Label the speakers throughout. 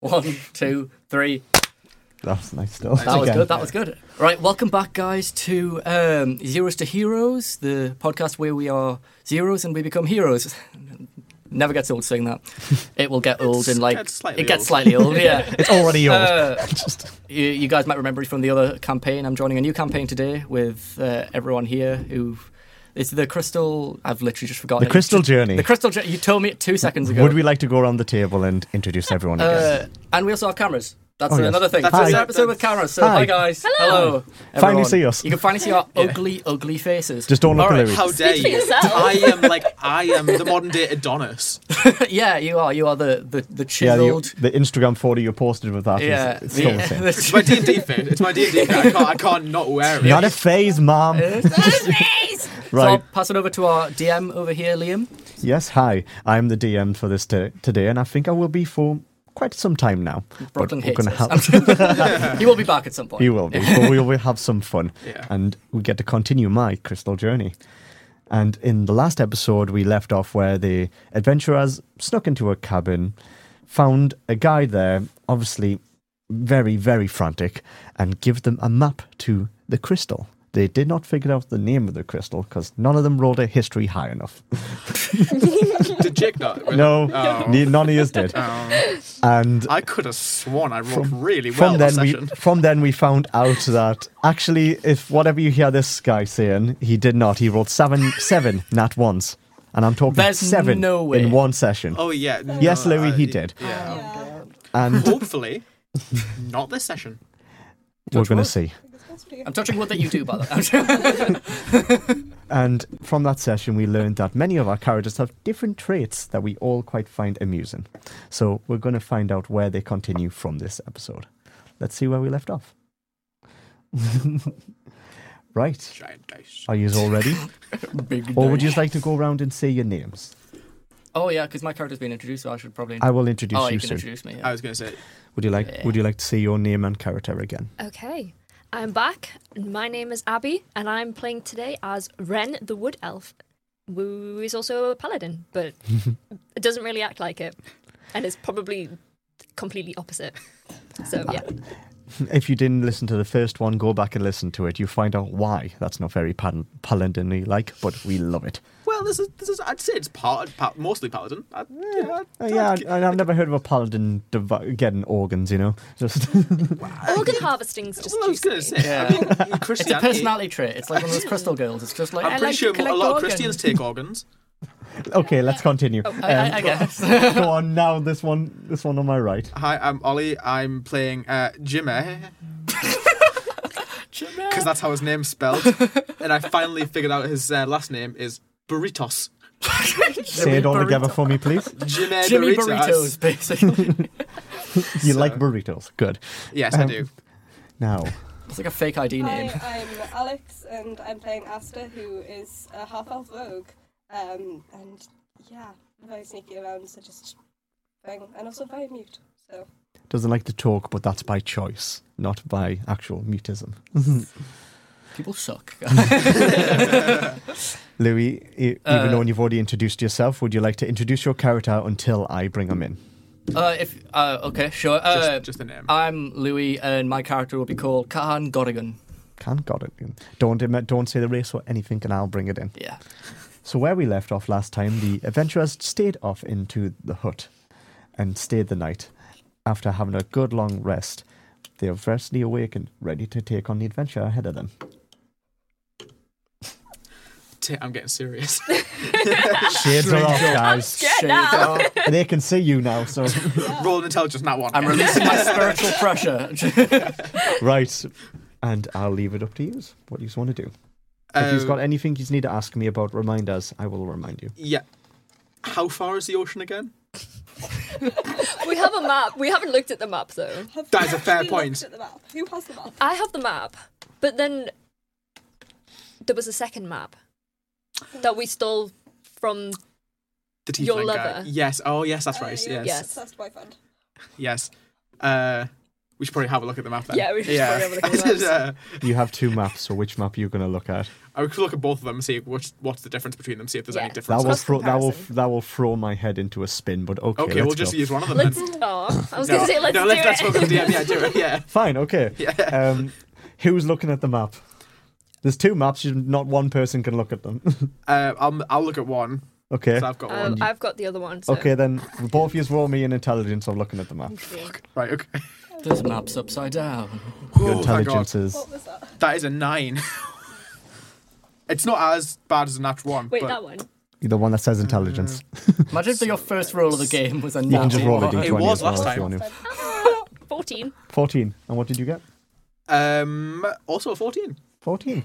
Speaker 1: One, two, three.
Speaker 2: That was nice stuff.
Speaker 1: That was
Speaker 2: Again.
Speaker 1: good. That was good. Right, welcome back, guys, to um, Zeros to Heroes, the podcast where we are zeros and we become heroes. Never gets old saying that. It will get old and like
Speaker 3: gets slightly
Speaker 1: it gets
Speaker 3: old.
Speaker 1: slightly old. Yeah.
Speaker 2: It's already old.
Speaker 1: Uh,
Speaker 2: Just-
Speaker 1: you, you guys might remember it from the other campaign. I'm joining a new campaign today with uh, everyone here who. It's the crystal. I've literally just forgotten.
Speaker 2: The
Speaker 1: it.
Speaker 2: Crystal Journey.
Speaker 1: The crystal. Journey. You told me it two seconds ago.
Speaker 2: Would we like to go around the table and introduce everyone
Speaker 1: Uh,
Speaker 2: again?
Speaker 1: and we also have cameras. That's
Speaker 2: Oh, yes.
Speaker 1: another thing.
Speaker 3: That's
Speaker 1: That's
Speaker 2: Hi.
Speaker 1: an episode with cameras. So hi,
Speaker 2: Hi.
Speaker 1: guys. Hello.
Speaker 2: Finally
Speaker 1: everyone.
Speaker 2: see us.
Speaker 1: You can finally see our ugly, ugly faces.
Speaker 2: Just don't look
Speaker 1: All
Speaker 2: at
Speaker 1: right.
Speaker 2: Louis.
Speaker 3: How dare
Speaker 4: Speak for
Speaker 3: you?
Speaker 4: yourself.
Speaker 3: I am like I am the modern day Adonis.
Speaker 1: yeah, you are. You are the the, the
Speaker 2: Yeah,
Speaker 1: chiseled.
Speaker 2: the, the Instagram photo you posted with that is
Speaker 1: Yeah,
Speaker 2: it's still the
Speaker 1: the-
Speaker 2: same.
Speaker 3: It's my D and D fit. It's my D and D fit. I can't I can't not wear it.
Speaker 2: Not a phase, mom.
Speaker 1: So I'll
Speaker 2: Right.
Speaker 1: pass it over to our DM over here, Liam.
Speaker 2: Yes, hi. I'm the DM for this t- today, and I think I will be for quite some time now.
Speaker 1: Brooklyn
Speaker 2: we're
Speaker 1: hates
Speaker 2: gonna have-
Speaker 1: us. he will be back at some point.
Speaker 2: You will be, but we will have some fun.
Speaker 3: Yeah.
Speaker 2: And we get to continue my crystal journey. And in the last episode, we left off where the adventurers snuck into a cabin, found a guy there, obviously very, very frantic, and give them a map to the crystal. They did not figure out the name of the crystal because none of them rolled a history high enough.
Speaker 3: Did Jake not?
Speaker 2: No,
Speaker 3: Oh.
Speaker 2: ne- none of us did.
Speaker 3: Um,
Speaker 2: And
Speaker 3: I could have sworn I rolled really well
Speaker 2: from
Speaker 3: that
Speaker 2: then we
Speaker 3: session.
Speaker 2: from then we found out that actually if whatever you hear this guy saying he did not he rolled seven seven not once and i'm talking
Speaker 1: There's
Speaker 2: seven
Speaker 1: no way.
Speaker 2: in one session
Speaker 3: Oh yeah. no,
Speaker 2: Yes, Louis,
Speaker 3: I-
Speaker 2: he did.
Speaker 3: Yeah.
Speaker 2: and
Speaker 3: Hopefully, not this session.
Speaker 2: we're
Speaker 1: wood.
Speaker 2: gonna see
Speaker 1: I'm touching wood that you do, by the way.
Speaker 2: and from that session we learned that many of our characters have different traits that we all quite find amusing so we're gonna find out where they continue from this episode let's see where we left off right
Speaker 3: Giant dice.
Speaker 2: are you all ready
Speaker 1: Big
Speaker 2: or would
Speaker 1: day.
Speaker 2: you like to go around and say your names
Speaker 1: Oh yeah, because my character's been introduced, so I should probably.
Speaker 2: I will introduce
Speaker 1: oh,
Speaker 2: you,
Speaker 1: you can
Speaker 2: soon.
Speaker 1: introduce me.
Speaker 3: I
Speaker 1: Yeah.
Speaker 3: was gonna say
Speaker 2: Would you like Would you like to see your name and character again?
Speaker 4: Okay, I'm back. My name is Abby, and I'm playing today as Ren the Wood Elf, who is also a paladin, but it doesn't really act like it, and it's probably completely opposite. So yeah,
Speaker 2: If you didn't listen to the first one, go back and listen to it. You find out why that's not very pal- paladin like, but we love it.
Speaker 3: Well, this is this is. I'd say it's part, part mostly paladin. I, yeah,
Speaker 2: Uh, yeah, and and I've never heard of a paladin devi- getting organs. You know, just
Speaker 4: organ harvesting's just
Speaker 3: well, I was
Speaker 4: juicy.
Speaker 3: gonna say.
Speaker 1: Yeah.
Speaker 3: I mean,
Speaker 1: It's a
Speaker 3: Christianity.
Speaker 1: personality trait. It's like one of those crystal girls. It's just like
Speaker 3: I'm
Speaker 1: I
Speaker 3: pretty
Speaker 1: like to
Speaker 3: sure a
Speaker 1: collect
Speaker 3: lot of
Speaker 1: organs.
Speaker 3: Christians take organs.
Speaker 2: okay. Let's continue.
Speaker 4: Oh,
Speaker 1: I, I- I
Speaker 2: Um,
Speaker 1: guess.
Speaker 2: go on now. This one, this one on my right.
Speaker 3: Hi, I'm Ollie. I'm playing uh, Jimmy. because that's how his name's spelled. and I finally figured out his uh, last name is Burritos.
Speaker 2: Say it all
Speaker 1: Burrito.
Speaker 2: together for me, please.
Speaker 3: Jimmy,
Speaker 1: Jimmy burritos,
Speaker 3: Burritos.
Speaker 1: basically.
Speaker 2: You like
Speaker 3: So-
Speaker 2: burritos? Good.
Speaker 3: Yes, I
Speaker 2: Um,
Speaker 3: do.
Speaker 2: Now,
Speaker 1: It's like a fake ID name.
Speaker 5: Hi, I'm Alex, and I'm playing Asta, who is a half elf rogue. Um, and yeah, very sneaky around, so just bang, and also very mute. So
Speaker 2: doesn't like to talk, but that's by choice, not by actual mutism.
Speaker 1: People suck.
Speaker 2: Louis, e- even though you've already introduced yourself, would you like to introduce your character until I bring him in?
Speaker 1: uh, if uh, okay, sure.
Speaker 2: Um,
Speaker 1: Uh,
Speaker 3: Just, just the name.
Speaker 1: I'm Louis, and my character will be called Kahan Godigan.
Speaker 2: Can't got it. Don't admit- don't say the race or anything, and I'll bring it in.
Speaker 1: Yeah.
Speaker 2: So where we left off last time, the adventurers stayed off into the hut and stayed the night. After having a good long rest, they are freshly awakened, ready to take on the adventure ahead of them.
Speaker 3: T- I'm getting serious.
Speaker 2: Shades are off, guys.
Speaker 1: Shades
Speaker 4: now.
Speaker 1: off.
Speaker 2: they can see you now. So
Speaker 3: Roll an intelligence, not one.
Speaker 1: I'm releasing my spiritual pressure.
Speaker 2: right, and I'll leave it up to you. What do you want to do? If he's
Speaker 3: Um,
Speaker 2: got anything you need to ask me about, remind us. I will remind you.
Speaker 3: Yeah. How far is the ocean again?
Speaker 4: we have a map. We haven't looked at the map though.
Speaker 5: have you
Speaker 3: That is a fair
Speaker 5: actually
Speaker 3: point.
Speaker 5: looked At the map? Who has the map?
Speaker 4: I have the map, but then there was a second map that we stole from.
Speaker 3: The tiefling
Speaker 4: Your
Speaker 3: guy.
Speaker 4: lover.
Speaker 3: Yes. Oh, yes, that's
Speaker 5: Uh,
Speaker 3: right.
Speaker 5: your
Speaker 3: Yes.
Speaker 4: Yes.
Speaker 5: Obsessed boyfriend.
Speaker 3: Yes. Uh, We should probably have a look at the map then.
Speaker 4: Yeah, we should probably have a look at the maps.
Speaker 3: yeah.
Speaker 2: You have two maps, so which map are you going to look at?
Speaker 3: I could look at both of them and see what's, what's the difference between them, see if there's
Speaker 4: Yeah.
Speaker 3: any
Speaker 2: That
Speaker 3: difference.
Speaker 2: will
Speaker 4: Cross
Speaker 2: throw that will
Speaker 4: comparison.
Speaker 2: that will throw my head into a spin. But okay,
Speaker 3: okay,
Speaker 2: let's
Speaker 3: we'll just
Speaker 2: go.
Speaker 3: use one of them
Speaker 4: Let's.
Speaker 3: then.
Speaker 4: Oh, I was
Speaker 3: no,
Speaker 4: going to say let's
Speaker 3: no,
Speaker 4: do
Speaker 3: let's, let's
Speaker 4: it.
Speaker 3: focus on DM. Yeah, do it. Yeah.
Speaker 2: Fine, okay. Um, who's looking at the map? There's two maps. you- Not one person can look at them.
Speaker 3: Uh, I'll, I'll look at one.
Speaker 2: okay.
Speaker 3: So I've got
Speaker 4: Um,
Speaker 3: one.
Speaker 4: I've got the other one. So.
Speaker 2: Okay, then both of you roll me in intelligence of looking at the map.
Speaker 3: Right, okay.
Speaker 1: This map's upside down.
Speaker 2: Your
Speaker 3: Oh, thank God.
Speaker 2: intelligence is
Speaker 5: What was that?
Speaker 3: That is a nine. it's not as bad as a natural one.
Speaker 4: Wait,
Speaker 3: but
Speaker 4: that one.
Speaker 2: the one that says intelligence.
Speaker 1: Imagine if your first roll of the game was a
Speaker 2: You can just
Speaker 1: natural
Speaker 2: roll a
Speaker 1: one.
Speaker 2: d20
Speaker 3: It
Speaker 2: as
Speaker 3: was
Speaker 2: well
Speaker 3: last
Speaker 2: Oh, if you
Speaker 3: time.
Speaker 2: want to.
Speaker 4: Fourteen.
Speaker 2: 14. And what did you get?
Speaker 3: Um, also a 14.
Speaker 2: 14.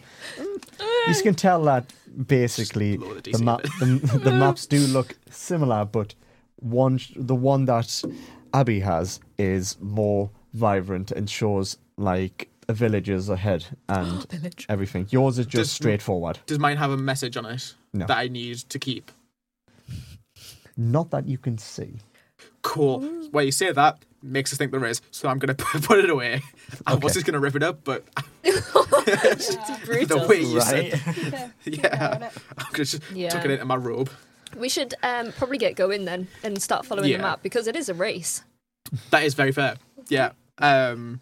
Speaker 2: you can tell that basically
Speaker 3: Just lower the
Speaker 2: the,
Speaker 3: DC
Speaker 2: map, the, the maps do look similar, but one sh- the one that Abby has is more vibrant and shows like villages ahead and everything. Yours is just
Speaker 3: Just-
Speaker 2: straightforward.
Speaker 3: Does mine have a message on it
Speaker 2: No.
Speaker 3: that I need to keep?
Speaker 2: Not that you can see.
Speaker 3: Cool. Well, you say that makes us think there is, so I'm gonna put it away. I was
Speaker 2: Okay.
Speaker 3: just gonna rip it up, but
Speaker 4: Brutal.
Speaker 3: the way you said,
Speaker 1: Right?
Speaker 3: yeah, I'm gonna just
Speaker 4: Yeah.
Speaker 3: tuck it into my robe.
Speaker 4: We should um, probably get going then and start following
Speaker 3: Yeah.
Speaker 4: the map because it is a race.
Speaker 3: That is very fair. Yeah. Um,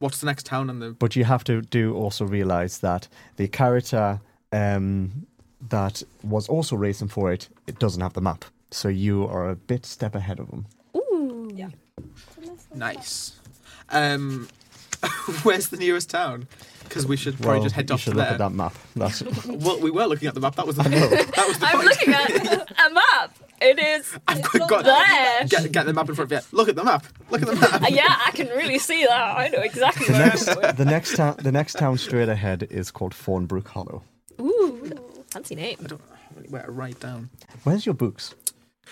Speaker 3: what's the next town on the?
Speaker 2: But you have to do also realize that the character um, that was also racing for it, it doesn't have the map. So you are a bit step ahead of them.
Speaker 4: Ooh.
Speaker 5: Yeah.
Speaker 3: Nice. Um, where's the nearest town? Because we should probably
Speaker 2: Well,
Speaker 3: just head
Speaker 2: you
Speaker 3: off to
Speaker 2: should look
Speaker 3: there.
Speaker 2: at that map. That's
Speaker 3: Well, we were looking at the map. That was the that was the
Speaker 4: I'm
Speaker 3: point.
Speaker 4: looking at a map. It is
Speaker 3: I've got, got-
Speaker 4: there.
Speaker 3: get, get the map in front of you. Look at the map. Look at the map.
Speaker 4: Uh, yeah, I can really see that. I know exactly where
Speaker 2: next,
Speaker 4: I'm going.
Speaker 2: the next town. The next town straight ahead is called Thornbrook Hollow.
Speaker 4: Ooh, fancy name.
Speaker 3: I don't have anywhere to write down.
Speaker 2: Where's your books?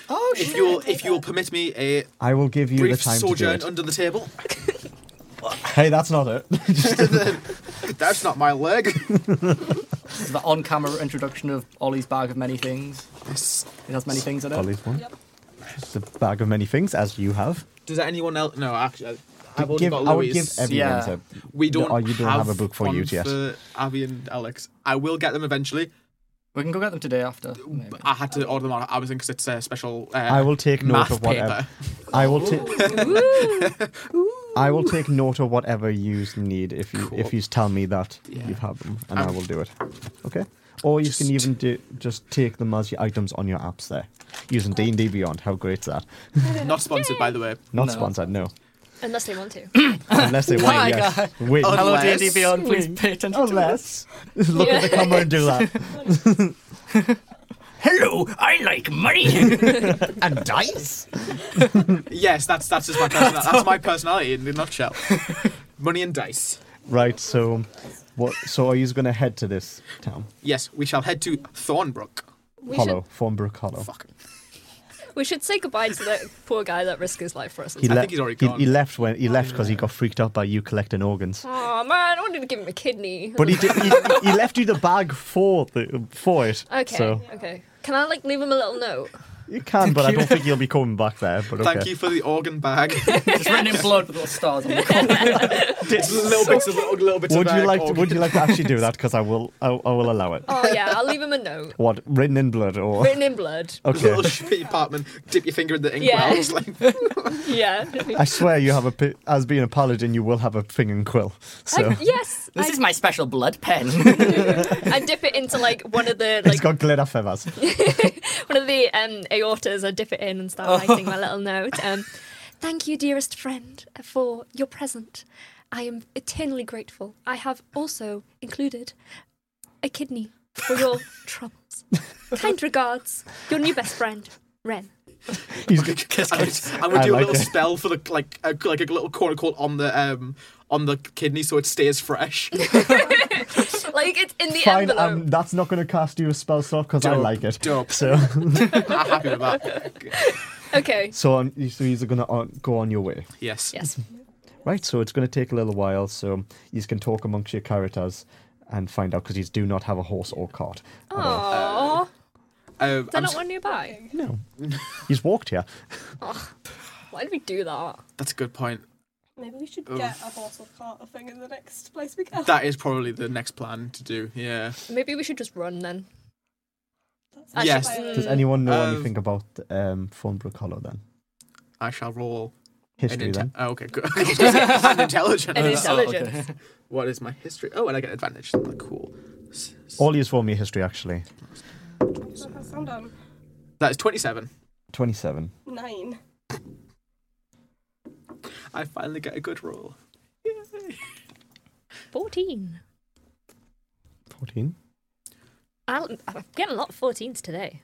Speaker 1: Oh,
Speaker 3: If you'll if you'll permit me a
Speaker 2: I will give you the
Speaker 3: brief
Speaker 2: time to do
Speaker 3: sojourn
Speaker 2: it.
Speaker 3: under the table.
Speaker 2: Hey, that's not it.
Speaker 3: That's not my leg.
Speaker 1: This is the on-camera introduction of Ollie's bag of many things. It has many things in it.
Speaker 2: Ollie's one.
Speaker 5: Yep.
Speaker 2: It's a bag of many things, as you have.
Speaker 3: Does anyone else? No, actually, uh, I've only
Speaker 2: Give,
Speaker 3: got
Speaker 2: I would
Speaker 3: Louise.
Speaker 2: give everyone
Speaker 1: yeah.
Speaker 2: a.
Speaker 3: we don't.
Speaker 2: Oh, you don't have a book for
Speaker 3: one
Speaker 2: you yet.
Speaker 3: For Abby and Alex, I will get them eventually.
Speaker 1: We can go get them today after. maybe.
Speaker 3: But I had to order them on Amazon because it's a special. Uh,
Speaker 2: I will take note
Speaker 3: math
Speaker 2: of
Speaker 3: paper.
Speaker 2: whatever. I will take. I will take note of whatever you need if you if
Speaker 3: Cool.
Speaker 2: you tell me that
Speaker 3: Yeah.
Speaker 2: you have them, and I
Speaker 3: Um,
Speaker 2: will do it. Okay. Or you
Speaker 3: just-
Speaker 2: can even do just take them as your items on your apps there, using D and D Beyond. How great's that?
Speaker 3: Not sponsored, by the way.
Speaker 2: Not
Speaker 1: No.
Speaker 2: sponsored, no.
Speaker 4: Unless they want to.
Speaker 2: Unless they want
Speaker 1: Why,
Speaker 2: yes.
Speaker 1: guy?
Speaker 2: Wait.
Speaker 3: Oh,
Speaker 1: Hello,
Speaker 3: Unless-
Speaker 1: D&D Beyond. Please pay attention to
Speaker 2: Unless look at the camera and do that.
Speaker 1: Hello, I like money.
Speaker 2: and dice.
Speaker 3: Yes, that's that's just my personality. that's my personality in a nutshell. Money and dice.
Speaker 2: Right. So, what? So are you going to head to this town?
Speaker 3: Yes, we shall head to Thornbrook.
Speaker 4: We
Speaker 2: Hollow, Thornbrook Hollow.
Speaker 3: Fuck.
Speaker 4: should we should say goodbye to that poor guy that risked his life for us.
Speaker 2: He
Speaker 3: I
Speaker 2: le-
Speaker 3: think he's already
Speaker 2: he-
Speaker 3: gone. Oh,
Speaker 2: He, left when he left because he got freaked out by you collecting organs.
Speaker 4: oh man, I wanted to give him a kidney.
Speaker 2: But he did. He, he left you the bag for the for it.
Speaker 4: okay,
Speaker 2: So
Speaker 4: okay. Can I like leave him a little note?
Speaker 2: you can, but I don't think you'll be coming back there. But okay.
Speaker 3: Thank you for the organ bag.
Speaker 1: Just written in blood with little stars on the corner.
Speaker 3: little bits of little bits of.
Speaker 2: Would you
Speaker 3: uh,
Speaker 2: like? To,
Speaker 3: organ.
Speaker 2: would you like to actually do that? Because I will. I, I will allow it.
Speaker 4: Oh yeah, I'll leave him a note
Speaker 2: What written in blood or?
Speaker 4: written in blood.
Speaker 2: Okay.
Speaker 3: Little shitty apartment. Dip your finger in the ink
Speaker 4: Yeah.
Speaker 3: well. It's like
Speaker 4: Yeah.
Speaker 2: I swear you have a pi- as being a paladin, you will have a thing and quill. So
Speaker 4: I, yes,
Speaker 1: This
Speaker 4: I,
Speaker 1: is my special blood pen.
Speaker 4: I dip it into like one of the
Speaker 2: it's
Speaker 4: like
Speaker 2: got glitter feathers.
Speaker 4: one of the um, aortas. I dip it in and start writing my little note. Um, Thank you, dearest friend, for your present. I am eternally grateful. I have also included a kidney for your troubles. Kind regards, your new best friend, Ren.
Speaker 2: He's got-
Speaker 3: I would, I would
Speaker 2: I
Speaker 3: do
Speaker 2: like
Speaker 3: a little
Speaker 2: it.
Speaker 3: spell for the like a, like a little corner called on the um on the kidney so it stays fresh.
Speaker 4: Like it's in the
Speaker 2: Fine,
Speaker 4: envelope.
Speaker 2: um, that's not going to cost you a spell slot because I
Speaker 3: Dope,
Speaker 2: like it.
Speaker 3: dope.
Speaker 2: So,
Speaker 3: I'm happy with that.
Speaker 4: Okay.
Speaker 2: so, um, you- so you're going to on, go on your way,
Speaker 3: Yes.
Speaker 4: Yes.
Speaker 2: right? So it's going to take a little while. So you can talk amongst your characters and find out because you do not have a horse or cart. at all.
Speaker 4: Aww.
Speaker 3: Um,
Speaker 4: Is there
Speaker 3: I'm
Speaker 4: not
Speaker 3: s-
Speaker 4: one nearby?
Speaker 2: No, he's walked here.
Speaker 4: Why did we do that?
Speaker 3: that's a good point.
Speaker 5: Maybe we should get a horse or cart or thing in the next place we go.
Speaker 3: That is probably the next plan to do. Yeah.
Speaker 4: Maybe we should just run then.
Speaker 5: That's
Speaker 4: I
Speaker 3: Yes.
Speaker 5: fine.
Speaker 2: Does anyone know
Speaker 3: Um,
Speaker 2: anything about um, Thornbrook Hollow then?
Speaker 3: I shall roll an
Speaker 2: History
Speaker 3: inte-
Speaker 2: then?
Speaker 3: oh, okay, good. I was gonna say, an intelligence. Uh,
Speaker 4: An
Speaker 1: Oh,
Speaker 4: intelligence.
Speaker 1: okay.
Speaker 3: What is my history? Oh, and I get advantage. That's cool. S- s-
Speaker 2: All years for me history actually.
Speaker 5: Put that sound on.
Speaker 3: That is 27.
Speaker 2: Twenty-seven.
Speaker 3: Mm.
Speaker 5: Nine.
Speaker 3: I finally get a good roll.
Speaker 4: 14.
Speaker 2: 14.
Speaker 4: I'll, I'm getting a lot of 14s today.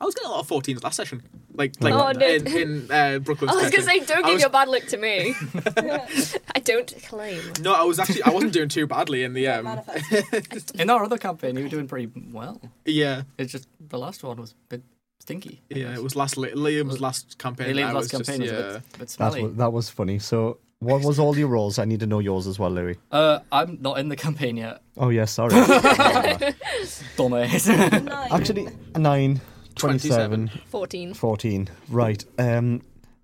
Speaker 3: I was getting a lot of 14s last session. Like, like
Speaker 4: Oh, no.
Speaker 3: in, in uh, Brooklyn's
Speaker 4: I was going to
Speaker 3: session.
Speaker 4: say, don't
Speaker 3: I
Speaker 4: give
Speaker 3: was-
Speaker 4: your bad luck to me. I don't claim.
Speaker 3: No, I was actually, I wasn't doing too badly in the, um,
Speaker 5: Manifest.
Speaker 1: In our other campaign, you were doing pretty well.
Speaker 3: yeah,
Speaker 1: It's just the last one was a bit stinky. I
Speaker 3: yeah,
Speaker 1: guess.
Speaker 3: it was last, Li- Liam's last campaign.
Speaker 1: Really,
Speaker 3: I
Speaker 1: last
Speaker 3: was just-
Speaker 1: campaign was a
Speaker 3: yeah.
Speaker 1: bit, bit
Speaker 2: That's
Speaker 1: smelly.
Speaker 2: what, that was funny. So what was all your roles? I need to know yours as well, Louis.
Speaker 1: Uh, I'm not in the campaign yet.
Speaker 2: Oh yeah, sorry. actually,
Speaker 1: Dumbass.
Speaker 5: Nine.
Speaker 2: 9, 27,
Speaker 4: 14.
Speaker 2: 14. Right. Um,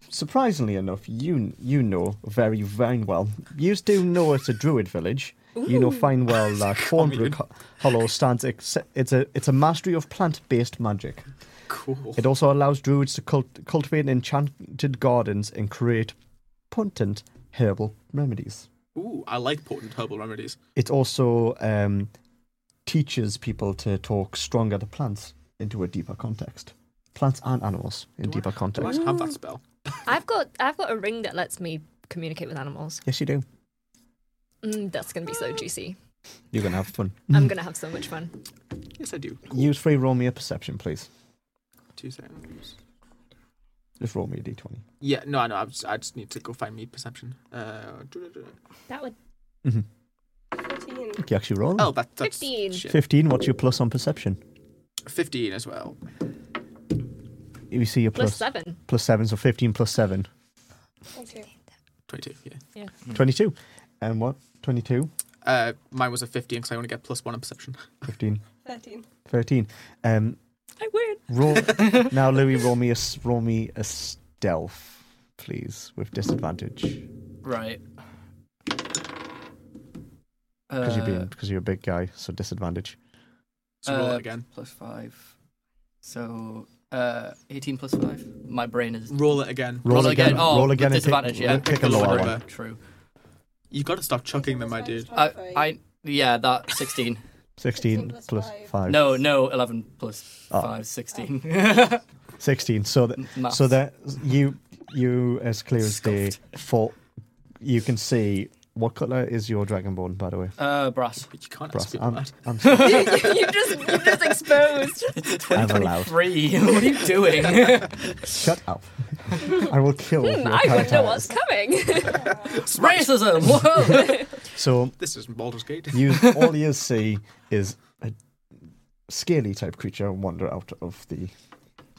Speaker 2: surprisingly enough, you you know very very well. You do know it's a druid village. You know fine well that Thornbrook Ho- Hollow stands. Ex- it's a it's a mastery of plant based magic.
Speaker 3: Cool.
Speaker 2: It also allows druids to cult- cultivate enchanted gardens and create potent herbal remedies.
Speaker 3: Ooh, I like potent herbal remedies.
Speaker 2: It also um, teaches people to talk stronger to plants into a deeper context. Plants and animals in
Speaker 3: Do I-
Speaker 2: deeper
Speaker 3: Do I
Speaker 2: context.
Speaker 3: have that spell?
Speaker 4: I've got I've got a ring that lets me communicate with animals.
Speaker 2: Yes, you do.
Speaker 4: Mm, that's going to be so juicy.
Speaker 2: You're gonna have fun.
Speaker 4: I'm going to have so much fun.
Speaker 3: Yes, I do. Cool.
Speaker 2: Use free roll me a perception, please.
Speaker 3: Two seconds.
Speaker 2: Just roll me a d20.
Speaker 3: Yeah, no, I know. I just, I just need to go find me perception. Uh,
Speaker 4: That would
Speaker 2: Mm-hmm.
Speaker 5: Fourteen.
Speaker 2: You actually roll.
Speaker 3: oh, that, that's
Speaker 4: 15.
Speaker 3: shit.
Speaker 2: Fifteen. What's your plus on perception?
Speaker 3: 15 as well.
Speaker 2: You see your
Speaker 4: plus
Speaker 2: plus
Speaker 4: seven.
Speaker 2: plus seven, so fifteen plus seven.
Speaker 5: Twenty.
Speaker 3: 22, yeah.
Speaker 2: Twenty-two. And what? Twenty-two.
Speaker 3: Uh, mine was a 15 because I only get plus one in perception.
Speaker 2: Fifteen.
Speaker 5: Thirteen.
Speaker 2: Thirteen. Um,
Speaker 4: I win.
Speaker 2: roll now, Louis. Roll me a s- roll me a stealth, please, with disadvantage
Speaker 1: right.
Speaker 2: because you're
Speaker 1: Uh,
Speaker 2: being because you're a big guy, so disadvantage.
Speaker 3: So roll
Speaker 1: Uh,
Speaker 3: it again.
Speaker 1: plus five. So uh, 18 plus five. My brain is.
Speaker 3: Roll it again.
Speaker 2: Roll again.
Speaker 1: Oh,
Speaker 2: Roll again and
Speaker 1: with
Speaker 2: pick-
Speaker 1: disadvantage. yeah,
Speaker 2: and pick
Speaker 3: a lower
Speaker 1: lower
Speaker 3: one.
Speaker 1: one. True.
Speaker 3: You got to stop chucking them, my dude.
Speaker 1: I, I yeah, that 16.
Speaker 2: 16
Speaker 5: plus
Speaker 2: plus
Speaker 5: five.
Speaker 2: 5.
Speaker 1: no, no, 11 plus
Speaker 2: Oh.
Speaker 1: five, 16.
Speaker 2: 16. So that
Speaker 1: Maths.
Speaker 2: so that you you as clear as day fall you can see what color is your dragonborn by the way?
Speaker 1: uh, brass.
Speaker 3: But you can't
Speaker 2: Brass.
Speaker 3: ask people
Speaker 2: I'm,
Speaker 3: that.
Speaker 2: I'm sorry.
Speaker 4: you just you just exposed.
Speaker 2: I'm allowed.
Speaker 1: Three. what are you doing?
Speaker 2: Shut up. I will kill
Speaker 1: Hmm,
Speaker 2: your
Speaker 4: Hmm, I wouldn't know what's
Speaker 2: character.
Speaker 4: coming.
Speaker 1: Racism. Whoa.
Speaker 2: So
Speaker 3: This is Baldur's Gate.
Speaker 2: you all you see is a scaly type creature wander out of the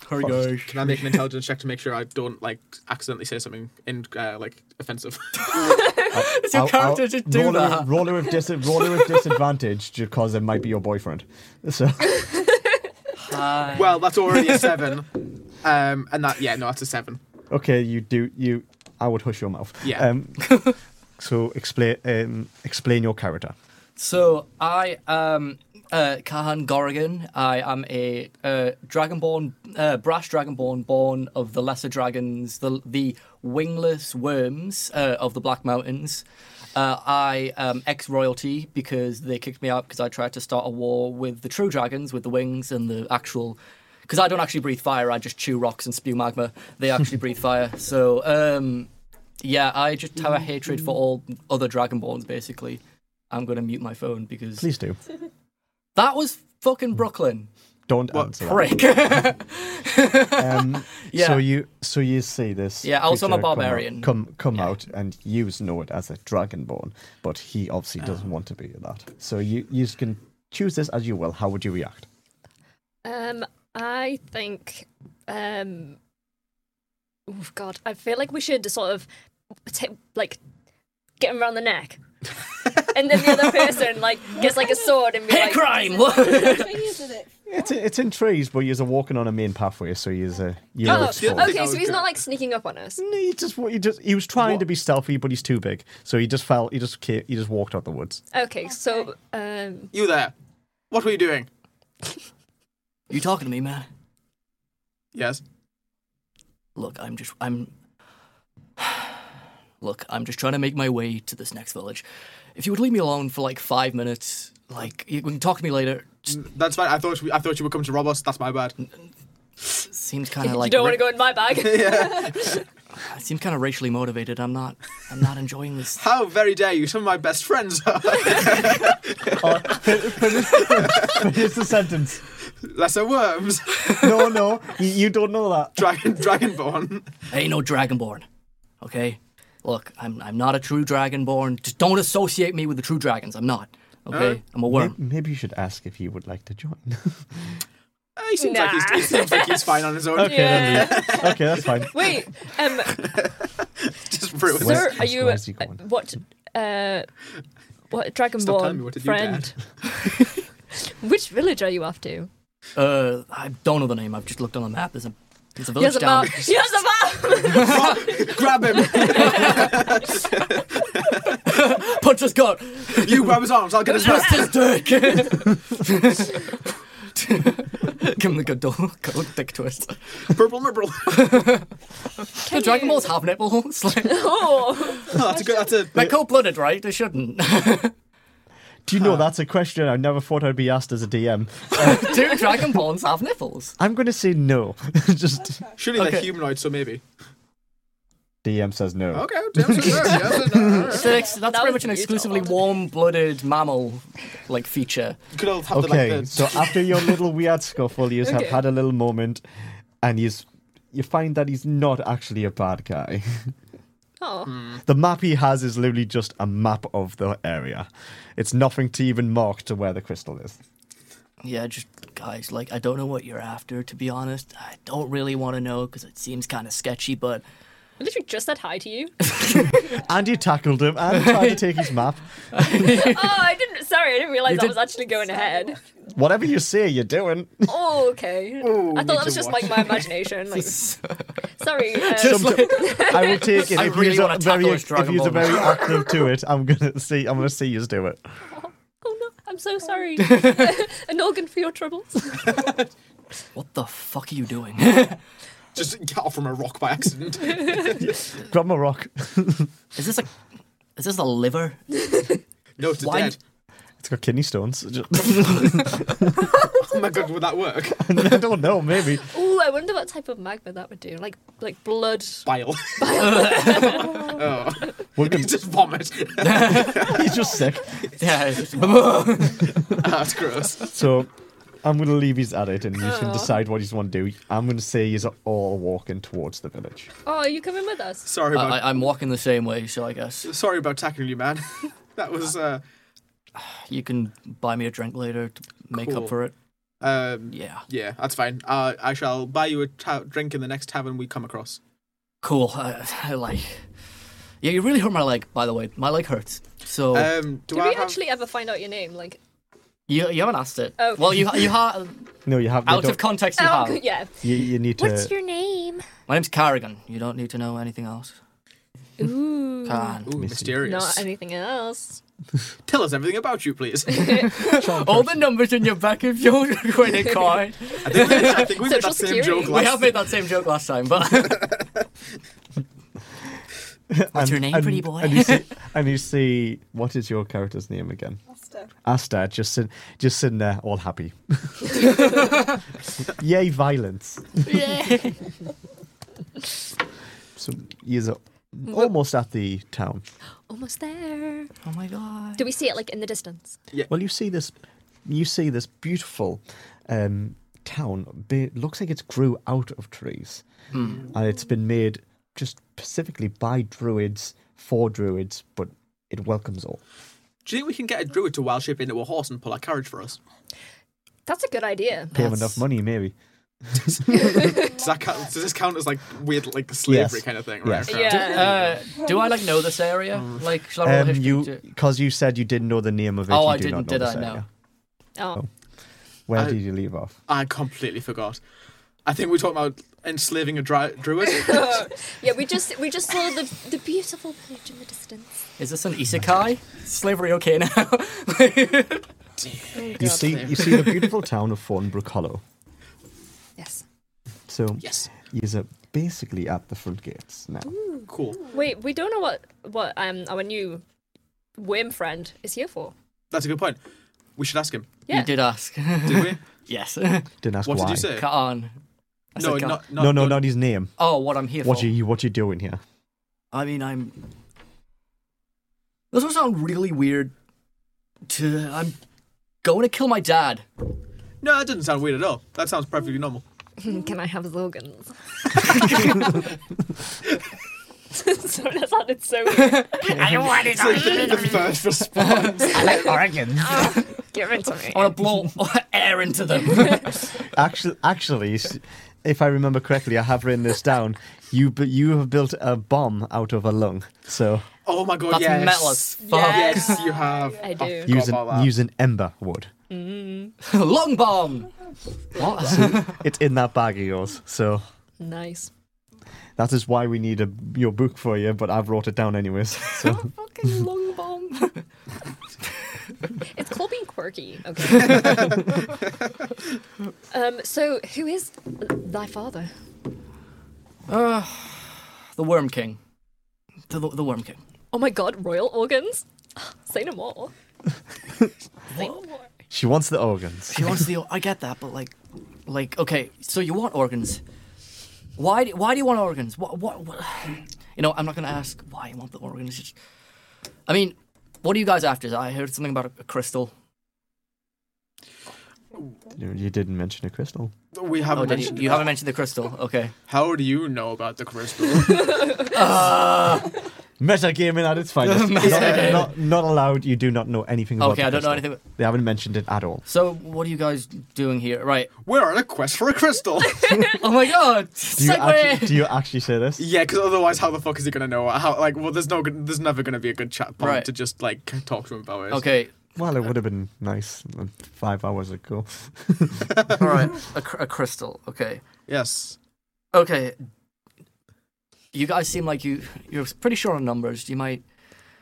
Speaker 1: Hurry, gosh.
Speaker 3: Can I make an intelligence check to make sure I don't like accidentally say something in uh, like offensive?
Speaker 1: Does your
Speaker 2: I'll-
Speaker 1: character
Speaker 2: I'll-
Speaker 1: just do
Speaker 2: roller,
Speaker 1: that?
Speaker 2: Roller with, dis- roller with disadvantage because it might be your boyfriend. So
Speaker 1: Hi.
Speaker 3: well, that's already a seven. Um, and that yeah, no, that's a seven.
Speaker 2: Okay, you do you. I would hush your mouth.
Speaker 3: Yeah.
Speaker 2: Um, so explain um, explain your character.
Speaker 1: So I am uh, Kahan Gorrigan. I am a uh, dragonborn, uh, brass dragonborn, born of the lesser dragons, the the wingless worms uh, of the Black Mountains. Uh, I am ex royalty because they kicked me out because I tried to start a war with the true dragons, with the wings and the actual. Because I don't actually breathe fire, I just chew rocks and spew magma. They actually breathe fire. So um, yeah, I just have a hatred for all other dragonborns, basically. I'm going to mute my phone because
Speaker 2: Please do.
Speaker 1: that was fucking Brooklyn.
Speaker 2: Don't
Speaker 3: What
Speaker 2: answer. that.
Speaker 1: Prick.
Speaker 2: Um,
Speaker 1: Yeah.
Speaker 2: So you so you see this.
Speaker 1: Yeah, also I'm a
Speaker 2: creature come out-
Speaker 1: barbarian.
Speaker 2: Come come, out and you know it as a dragonborn, but he obviously
Speaker 1: Oh.
Speaker 2: doesn't want to be that. So you you can choose this as you will. How would you react?
Speaker 4: Um, I think, um, oh god, I feel like we should sort of ta- like get him around the neck and then the other person like gets like a sword and be
Speaker 1: Hate
Speaker 4: like, "Oh,
Speaker 1: crime!
Speaker 5: trees, is it?
Speaker 2: It's it's in trees, but you're walking on a main pathway, so you're uh, you're
Speaker 4: Oh,
Speaker 2: exposed.
Speaker 3: think I
Speaker 4: okay, so
Speaker 3: would
Speaker 4: he's
Speaker 3: go.
Speaker 4: not like sneaking up on us.
Speaker 2: No, he just he just he was trying to be stealthy, but he's too big, so he just fell. He just ca- he just walked out the woods.
Speaker 4: Okay, so um,
Speaker 3: You there. What were you doing?
Speaker 1: you talking to me, man?
Speaker 3: Yes.
Speaker 1: Look, I'm just I'm Look, I'm just trying to make my way to this next village. If you would leave me alone for like five minutes, like you can talk to me later. Just
Speaker 3: That's fine. I thought we, I thought you were coming to rob us. That's my bad.
Speaker 1: seems kind of
Speaker 4: you
Speaker 1: like
Speaker 4: don't
Speaker 1: ra-
Speaker 4: want to go in my bag.
Speaker 1: I seem kind of racially motivated. I'm not. I'm not enjoying this.
Speaker 3: How very dare you? Some of my best friends are.
Speaker 2: Here's the sentence.
Speaker 3: Lesser worms.
Speaker 2: No, no, you, you don't know that.
Speaker 3: Dragon, Dragonborn.
Speaker 1: I ain't no dragonborn. Okay, look, I'm. I'm not a true dragonborn. Just don't associate me with the true dragons. I'm not. Okay, I'm a
Speaker 2: Maybe,
Speaker 1: worm.
Speaker 2: maybe you should ask if you would like to join.
Speaker 3: Uh, he, seems like he's,
Speaker 4: Nah.
Speaker 3: he seems like he's fine on his own.
Speaker 2: okay,
Speaker 4: Yeah.
Speaker 2: then leave. okay, that's fine.
Speaker 4: Wait, um,
Speaker 3: Just ruined.
Speaker 2: Where-
Speaker 4: sir, are
Speaker 2: where's-
Speaker 4: you
Speaker 2: where's he going?
Speaker 4: uh, what? Uh, what
Speaker 3: Stop telling me what to do,
Speaker 4: Dragonborn friend? Which village are you off to?
Speaker 1: Uh, I don't know the name. I've just looked on the map. There's a. There's a
Speaker 4: He has
Speaker 1: village
Speaker 4: a
Speaker 1: down.
Speaker 4: map. He has a map.
Speaker 3: Grab him.
Speaker 1: Punch his gut.
Speaker 3: You grab his arms. I'll get his back.
Speaker 1: Just his dick. Give him the good, dog- good dick twist.
Speaker 3: Purple liberal.
Speaker 1: The Dragon Balls have nipples. Like,
Speaker 4: Oh,
Speaker 3: that's a good. That's a.
Speaker 1: they're cold-blooded, right? They shouldn't.
Speaker 2: Do you know that's a question I never thought I'd be asked as a DM?
Speaker 1: Do Dragon Balls have nipples?
Speaker 2: I'm going to say no. Just
Speaker 3: Surely they're
Speaker 1: Okay.
Speaker 3: humanoid, so maybe.
Speaker 2: DM says no.
Speaker 3: Okay. damn, so no, yeah, so no, all right.
Speaker 1: It's an ex- that's
Speaker 4: That
Speaker 1: pretty much
Speaker 4: was
Speaker 1: an
Speaker 4: beautiful.
Speaker 1: exclusively warm-blooded mammal, like feature.
Speaker 3: You could all have
Speaker 2: Okay,
Speaker 3: the, like, the,
Speaker 2: so after your little weird scuffle, you have
Speaker 4: Okay.
Speaker 2: had a little moment, and you you find that he's not actually a bad guy.
Speaker 4: oh.
Speaker 2: The map he has is literally just a map of the area. It's nothing to even mark to where the crystal is.
Speaker 1: Yeah, just guys, like I don't know what you're after. To be honest, I don't really want to know because it seems kind of sketchy. But
Speaker 4: I literally just said hi to you.
Speaker 2: And you tackled him and tried to take his map.
Speaker 4: oh, I didn't. Sorry, I didn't realize
Speaker 1: You
Speaker 4: that
Speaker 1: did-
Speaker 4: was actually going ahead.
Speaker 2: Whatever you say, you're doing.
Speaker 4: Oh, okay. I
Speaker 3: need
Speaker 4: thought
Speaker 3: to
Speaker 4: that was just
Speaker 3: watch.
Speaker 4: like my imagination. Like, sorry. uh,
Speaker 1: Just like-
Speaker 2: I will take it.
Speaker 1: I
Speaker 2: if
Speaker 1: really
Speaker 2: you're
Speaker 1: wanna
Speaker 2: very,
Speaker 1: tackle this
Speaker 2: if
Speaker 1: Dragon
Speaker 2: you're
Speaker 1: Ball.
Speaker 2: very active to it, I'm gonna see. I'm gonna see you do it.
Speaker 4: oh no, I'm so sorry. An organ for your troubles.
Speaker 1: what the fuck are you doing?
Speaker 3: just get off from a rock by accident.
Speaker 2: Grab my rock.
Speaker 1: is this a is this a liver?
Speaker 3: no, it's
Speaker 1: Why-
Speaker 3: dead.
Speaker 2: It's got kidney stones.
Speaker 3: Oh my god, would that work?
Speaker 2: I don't know. Maybe.
Speaker 4: Ooh, I wonder what type of magma that would do. Like, like blood.
Speaker 3: Bile. oh.
Speaker 2: We're gonna,
Speaker 3: Just vomit.
Speaker 2: he's just sick.
Speaker 1: Yeah. it's-
Speaker 3: That's gross.
Speaker 2: So I'm going to leave his at it and you can
Speaker 4: Aw.
Speaker 2: decide what he's want to do. I'm going to say he's all walking towards the village.
Speaker 4: Oh, are you coming with us?
Speaker 3: Sorry about
Speaker 1: I, I'm walking the same way, so I guess
Speaker 3: sorry about tackling you, man. that was uh
Speaker 1: you can buy me a drink later to make
Speaker 3: Cool.
Speaker 1: up for it.
Speaker 3: um
Speaker 1: Yeah.
Speaker 3: yeah, that's fine. Uh, I shall buy you a ta- drink in the next tavern we come across.
Speaker 1: Cool. I, I like. Yeah, you really hurt my leg, by the way. My leg hurts.
Speaker 2: Oh.
Speaker 1: So
Speaker 3: Um, do
Speaker 4: Did
Speaker 3: I
Speaker 4: we
Speaker 3: have-
Speaker 4: actually ever find out your name? Like,
Speaker 1: you you haven't asked it.
Speaker 4: Oh.
Speaker 1: Well, you you have
Speaker 2: No, you have. they
Speaker 1: out of
Speaker 2: don't-
Speaker 1: context. You
Speaker 4: oh,
Speaker 1: have.
Speaker 4: yeah.
Speaker 2: you, you need to.
Speaker 4: What's your name?
Speaker 1: My name's Carrigan. You don't need to know anything else.
Speaker 4: Ooh.
Speaker 1: Can.
Speaker 3: Ooh, mysterious.
Speaker 4: Not anything else.
Speaker 3: Tell us everything about you, please. I
Speaker 1: All the numbers in your back of your credit card.
Speaker 3: think we, I think we made
Speaker 4: Social
Speaker 3: that same joke
Speaker 4: security.
Speaker 1: we
Speaker 3: last
Speaker 1: have made that same joke last time, but What's your name, pretty boy?
Speaker 2: And you, see, and you see, what is your character's name again?
Speaker 5: Asta.
Speaker 2: Asta, just sit, just sitting there, all happy. Yay, violence!
Speaker 1: yeah.
Speaker 2: So you're almost at the town.
Speaker 4: Almost there.
Speaker 1: Oh my god.
Speaker 4: Do we see it like in the distance?
Speaker 2: Well, you see this, you see this beautiful um, town. It looks like it's grew out of trees,
Speaker 1: Hmm.
Speaker 2: and it's been made just specifically by druids for druids, but it welcomes all.
Speaker 3: Do you think we can get a druid to wild shape into a horse and pull our carriage for us?
Speaker 4: That's a good idea.
Speaker 2: Pay them
Speaker 1: That's-
Speaker 2: enough money, maybe.
Speaker 3: Does that count? Does this count as like weird, like slavery
Speaker 2: Yes.
Speaker 3: kind of thing?
Speaker 2: Yes.
Speaker 3: Right. okay.
Speaker 4: Yeah.
Speaker 1: Uh, do I like know this area? Like, shall I roll
Speaker 2: Um,
Speaker 1: history?
Speaker 2: you,
Speaker 1: to-
Speaker 2: because you said you didn't know the name of it.
Speaker 1: Oh,
Speaker 2: you
Speaker 1: I
Speaker 2: do
Speaker 1: didn't,
Speaker 2: not know
Speaker 1: did
Speaker 2: this
Speaker 1: I? No.
Speaker 2: area.
Speaker 4: Oh,
Speaker 2: Where
Speaker 3: I-
Speaker 2: did you leave off?
Speaker 3: I completely forgot. I think we were talking about enslaving a dri- druid.
Speaker 4: yeah. We just we just saw the the beautiful village in the distance.
Speaker 1: Is this an isekai? Slavery okay now?
Speaker 2: You see, you see the beautiful town of Thornbrook Hollow.
Speaker 4: Yes.
Speaker 2: So
Speaker 3: yes.
Speaker 2: you're basically at the front gates now.
Speaker 3: Cool.
Speaker 4: Wait, we don't know what what um our new worm friend is here for.
Speaker 3: That's a good point. We should ask him.
Speaker 4: Yeah.
Speaker 1: You did ask.
Speaker 3: Did we?
Speaker 1: yes.
Speaker 2: Didn't ask
Speaker 3: What
Speaker 2: why.
Speaker 3: did you say?
Speaker 1: Cut on. I
Speaker 3: no,
Speaker 1: said cut-
Speaker 3: not, not,
Speaker 2: No, no, not his name.
Speaker 1: Oh, what I'm here
Speaker 2: What
Speaker 1: for.
Speaker 2: you what you doing here?
Speaker 1: I mean, I'm. This will sound really weird. To I'm going to kill my dad.
Speaker 3: No, that doesn't sound weird at all. That sounds perfectly normal.
Speaker 4: Hmm, Can I have his organs? Sorry, that sounded so weird.
Speaker 3: the first response.
Speaker 4: Give it to me.
Speaker 1: I want to blow air into them.
Speaker 2: Actually, actually, s- if I remember correctly, I have written this down. You bu- you have built a bomb out of a lung. So
Speaker 3: Oh my god,
Speaker 1: That's
Speaker 3: yes.
Speaker 1: metal as fuck.
Speaker 3: Yes, you have.
Speaker 4: I do.
Speaker 3: forgot
Speaker 2: use an,
Speaker 3: about that.
Speaker 2: use an ember wood.
Speaker 1: Long bomb. What?
Speaker 2: It's in that bag of yours. So
Speaker 4: Nice.
Speaker 2: that is why we need a, your book for you. But I've wrote it down anyways. So
Speaker 1: Fucking long bomb.
Speaker 4: It's called being quirky. Okay. um. So, who is thy father?
Speaker 1: Uh, the Worm King. The, the, the Worm King.
Speaker 4: Oh my God! Royal organs. Say no more. Say no more.
Speaker 2: she wants the organs.
Speaker 1: She wants the. I get that, but like, like, okay. So you want organs? Why? Do, why do you want organs? What, what? What? You know, I'm not gonna ask why you want the organs. Just, I mean, what are you guys after? I heard something about a crystal.
Speaker 2: You you didn't mention a crystal.
Speaker 3: We haven't
Speaker 1: Oh, did you,
Speaker 3: mentioned
Speaker 1: you haven't mentioned the crystal. Okay.
Speaker 3: How do you know about the crystal?
Speaker 2: Metagaming at its finest. not, not, not allowed. You do not know anything about
Speaker 1: Okay,
Speaker 2: the
Speaker 1: I don't know
Speaker 2: crystal.
Speaker 1: anything about-
Speaker 2: They haven't mentioned it at all.
Speaker 1: So what are you guys doing here? Right.
Speaker 3: We're on a quest for a crystal.
Speaker 1: Oh my god.
Speaker 2: Do you, actually,
Speaker 1: Segue.
Speaker 2: do you actually say this?
Speaker 3: yeah, because otherwise, how the fuck is he gonna know? How like, well, there's no, good, there's never gonna be a good chat point
Speaker 1: Right.
Speaker 3: to just like talk to him about it.
Speaker 1: Okay.
Speaker 2: Well, it would have been nice uh, five hours ago.
Speaker 1: All right. A, cr- a crystal. Okay.
Speaker 3: Yes.
Speaker 1: Okay. You guys seem like you you're pretty short on numbers. You might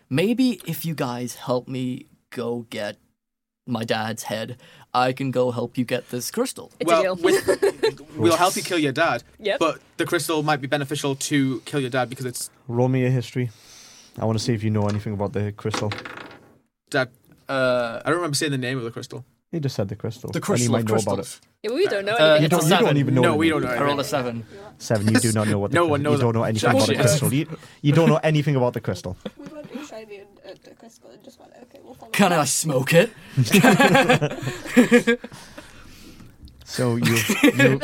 Speaker 1: maybe if you guys help me go get my dad's head, I can go help you get this crystal.
Speaker 4: It's a
Speaker 3: well,
Speaker 4: deal.
Speaker 3: with- we'll help you kill your dad.
Speaker 4: Yep.
Speaker 3: But the crystal might be beneficial to kill your dad because it's
Speaker 2: Roll me a history. I want to see if you know anything about the crystal.
Speaker 3: dad.
Speaker 1: Uh,
Speaker 3: I don't remember saying the name of the crystal.
Speaker 2: You just said the crystal.
Speaker 1: the
Speaker 2: and you
Speaker 1: crystal
Speaker 2: might
Speaker 1: of
Speaker 2: know about it.
Speaker 1: crystals.
Speaker 4: Yeah, we don't know
Speaker 1: Uh,
Speaker 4: anything.
Speaker 1: It's
Speaker 2: You
Speaker 1: a
Speaker 2: don't, you don't
Speaker 1: seven.
Speaker 2: even know.
Speaker 3: No,
Speaker 2: anything.
Speaker 3: we don't know.
Speaker 1: I rolled a seven.
Speaker 2: Seven. You do not know what. The
Speaker 3: No
Speaker 2: crystal-
Speaker 3: one knows
Speaker 2: You don't know
Speaker 3: that.
Speaker 2: anything about the
Speaker 3: Bullshit.
Speaker 2: crystal. You, you don't know anything about the crystal.
Speaker 5: We want to shiny and uh, crystal and just want okay, we'll follow.
Speaker 1: Can
Speaker 5: that.
Speaker 1: I smoke it?
Speaker 2: So you you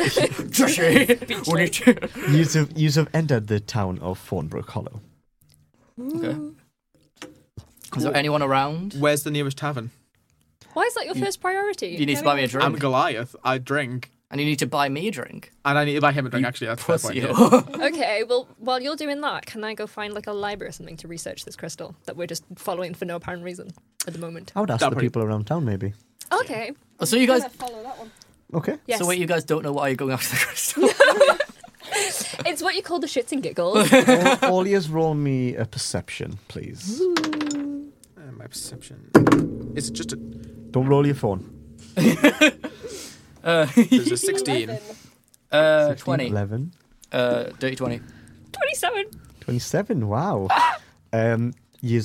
Speaker 1: Joshy, what did you?
Speaker 2: you have, you have entered the town of Thornbrook Hollow.
Speaker 1: Okay. Is there anyone around?
Speaker 3: Where's the nearest tavern?
Speaker 4: Why is that your first priority?
Speaker 1: You need to buy me a drink,
Speaker 3: I'm Goliath. I drink,
Speaker 1: and you need to buy me a drink.
Speaker 3: and I need to buy him a drink. actually, that's the
Speaker 1: Pussy.
Speaker 3: point. yeah.
Speaker 4: Okay, well, while you're doing that, can I go find like a library or something to research this crystal that we're just following for no apparent reason at the moment?
Speaker 2: I would ask
Speaker 3: That
Speaker 2: the
Speaker 3: pretty-
Speaker 2: people around town, maybe.
Speaker 4: Okay.
Speaker 1: Oh, so you
Speaker 5: Can
Speaker 1: guys,
Speaker 5: I follow that one?
Speaker 2: Okay.
Speaker 4: Yes.
Speaker 1: so wait, you guys don't know why you're going after the crystal?
Speaker 4: It's what you call the shits and giggles.
Speaker 2: All, all ears roll me a perception, please.
Speaker 3: Uh, my perception. It's just a,
Speaker 2: Don't roll your phone.
Speaker 3: there's a 16.
Speaker 5: Eleven.
Speaker 1: Uh,
Speaker 2: 16,
Speaker 1: twenty.
Speaker 2: 11.
Speaker 1: Uh, dirty twenty.
Speaker 4: 27.
Speaker 2: 27, wow. um, you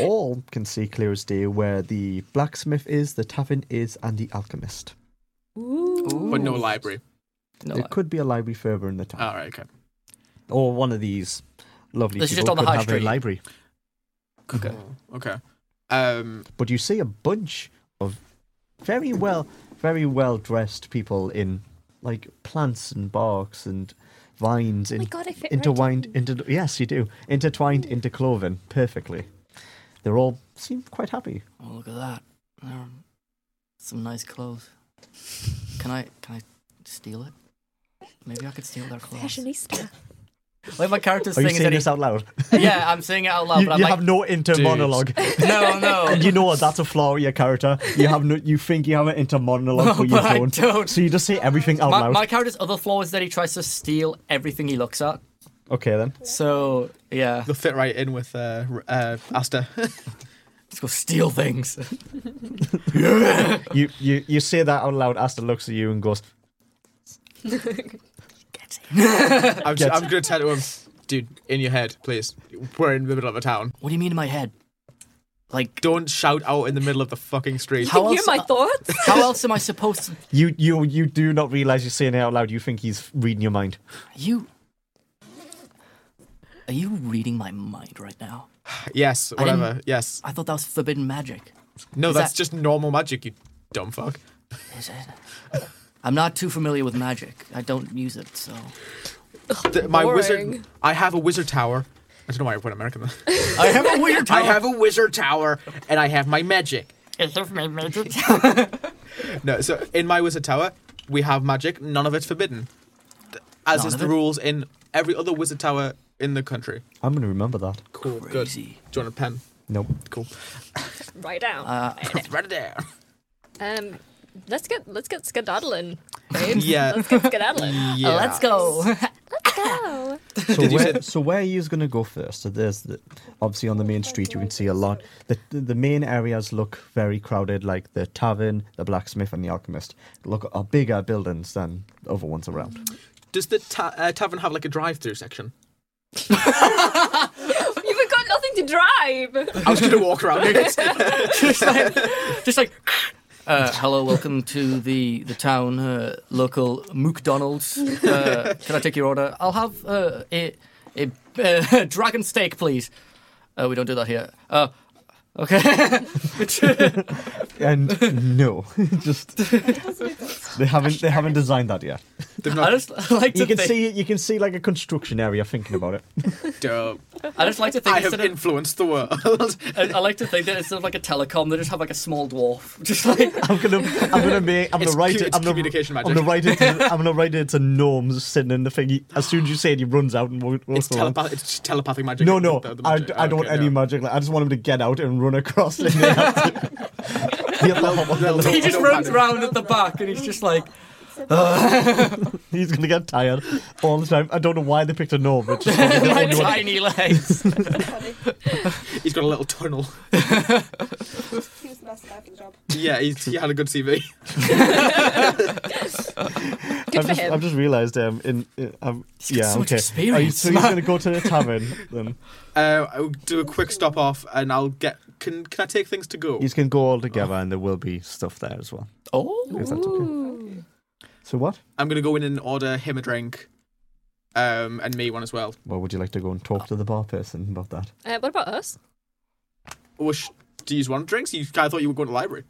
Speaker 2: all can see clear as day where the blacksmith is, the tavern is, and the alchemist.
Speaker 3: But
Speaker 4: Oh
Speaker 3: no library.
Speaker 1: No, Uh.
Speaker 2: There could be a library further in the town.
Speaker 3: All right, okay.
Speaker 2: or one of these lovely
Speaker 1: This is
Speaker 2: people
Speaker 1: just on the
Speaker 2: could
Speaker 1: high
Speaker 2: have a
Speaker 1: street.
Speaker 2: library.
Speaker 1: Okay.
Speaker 3: Okay. Um,
Speaker 2: But you see a bunch of very well, very well dressed people in like plants and barks and vines in,
Speaker 4: my God, I fit right
Speaker 2: intertwined.
Speaker 4: in.
Speaker 2: Inter, yes, you do intertwined, intercloven perfectly. They're all seem quite happy.
Speaker 1: Oh, look at that. Um, some nice clothes. Can I can I steal it? Maybe I could steal their clothes.
Speaker 4: Fashionista.
Speaker 1: Like my character's
Speaker 2: Are you
Speaker 1: thing is
Speaker 2: saying
Speaker 1: any...
Speaker 2: this out loud?
Speaker 1: Yeah, I'm saying it out loud,
Speaker 2: you
Speaker 1: but I'm
Speaker 2: you
Speaker 1: like,
Speaker 2: have no inter
Speaker 3: Dude.
Speaker 2: monologue.
Speaker 1: no, no.
Speaker 2: you know what? That's a flaw with your character. You have no, you think you have an inter monologue, but you
Speaker 1: But I
Speaker 2: don't.
Speaker 1: don't.
Speaker 2: So you just say everything out
Speaker 1: My,
Speaker 2: loud.
Speaker 1: my character's other flaw is that he tries to steal everything he looks at.
Speaker 2: Okay then.
Speaker 1: So yeah,
Speaker 3: They'll fit right in with uh, r- uh, Asta.
Speaker 1: let's go steal things.
Speaker 2: You you you say that out loud. Asta looks at you and goes,
Speaker 3: I'm,
Speaker 2: Get-
Speaker 3: just, I'm gonna tell him, dude, in your head, please. We're in the middle of a town.
Speaker 1: What do you mean in my head? Like
Speaker 3: Don't shout out in the middle of the fucking street.
Speaker 1: How
Speaker 4: Hear
Speaker 1: else-
Speaker 4: my thoughts.
Speaker 1: how else am I supposed to?
Speaker 2: "You you you do not realize you're saying it out loud. You think he's reading your mind."
Speaker 1: You are you reading my mind right now?
Speaker 3: Yes,
Speaker 1: didn't-
Speaker 3: whatever. Yes.
Speaker 1: I thought that was forbidden magic.
Speaker 3: No,
Speaker 1: is
Speaker 3: that's
Speaker 1: that-
Speaker 3: just normal magic, you dumb fuck.
Speaker 1: Is it? I'm not too familiar with magic. I don't use it, so
Speaker 3: Th- my
Speaker 4: Boring.
Speaker 3: wizard. I have a wizard tower. I don't know why I put American there.
Speaker 1: I have a weird
Speaker 3: I have a wizard tower, and I have my magic. No, so in my wizard tower, we have magic. None of it's forbidden, Th- as
Speaker 1: None
Speaker 3: is
Speaker 1: of
Speaker 3: the
Speaker 1: it?
Speaker 3: rules in every other wizard tower in the country.
Speaker 2: I'm gonna remember that.
Speaker 3: Cool.
Speaker 1: Crazy.
Speaker 3: Good. Do you want a pen?
Speaker 2: Nope.
Speaker 3: Cool.
Speaker 4: Right down.
Speaker 1: Uh,
Speaker 3: Write it down.
Speaker 4: um, let's get let's get skedaddling, babes.
Speaker 3: Yeah.
Speaker 4: Let's get skedaddling.
Speaker 3: Yeah.
Speaker 1: Let's go.
Speaker 4: oh.
Speaker 2: So
Speaker 3: you
Speaker 2: where,
Speaker 3: say-
Speaker 2: so where are you going to go first? So there's the, obviously on the main street you can see a lot. The the main areas look very crowded, like the tavern, the blacksmith, and the alchemist. Look are bigger buildings than the other ones around.
Speaker 3: Does the ta- uh, tavern have like a drive-through section?
Speaker 4: You've got nothing to drive.
Speaker 3: I was gonna walk around it.
Speaker 1: just like, just like uh, hello, welcome to the the town uh, local McDonald's. Uh, can I take your order? I'll have uh, a a uh, dragon steak, please. Uh, we don't do that here. Uh, okay.
Speaker 2: And no, just they haven't they haven't designed that yet.
Speaker 3: They've
Speaker 1: I
Speaker 3: not
Speaker 1: just like to
Speaker 2: You can
Speaker 1: think,
Speaker 2: see you can see like a construction area. Thinking about it,
Speaker 3: Dope.
Speaker 1: I just like to think
Speaker 3: I have
Speaker 1: instead of,
Speaker 3: influenced the world.
Speaker 1: I like to think that instead of like a telecom, they just have like a small dwarf, just like
Speaker 2: I'm gonna I'm gonna make I'm
Speaker 3: It's
Speaker 2: gonna write
Speaker 3: cu-
Speaker 2: it.
Speaker 3: it's
Speaker 2: I'm gonna,
Speaker 3: communication
Speaker 2: I'm gonna
Speaker 3: magic.
Speaker 2: write it. I'm gonna write it to gnomes sitting in the thing. He- As soon as you say it, he runs out and walks
Speaker 3: it's,
Speaker 2: along.
Speaker 3: telepath- it's just telepathic magic.
Speaker 2: No, no,
Speaker 3: The- the
Speaker 2: I,
Speaker 3: magic.
Speaker 2: I don't want
Speaker 3: Okay,
Speaker 2: any
Speaker 3: no.
Speaker 2: magic. Like, I just want him to get out and run across. And they have to- He'll hop on the
Speaker 1: he
Speaker 2: little-
Speaker 1: just
Speaker 3: no
Speaker 1: runs
Speaker 3: pattern.
Speaker 1: round at the back and he's just like
Speaker 2: He's gonna get tired all the time. I don't know why they picked a gnome. But just
Speaker 1: my tiny legs.
Speaker 5: Funny.
Speaker 3: He's got a little tunnel.
Speaker 5: He was the best guy for the job.
Speaker 3: Yeah, he's, he had a good CV.
Speaker 4: Good
Speaker 2: I've
Speaker 4: for
Speaker 2: just,
Speaker 4: him.
Speaker 2: I've just realised. Um, in, in um,
Speaker 1: got
Speaker 2: yeah,
Speaker 1: so much
Speaker 2: okay. Are you,
Speaker 1: experience.
Speaker 2: so he's gonna go to the tavern. Then
Speaker 3: Uh, I'll do a quick stop off, and I'll get. Can can I take things to go?
Speaker 2: he's gonna go all together, and there will be stuff there as well.
Speaker 1: Oh,
Speaker 2: If that's okay.
Speaker 4: Ooh.
Speaker 2: So what?
Speaker 3: I'm gonna go in and order him a drink, um, and me one as well.
Speaker 2: Well, would you like to go and talk to the bar person about that?
Speaker 4: Uh, what about us?
Speaker 3: Or Oh, sh- do you want drinks? You I thought you were going to the library.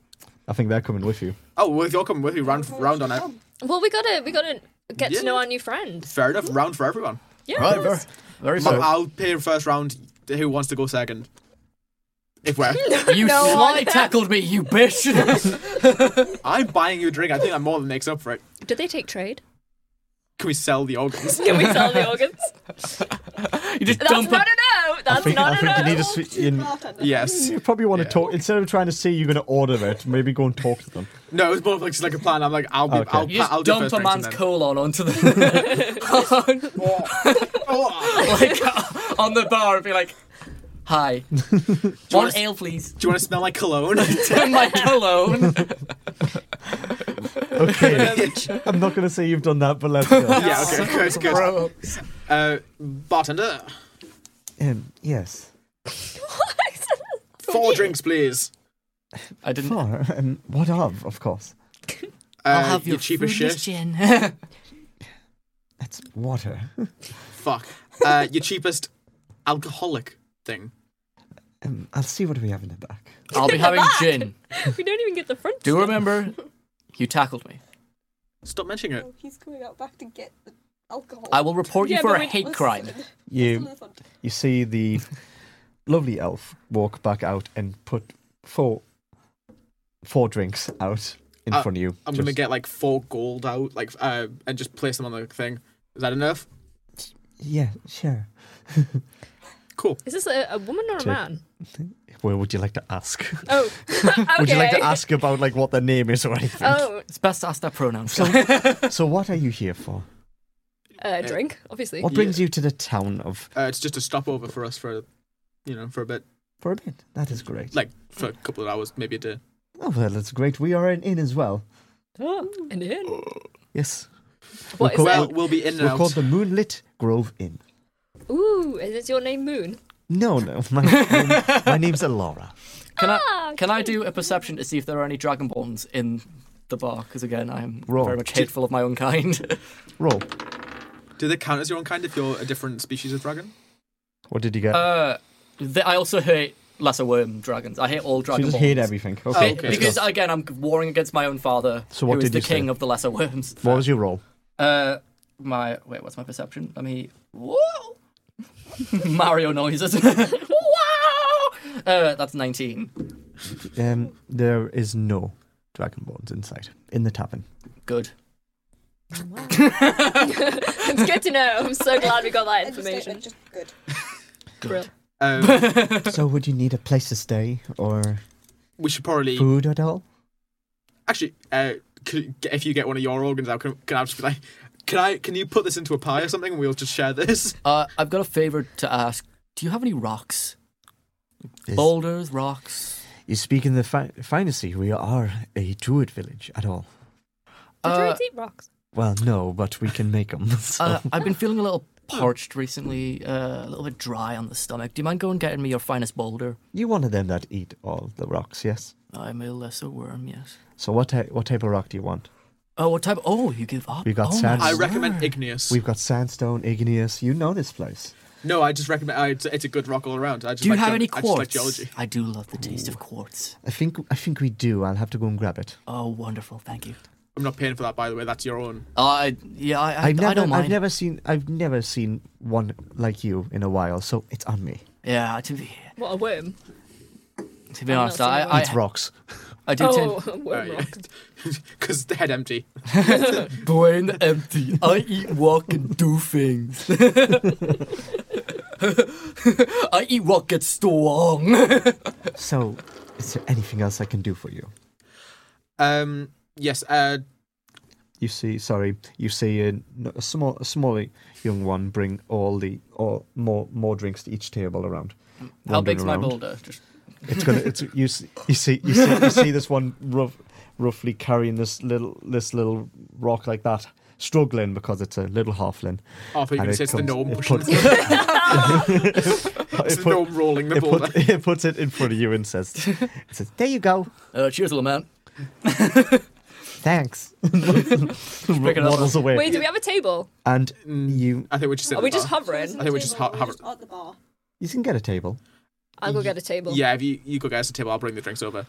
Speaker 2: I think they're coming with you.
Speaker 3: Oh, well, if you're coming with me, round round on it.
Speaker 4: Well, we gotta we gotta get
Speaker 3: Yeah.
Speaker 4: to know our new friend.
Speaker 3: Fair enough. Round for everyone.
Speaker 4: Yeah.
Speaker 1: right, very, very
Speaker 3: I'll,
Speaker 1: fun.
Speaker 3: I'll pay first round. Who wants to go second? If we're,
Speaker 1: You
Speaker 4: No
Speaker 1: sly
Speaker 4: one-
Speaker 1: tackled me, you bitch!
Speaker 3: I'm buying you a drink. I think that more than makes up for it.
Speaker 4: Do they take trade?
Speaker 3: Can we sell the organs?
Speaker 4: Can we sell the organs?
Speaker 1: you just
Speaker 4: That's
Speaker 1: dump
Speaker 4: not
Speaker 1: it.
Speaker 4: a no.
Speaker 2: I
Speaker 4: That's
Speaker 2: think,
Speaker 4: not
Speaker 2: I
Speaker 4: a no.
Speaker 2: think you need to. Spe- in,
Speaker 5: Bartender.
Speaker 3: yes.
Speaker 2: you probably want to
Speaker 3: Mm. Yeah.
Speaker 2: talk instead of trying to say you're going to order it. Maybe go and talk to them.
Speaker 3: No, it's more of like just like a plan. I'm like, I'll be,
Speaker 2: Okay.
Speaker 3: I'll,
Speaker 1: You
Speaker 3: pa-
Speaker 1: just
Speaker 3: I'll do
Speaker 1: dump
Speaker 3: first
Speaker 1: a
Speaker 3: drinks
Speaker 1: man's
Speaker 3: and then-
Speaker 1: colon onto the
Speaker 3: Oh.
Speaker 1: like on the bar and be like, "Hi, one
Speaker 3: wanna-
Speaker 1: ale, please."
Speaker 3: Do you want to smell my cologne?
Speaker 1: my cologne.
Speaker 2: Okay, I'm not going to say you've done that, but let's go.
Speaker 3: yeah, okay, good, good.
Speaker 1: Bro.
Speaker 3: Uh, bartender,
Speaker 2: Um, yes,
Speaker 3: four drinks, please.
Speaker 1: I didn't.
Speaker 2: far. Um, what of? Of course,
Speaker 3: Uh,
Speaker 1: I'll have
Speaker 3: you
Speaker 1: your
Speaker 3: cheap as
Speaker 1: foodless
Speaker 3: shit.
Speaker 1: gin.
Speaker 2: it's water.
Speaker 3: Fuck. Uh, your cheapest alcoholic thing.
Speaker 2: Um, I'll see what we have in the back.
Speaker 1: I'll be having gin.
Speaker 4: we don't even get the front.
Speaker 1: Do remember, you tackled me.
Speaker 3: Stop mentioning it.
Speaker 5: Oh, he's coming out back to get the alcohol.
Speaker 1: I will report you
Speaker 4: Yeah,
Speaker 1: for
Speaker 4: but
Speaker 1: a
Speaker 4: we-
Speaker 1: hate
Speaker 5: Listen,
Speaker 1: crime.
Speaker 2: You
Speaker 5: listen, listen.
Speaker 2: you see the lovely elf walk back out and put four four drinks out in
Speaker 3: I-
Speaker 2: front of you.
Speaker 3: Uh, I'm
Speaker 2: Just-
Speaker 3: gonna get like four gold out, like uh, and just place them on the thing. Is that enough?
Speaker 2: Yeah, sure.
Speaker 3: Cool.
Speaker 4: Is this a, a woman or a
Speaker 2: Check.
Speaker 4: man?
Speaker 2: Where would you like to ask?
Speaker 4: Oh, okay.
Speaker 2: Would you like to ask about like what their name is or anything?
Speaker 4: Oh,
Speaker 1: It's best to ask their pronouns.
Speaker 2: So, so what are you here for?
Speaker 4: uh, drink, obviously.
Speaker 2: What brings you to the town of
Speaker 3: Uh, it's just a stopover for us for, you know, for a bit,
Speaker 2: for a bit? That is great.
Speaker 3: like for a couple of hours, maybe a day.
Speaker 2: Oh well, that's great. We are an inn as well.
Speaker 4: An inn?
Speaker 2: Yes,
Speaker 4: What is
Speaker 2: call-
Speaker 3: Well,
Speaker 4: that?
Speaker 3: we'll be in and
Speaker 2: we're called
Speaker 3: out.
Speaker 2: the Moonlit Grove Inn.
Speaker 4: Ooh, is it your name Moon?
Speaker 2: No, no, my, name- my name's Alara.
Speaker 1: Can
Speaker 4: Ah,
Speaker 1: I can I do a perception to see if there are any dragonborns in the bar? Because again, I'm
Speaker 2: Roll.
Speaker 1: very much hateful of my own kind.
Speaker 2: Roll.
Speaker 3: Do they count as your own kind if you're a different species of dragon?
Speaker 2: What did you get?
Speaker 1: uh, th- I also hate lesser worm dragons. I hate all
Speaker 2: you
Speaker 1: dragonborns.
Speaker 2: just hate everything.
Speaker 1: Be-
Speaker 2: Okay.
Speaker 3: okay.
Speaker 2: let's
Speaker 1: Because
Speaker 2: go.
Speaker 1: again, I'm warring against my own father,
Speaker 2: So what
Speaker 1: who is
Speaker 2: did
Speaker 1: the
Speaker 2: you
Speaker 1: king
Speaker 2: say?
Speaker 1: of the lesser worms.
Speaker 2: what was your roll?
Speaker 1: Uh, my wait, what's my perception? Let me. Whoa! Mario noises. wow! Uh, that's 19.
Speaker 2: Um, there is no dragonborns inside in the tavern.
Speaker 1: Good.
Speaker 4: it's good to know. I'm so glad we got that
Speaker 5: End of statement,
Speaker 4: information.
Speaker 5: just good.
Speaker 4: Brill.
Speaker 3: Um,
Speaker 2: so, would you need a place to stay or
Speaker 3: we should probably
Speaker 2: food at all?
Speaker 3: actually. Uh, could, if you get one of your organs out, can, can I just be like, can I? Can you put this into a pie or something, and we'll just share this?
Speaker 1: Uh, I've got a favor to ask. Do you have any rocks?
Speaker 2: Yes.
Speaker 1: Boulders, rocks?
Speaker 2: You speak in the fi- fantasy. We are a druid village at all.
Speaker 4: The
Speaker 1: Uh,
Speaker 4: druids eat rocks.
Speaker 2: Well, no, but we can make them.
Speaker 1: Uh, I've been feeling a little parched recently, uh, a little bit dry on the stomach. Do you mind going and getting me your finest boulder?
Speaker 2: you one of them that eat all the rocks, yes?
Speaker 1: I'm a lesser worm, yes.
Speaker 2: So, what ty- what type of rock do you want?
Speaker 1: Oh, what type? Oh, you give up?
Speaker 2: We
Speaker 1: oh,
Speaker 2: got
Speaker 1: my
Speaker 2: sand.
Speaker 3: I
Speaker 1: word.
Speaker 3: recommend igneous.
Speaker 2: We've got sandstone, igneous. You know this place.
Speaker 3: No, I just recommend. I, it's, it's a good rock all around. I just
Speaker 1: Do you
Speaker 3: like
Speaker 1: have
Speaker 3: geo-
Speaker 1: any
Speaker 3: I
Speaker 1: quartz?
Speaker 3: just like geology.
Speaker 1: I do love the taste of quartz.
Speaker 2: I think I think we do. I'll have to go and grab it.
Speaker 1: Oh, wonderful! Thank you.
Speaker 3: I'm not paying for that, by the way. That's your own.
Speaker 1: I yeah, I, I,
Speaker 2: I've never,
Speaker 1: I don't mind.
Speaker 2: have never seen, I've never seen one like you in a while. So it's on me.
Speaker 1: Yeah, to be
Speaker 4: What a worm.
Speaker 1: to be
Speaker 4: I'm not
Speaker 1: honest, I
Speaker 4: someone-
Speaker 1: I,
Speaker 2: It's rocks.
Speaker 1: I do
Speaker 4: Oh,
Speaker 1: tend
Speaker 4: a worm rock.
Speaker 3: Because the head empty.
Speaker 1: brain empty. I eat, walk, and do things. I eat, walk, get strong.
Speaker 2: So, is there anything else I can do for you?
Speaker 3: Um. Yes. Uh.
Speaker 2: You see, sorry, you see a, n- a small, a smaller young one bring all the, or more, more drinks to each table around.
Speaker 1: How big's
Speaker 2: wandering
Speaker 1: my
Speaker 2: around.
Speaker 1: boulder? Just
Speaker 2: It's gonna, it's you see, you see, you see, you see this one rough, roughly carrying this little, this little rock like that, struggling because it's a little halfling.
Speaker 3: Oh, but you
Speaker 2: And
Speaker 3: can
Speaker 2: it
Speaker 3: say it's the
Speaker 2: comes-
Speaker 3: gnome
Speaker 2: it
Speaker 3: pushing.
Speaker 2: puts-
Speaker 3: it.
Speaker 2: It
Speaker 3: It's the
Speaker 2: put-
Speaker 3: gnome rolling the
Speaker 2: it,
Speaker 3: boulder.
Speaker 2: put, it puts it in front of you and says, it says, "There you go,
Speaker 1: uh, cheers, little man.
Speaker 2: thanks."
Speaker 1: Pick it up.
Speaker 2: waddles away,
Speaker 4: Wait, do we have a table?
Speaker 2: and you
Speaker 3: Mm. I think we just sit.
Speaker 4: Are
Speaker 3: at
Speaker 4: we
Speaker 3: the
Speaker 4: just
Speaker 3: bar.
Speaker 5: Chosen
Speaker 4: hovering?
Speaker 3: I think we just
Speaker 5: table,
Speaker 3: ho- hover-
Speaker 5: just at the bar.
Speaker 2: you can get a table.
Speaker 4: I'll go get a table.
Speaker 3: Yeah. If you you go get us a table, I'll bring the drinks over.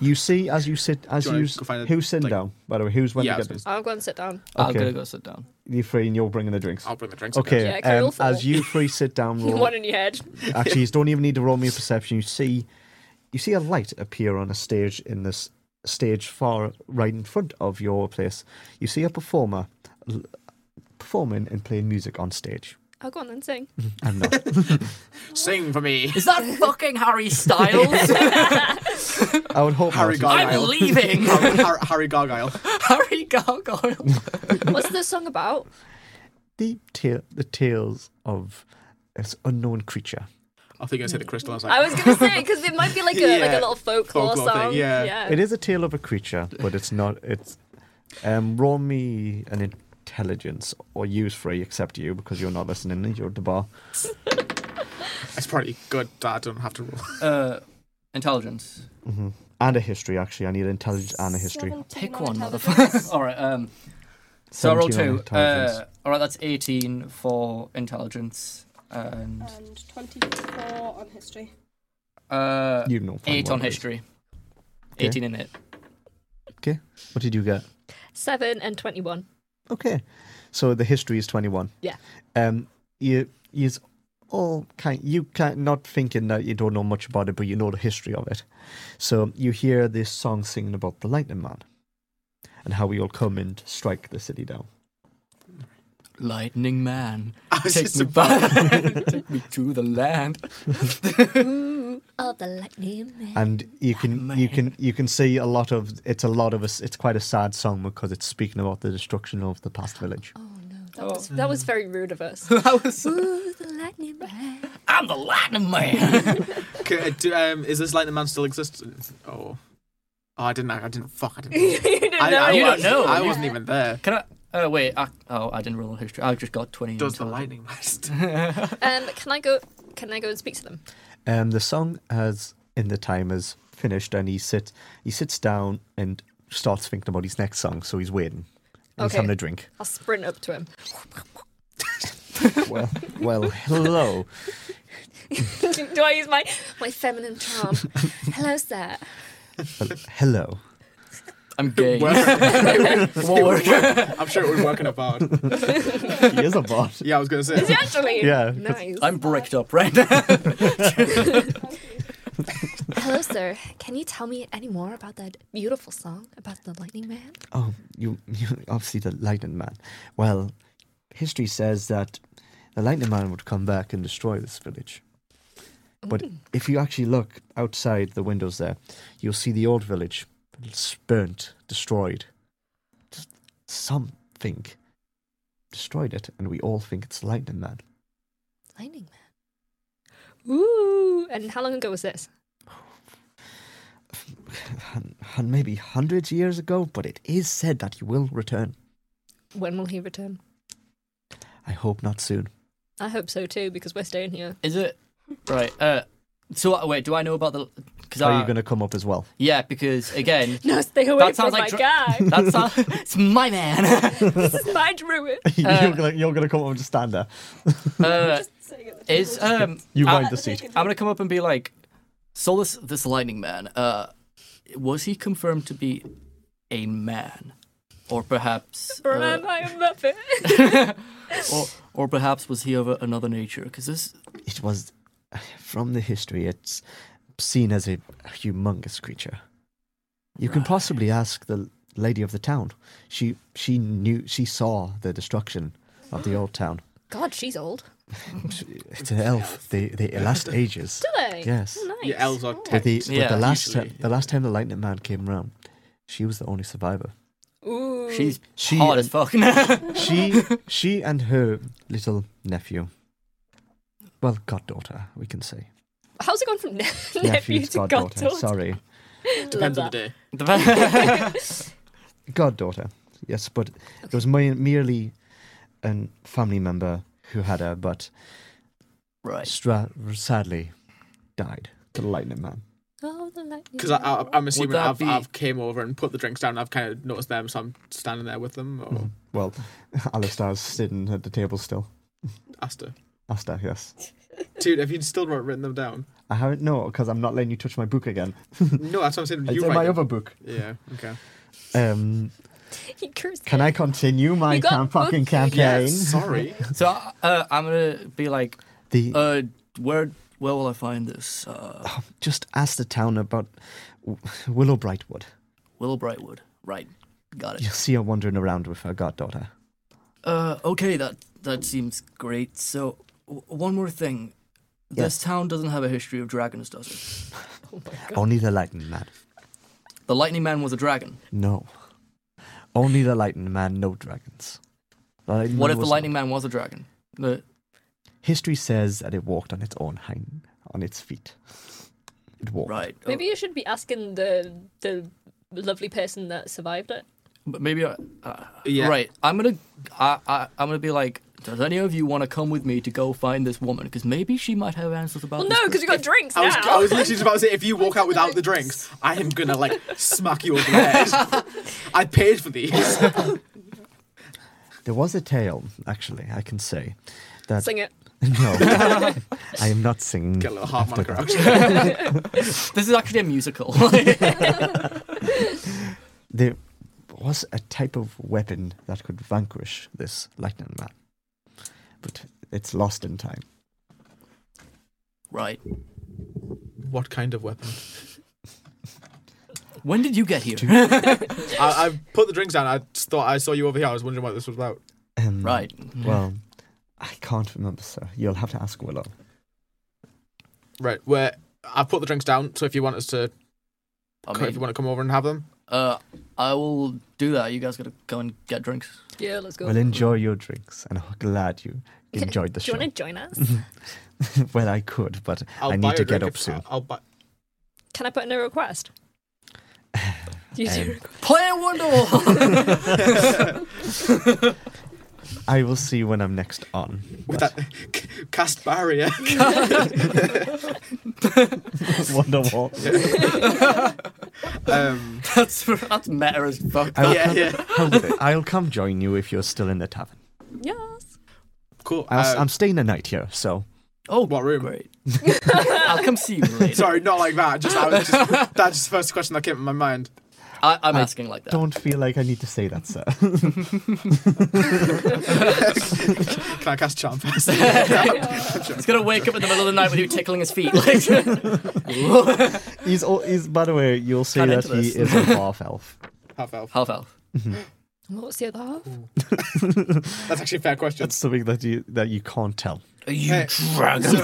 Speaker 2: You see, as you sit, as
Speaker 3: Do you
Speaker 2: you
Speaker 3: wanna
Speaker 2: s-
Speaker 3: go find a-
Speaker 2: who's sitting
Speaker 3: like-
Speaker 2: down. By the way, who's when
Speaker 3: Yeah, I
Speaker 2: you
Speaker 3: was
Speaker 2: get this?
Speaker 4: I'll go and sit down.
Speaker 1: I'm
Speaker 2: Okay.
Speaker 1: gonna go sit down.
Speaker 2: You three, and you're bringing the drinks.
Speaker 3: I'll bring the drinks. over.
Speaker 2: Okay,
Speaker 4: Yeah, 'cause we all
Speaker 2: um, as
Speaker 4: fall.
Speaker 2: you three sit down, roll,
Speaker 4: One in your head.
Speaker 2: actually, you don't even need to roll me a perception. You see, you see a light appear on a stage in this stage far right in front of your place. You see a performer l- performing and playing music on stage.
Speaker 4: I'll go on and sing.
Speaker 2: I'm not.
Speaker 3: Sing for me.
Speaker 1: Is that fucking Harry Styles?
Speaker 2: I would hope
Speaker 3: Harry
Speaker 2: not.
Speaker 3: Gargoyle.
Speaker 1: I'm leaving.
Speaker 3: Harry, Harry, Harry Gargoyle.
Speaker 1: Harry Gargoyle.
Speaker 4: What's this song about?
Speaker 2: The ta- the tales of this unknown creature.
Speaker 3: I think I said the crystal. I was like,
Speaker 4: I was gonna say because it might be like a like
Speaker 3: Yeah.
Speaker 4: a little folklore,
Speaker 3: Folklore thing,
Speaker 4: song.
Speaker 3: yeah.
Speaker 2: It is a tale of a creature, but it's not. It's um, roll me an intelligence or use free, except you because you're not listening. and You're at the bar.
Speaker 3: it's probably good that I don't have to roll.
Speaker 1: Uh, intelligence.
Speaker 2: hmm And a history, actually. I need intelligence and a history.
Speaker 5: 17
Speaker 1: Pick
Speaker 5: on
Speaker 1: one,
Speaker 5: intelligence.
Speaker 1: motherfucker. All right. Um. So I roll
Speaker 2: 17 on
Speaker 1: two.
Speaker 2: intelligence.
Speaker 1: Uh, all right, that's 18 for intelligence and
Speaker 5: and 24 on history.
Speaker 1: uh,
Speaker 2: you know. fine
Speaker 1: eight
Speaker 2: what
Speaker 1: on
Speaker 2: it is.
Speaker 1: history.
Speaker 2: Okay.
Speaker 1: 18 in it.
Speaker 2: What did you get?
Speaker 4: Seven and twenty-one.
Speaker 2: Okay, so the history is twenty-one.
Speaker 4: Yeah.
Speaker 2: Um, you is all kind. You can not thinking that you don't know much about it, but you know the history of it. So you hear this song singing about the Lightning Man, and how he will come and strike the city down.
Speaker 1: Lightning Man,
Speaker 3: I was
Speaker 1: take
Speaker 3: just
Speaker 1: me
Speaker 3: about-
Speaker 1: back, take me to the land.
Speaker 4: Oh, the lightning man.
Speaker 2: And you can you can you can see a lot of it's a lot of a, s- it's quite a sad song because it's speaking about the destruction of the past village.
Speaker 4: Oh no, that
Speaker 1: Oh.
Speaker 4: was that was very rude of us.
Speaker 1: That was-
Speaker 4: Ooh, the lightning man.
Speaker 1: I'm the Lightning Man.
Speaker 3: Okay, uh, do, um, is this Lightning Man still existent? Oh, oh I didn't. I didn't. Fuck, I didn't.
Speaker 4: you don't
Speaker 3: I,
Speaker 4: know.
Speaker 3: I
Speaker 1: You don't
Speaker 3: wasn't-
Speaker 1: know.
Speaker 3: I
Speaker 1: You-
Speaker 3: wasn't even there.
Speaker 1: Can I? Uh, wait. I, oh, I didn't roll on history. I just got twenty.
Speaker 3: Does the
Speaker 1: in total.
Speaker 3: Lightning Man? Still...
Speaker 4: Um, can I go? Can I go and speak to them?
Speaker 2: Um, the song has in the time is finished, and he sits he sits down and starts thinking about his next song. So he's waiting. And He's
Speaker 4: Okay.
Speaker 2: having a drink.
Speaker 4: I'll sprint up to him.
Speaker 2: Well, well, hello.
Speaker 4: do, do I use my my feminine charm? Hello, sir.
Speaker 2: Well, hello.
Speaker 1: I'm gay. What work?
Speaker 3: I'm sure it would work in a bar.
Speaker 2: He is a bot.
Speaker 3: Yeah, I was gonna
Speaker 4: Is he
Speaker 3: say.
Speaker 4: actually?
Speaker 2: Yeah.
Speaker 4: Nice.
Speaker 1: I'm bricked up right now.
Speaker 4: Hello, sir. Can you tell me any more about that beautiful song about the lightning man?
Speaker 2: Oh, you, you obviously the Lightning Man. Well, history says that the Lightning Man would come back and destroy this village. But if you actually look outside the windows there, you'll see the old village. It's burnt, destroyed. Just something destroyed it, and we all think it's the Lightning Man.
Speaker 4: Lightning man. Ooh. And how long ago was this?
Speaker 2: And, and maybe hundreds of years ago, but it is said that he will return.
Speaker 4: When will he return?
Speaker 2: I hope not soon.
Speaker 4: I hope so too, because we're staying here.
Speaker 1: Is it right? Uh, so uh, wait. Do I know about the? Because
Speaker 2: Are you going to come up as well?
Speaker 1: Yeah, because again,
Speaker 4: No, stay away
Speaker 1: That
Speaker 4: from
Speaker 1: sounds
Speaker 4: my
Speaker 1: like dr-
Speaker 4: guy.
Speaker 1: that's how, it's my man.
Speaker 4: this is my druid.
Speaker 2: you're going you're gonna come up and stand there.
Speaker 1: Uh,
Speaker 5: Just sitting at the
Speaker 1: is um,
Speaker 2: You
Speaker 1: I-
Speaker 2: mind the seat.
Speaker 1: I'm gonna come up and be like, so this this lightning man, uh, was he confirmed to be a man, or perhaps,
Speaker 4: Or
Speaker 1: uh,
Speaker 4: am I a muppet?
Speaker 1: or, or perhaps was he of a, another nature? Because this,
Speaker 2: it was from the history it's seen as a humongous creature you can
Speaker 1: Right.
Speaker 2: possibly ask the lady of the town she she knew she saw the destruction of the old town
Speaker 4: God, she's old.
Speaker 2: it's an elf they they last ages
Speaker 4: Do they?
Speaker 2: Yes.
Speaker 4: Oh, nice.
Speaker 3: Your elves are
Speaker 4: Oh.
Speaker 2: but the,
Speaker 3: tech.
Speaker 2: but
Speaker 1: Yeah,
Speaker 2: the last
Speaker 3: usually,
Speaker 2: time the last time the lightning man came around she was the only survivor
Speaker 4: Ooh.
Speaker 1: she's
Speaker 2: she
Speaker 1: hard as fuck. That's
Speaker 2: she she and her little nephew well goddaughter we can say
Speaker 4: How's it gone from ne- nephew to goddaughter?
Speaker 2: sorry
Speaker 3: Depends on the day.
Speaker 2: goddaughter. Yes, but it was mi- merely a family member who had her, but
Speaker 1: right.
Speaker 2: stra- sadly died to the lightning man.
Speaker 4: Oh, the lightning.
Speaker 3: Because I, I, I'm assuming
Speaker 1: that
Speaker 3: I've,
Speaker 1: be-
Speaker 3: I've came over and put the drinks down. and I've kind of noticed them, so I'm standing there with them. Or
Speaker 1: Hmm.
Speaker 2: Mm-hmm. Well, Alistair's sitting at the table still.
Speaker 3: Asta,
Speaker 2: Alistair, yes.
Speaker 3: dude, have you still not written them down?
Speaker 2: I haven't, no, because I'm not letting you touch my book again.
Speaker 3: No, that's what I'm saying.
Speaker 2: It's
Speaker 3: You
Speaker 2: in
Speaker 3: write
Speaker 2: my
Speaker 3: them.
Speaker 2: other book.
Speaker 3: Yeah. Okay.
Speaker 2: Um,
Speaker 4: He cursed
Speaker 2: can
Speaker 4: it.
Speaker 2: I continue my
Speaker 4: You got
Speaker 2: cam- fucking
Speaker 4: book, you
Speaker 2: campaign?
Speaker 3: Yeah. Sorry.
Speaker 1: So uh, I'm gonna be like,
Speaker 2: The,
Speaker 1: uh, where where will I find this? Uh,
Speaker 2: just ask the town about W- Willow Brightwood.
Speaker 1: Willow Brightwood. Right. Got it.
Speaker 2: You'll see her wandering around with her goddaughter.
Speaker 1: Uh, okay, that that seems great. So, w- one more thing. This town doesn't have a history of dragons, does it?
Speaker 4: Oh my God.
Speaker 2: Only the lightning man.
Speaker 1: The Lightning Man was a dragon.
Speaker 2: No. Only the Lightning Man, no dragons. The Lightning
Speaker 1: What
Speaker 2: Man
Speaker 1: if the
Speaker 2: was-
Speaker 1: Lightning Man was a dragon? The,
Speaker 2: History says that it walked on its own hind, on its feet. It walked.
Speaker 1: right. oh,
Speaker 4: Maybe you should be asking the the lovely person that survived it.
Speaker 1: but maybe. I- Uh,
Speaker 3: Yeah.
Speaker 1: Right. I'm gonna. I, I I'm gonna be like. Does any of you want to come with me to go find this woman? Because maybe she might have answers about.
Speaker 4: Well,
Speaker 1: this
Speaker 4: no, because you got drinks
Speaker 3: I was,
Speaker 4: now.
Speaker 3: I was literally just about to say, if you walk out without the drinks, I am gonna like smack you over the head. I paid for these.
Speaker 2: There was a tale, actually, I can say. That
Speaker 4: Sing it.
Speaker 2: No. I am not singing.
Speaker 3: Get a little half
Speaker 2: after
Speaker 3: moniker
Speaker 2: that.
Speaker 3: out.
Speaker 1: This is actually a musical.
Speaker 2: There was a type of weapon that could vanquish this lightning man. But it's lost in time.
Speaker 1: right.
Speaker 3: What kind of weapon?
Speaker 1: When did you get here?
Speaker 3: I, I put the drinks down. I just thought I saw you over here. I was wondering what this was about.
Speaker 2: Um,
Speaker 1: right.
Speaker 2: Well, I can't remember, sir. You'll have to ask Willow.
Speaker 3: Right, where I put the drinks down. So if you want us to,
Speaker 1: I
Speaker 3: if you
Speaker 1: mean,
Speaker 3: want to come over and have them,
Speaker 1: uh, I will do that. You guys gotta go and get drinks.
Speaker 4: Yeah, let's go.
Speaker 2: Well, enjoy your drinks, and I'm glad you enjoyed the
Speaker 4: Do you
Speaker 2: show.
Speaker 4: want to join us?
Speaker 2: well, I could, but
Speaker 3: I'll
Speaker 2: I
Speaker 3: buy
Speaker 2: need to
Speaker 3: a drink
Speaker 2: get up
Speaker 3: if-
Speaker 2: soon.
Speaker 3: I'll buy.
Speaker 4: Can I put in a request? You do.
Speaker 2: Um,
Speaker 1: Player Wonderwall.
Speaker 2: I will see when I'm next on.
Speaker 3: With that cast barrier.
Speaker 2: Wonderwall.
Speaker 3: um,
Speaker 1: that's that's meta as fuck.
Speaker 2: I'll,
Speaker 3: yeah,
Speaker 2: come,
Speaker 3: yeah.
Speaker 2: how would it- I'll come join you if you're still in the tavern.
Speaker 4: Yes.
Speaker 3: Cool.
Speaker 2: I'll, s
Speaker 3: Uh,
Speaker 2: I'm staying a night here, so
Speaker 1: Oh,
Speaker 3: what room?
Speaker 1: Great. I'll come see you later.
Speaker 3: Sorry, not like that. Just, I was just that's just the first question that came to my mind.
Speaker 1: I, I'm asking like that.
Speaker 2: don't feel like I need to say that, sir.
Speaker 3: Can I cast charm first?
Speaker 1: He's gonna wake up in the middle of the night with you tickling his feet. Like,
Speaker 2: he's, all, he's by the way, you'll see
Speaker 1: Cut
Speaker 2: that
Speaker 1: into
Speaker 2: he
Speaker 1: this.
Speaker 2: is a half elf.
Speaker 3: Half elf.
Speaker 1: half elf.
Speaker 4: And What's the other half?
Speaker 3: That's actually a fair question.
Speaker 2: That's something that you that you can't tell.
Speaker 1: You
Speaker 3: Hey,
Speaker 1: dragon.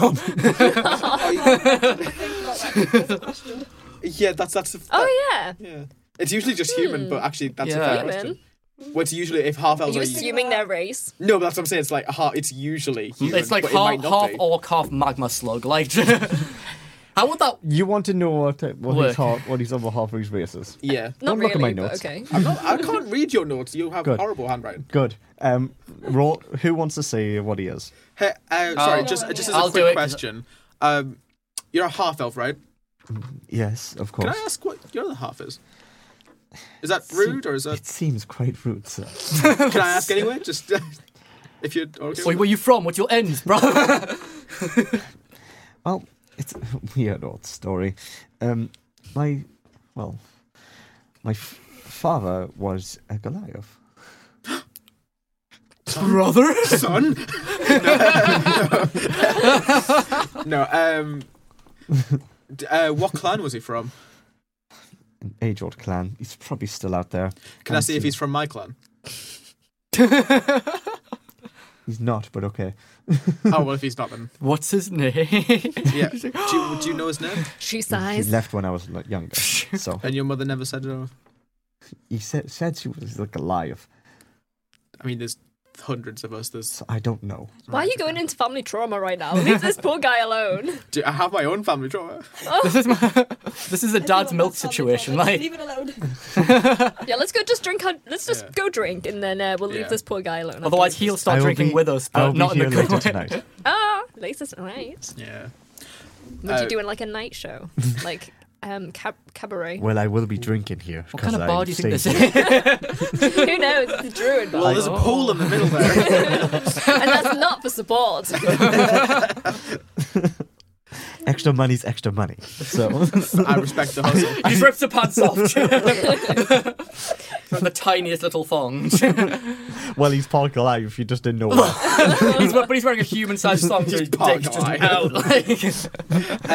Speaker 3: Yeah, that's that's. A, that,
Speaker 4: Oh yeah.
Speaker 3: yeah. It's usually just human, but actually that's
Speaker 1: Yeah.
Speaker 3: a fair
Speaker 4: Human.
Speaker 3: question. What's usually if half
Speaker 4: Are
Speaker 3: elves
Speaker 4: you
Speaker 3: are
Speaker 4: assuming their race?
Speaker 3: no, but that's what I'm saying. It's like a half. It's usually human,
Speaker 1: it's like
Speaker 3: but it
Speaker 1: half,
Speaker 3: might not
Speaker 1: half
Speaker 3: be.
Speaker 1: orc, half magma slug. Like, how would that?
Speaker 2: You want to know what what
Speaker 1: Work.
Speaker 2: his half, what his other half race race is?
Speaker 3: Yeah.
Speaker 4: Not
Speaker 2: Don't
Speaker 4: really.
Speaker 2: look at my
Speaker 4: but
Speaker 2: notes.
Speaker 4: okay.
Speaker 3: I'm not, I can't read your notes. You have
Speaker 2: Good.
Speaker 3: horrible handwriting.
Speaker 2: Good. Um, roll, who wants to say what he is?
Speaker 3: Hey, uh, sorry,
Speaker 1: I'll-
Speaker 3: just just as
Speaker 1: I'll
Speaker 3: a
Speaker 1: do it
Speaker 3: quick
Speaker 1: 'cause-
Speaker 3: question. Um, you're a half elf, right?
Speaker 2: Yes, of
Speaker 3: Can
Speaker 2: course.
Speaker 3: I ask what your other half is? Is that rude or is that?
Speaker 2: It seems quite rude, sir.
Speaker 3: Can I ask anyway? Just if you're okay.
Speaker 1: Wait,
Speaker 3: with
Speaker 1: where you from? What's your ends, bro?
Speaker 2: Well, it's a weird old story. Um, my, well, my f- father was a Goliath.
Speaker 1: Brother.
Speaker 3: it. son. no. Um. d- Uh, what clan was he from?
Speaker 2: An age-old clan. He's probably still out there.
Speaker 3: Can I
Speaker 2: And
Speaker 3: see if he's from my clan?
Speaker 2: He's not, but okay.
Speaker 3: Oh well, if he's not, then
Speaker 1: What's his name?
Speaker 3: yeah. Do you, do you know his name?
Speaker 4: She
Speaker 2: He
Speaker 4: sighs.
Speaker 2: left when I was like, younger, so
Speaker 3: And your mother never said it. or-
Speaker 2: he said said she was a Goliath.
Speaker 3: I mean, there's hundreds of us. There's.
Speaker 2: So I don't know.
Speaker 4: Why are you going into family trauma right now? Leave this poor guy alone.
Speaker 3: Do I have my own family trauma?
Speaker 1: this is my, this is a dad's milk situation. Like,
Speaker 5: leave it alone.
Speaker 4: Yeah, let's go. Just drink. Our, let's just
Speaker 3: Yeah.
Speaker 4: go drink, and then uh, we'll
Speaker 3: Yeah.
Speaker 4: leave this poor guy alone.
Speaker 1: otherwise
Speaker 4: afterwards.
Speaker 1: he'll
Speaker 2: I
Speaker 1: start
Speaker 2: will
Speaker 1: drinking
Speaker 2: be-
Speaker 1: with us,
Speaker 2: I
Speaker 1: but
Speaker 2: will
Speaker 1: not
Speaker 2: be
Speaker 1: in the
Speaker 2: here
Speaker 1: good
Speaker 2: later
Speaker 1: way.
Speaker 2: tonight.
Speaker 4: Ah, latest night.
Speaker 3: Yeah.
Speaker 4: Would
Speaker 3: Uh,
Speaker 4: you do in like a night show, like um cab- cabaret?
Speaker 2: Well, I will be drinking here.
Speaker 1: What kind of bar do you think this
Speaker 2: is?
Speaker 1: is?
Speaker 4: Who knows? It's a druid bar,
Speaker 3: Well, there's a pole in the middle there.
Speaker 4: and that's not for support.
Speaker 2: Extra money's extra money. So
Speaker 3: I respect the hustle.
Speaker 1: He's ripped the pants off. From the tiniest little thong.
Speaker 2: Well, he's Park Alive if you just didn't know that.
Speaker 1: he's, we- but he's wearing a human-sized thong, so his
Speaker 3: part
Speaker 1: dick's just
Speaker 3: guy.
Speaker 1: out. Like,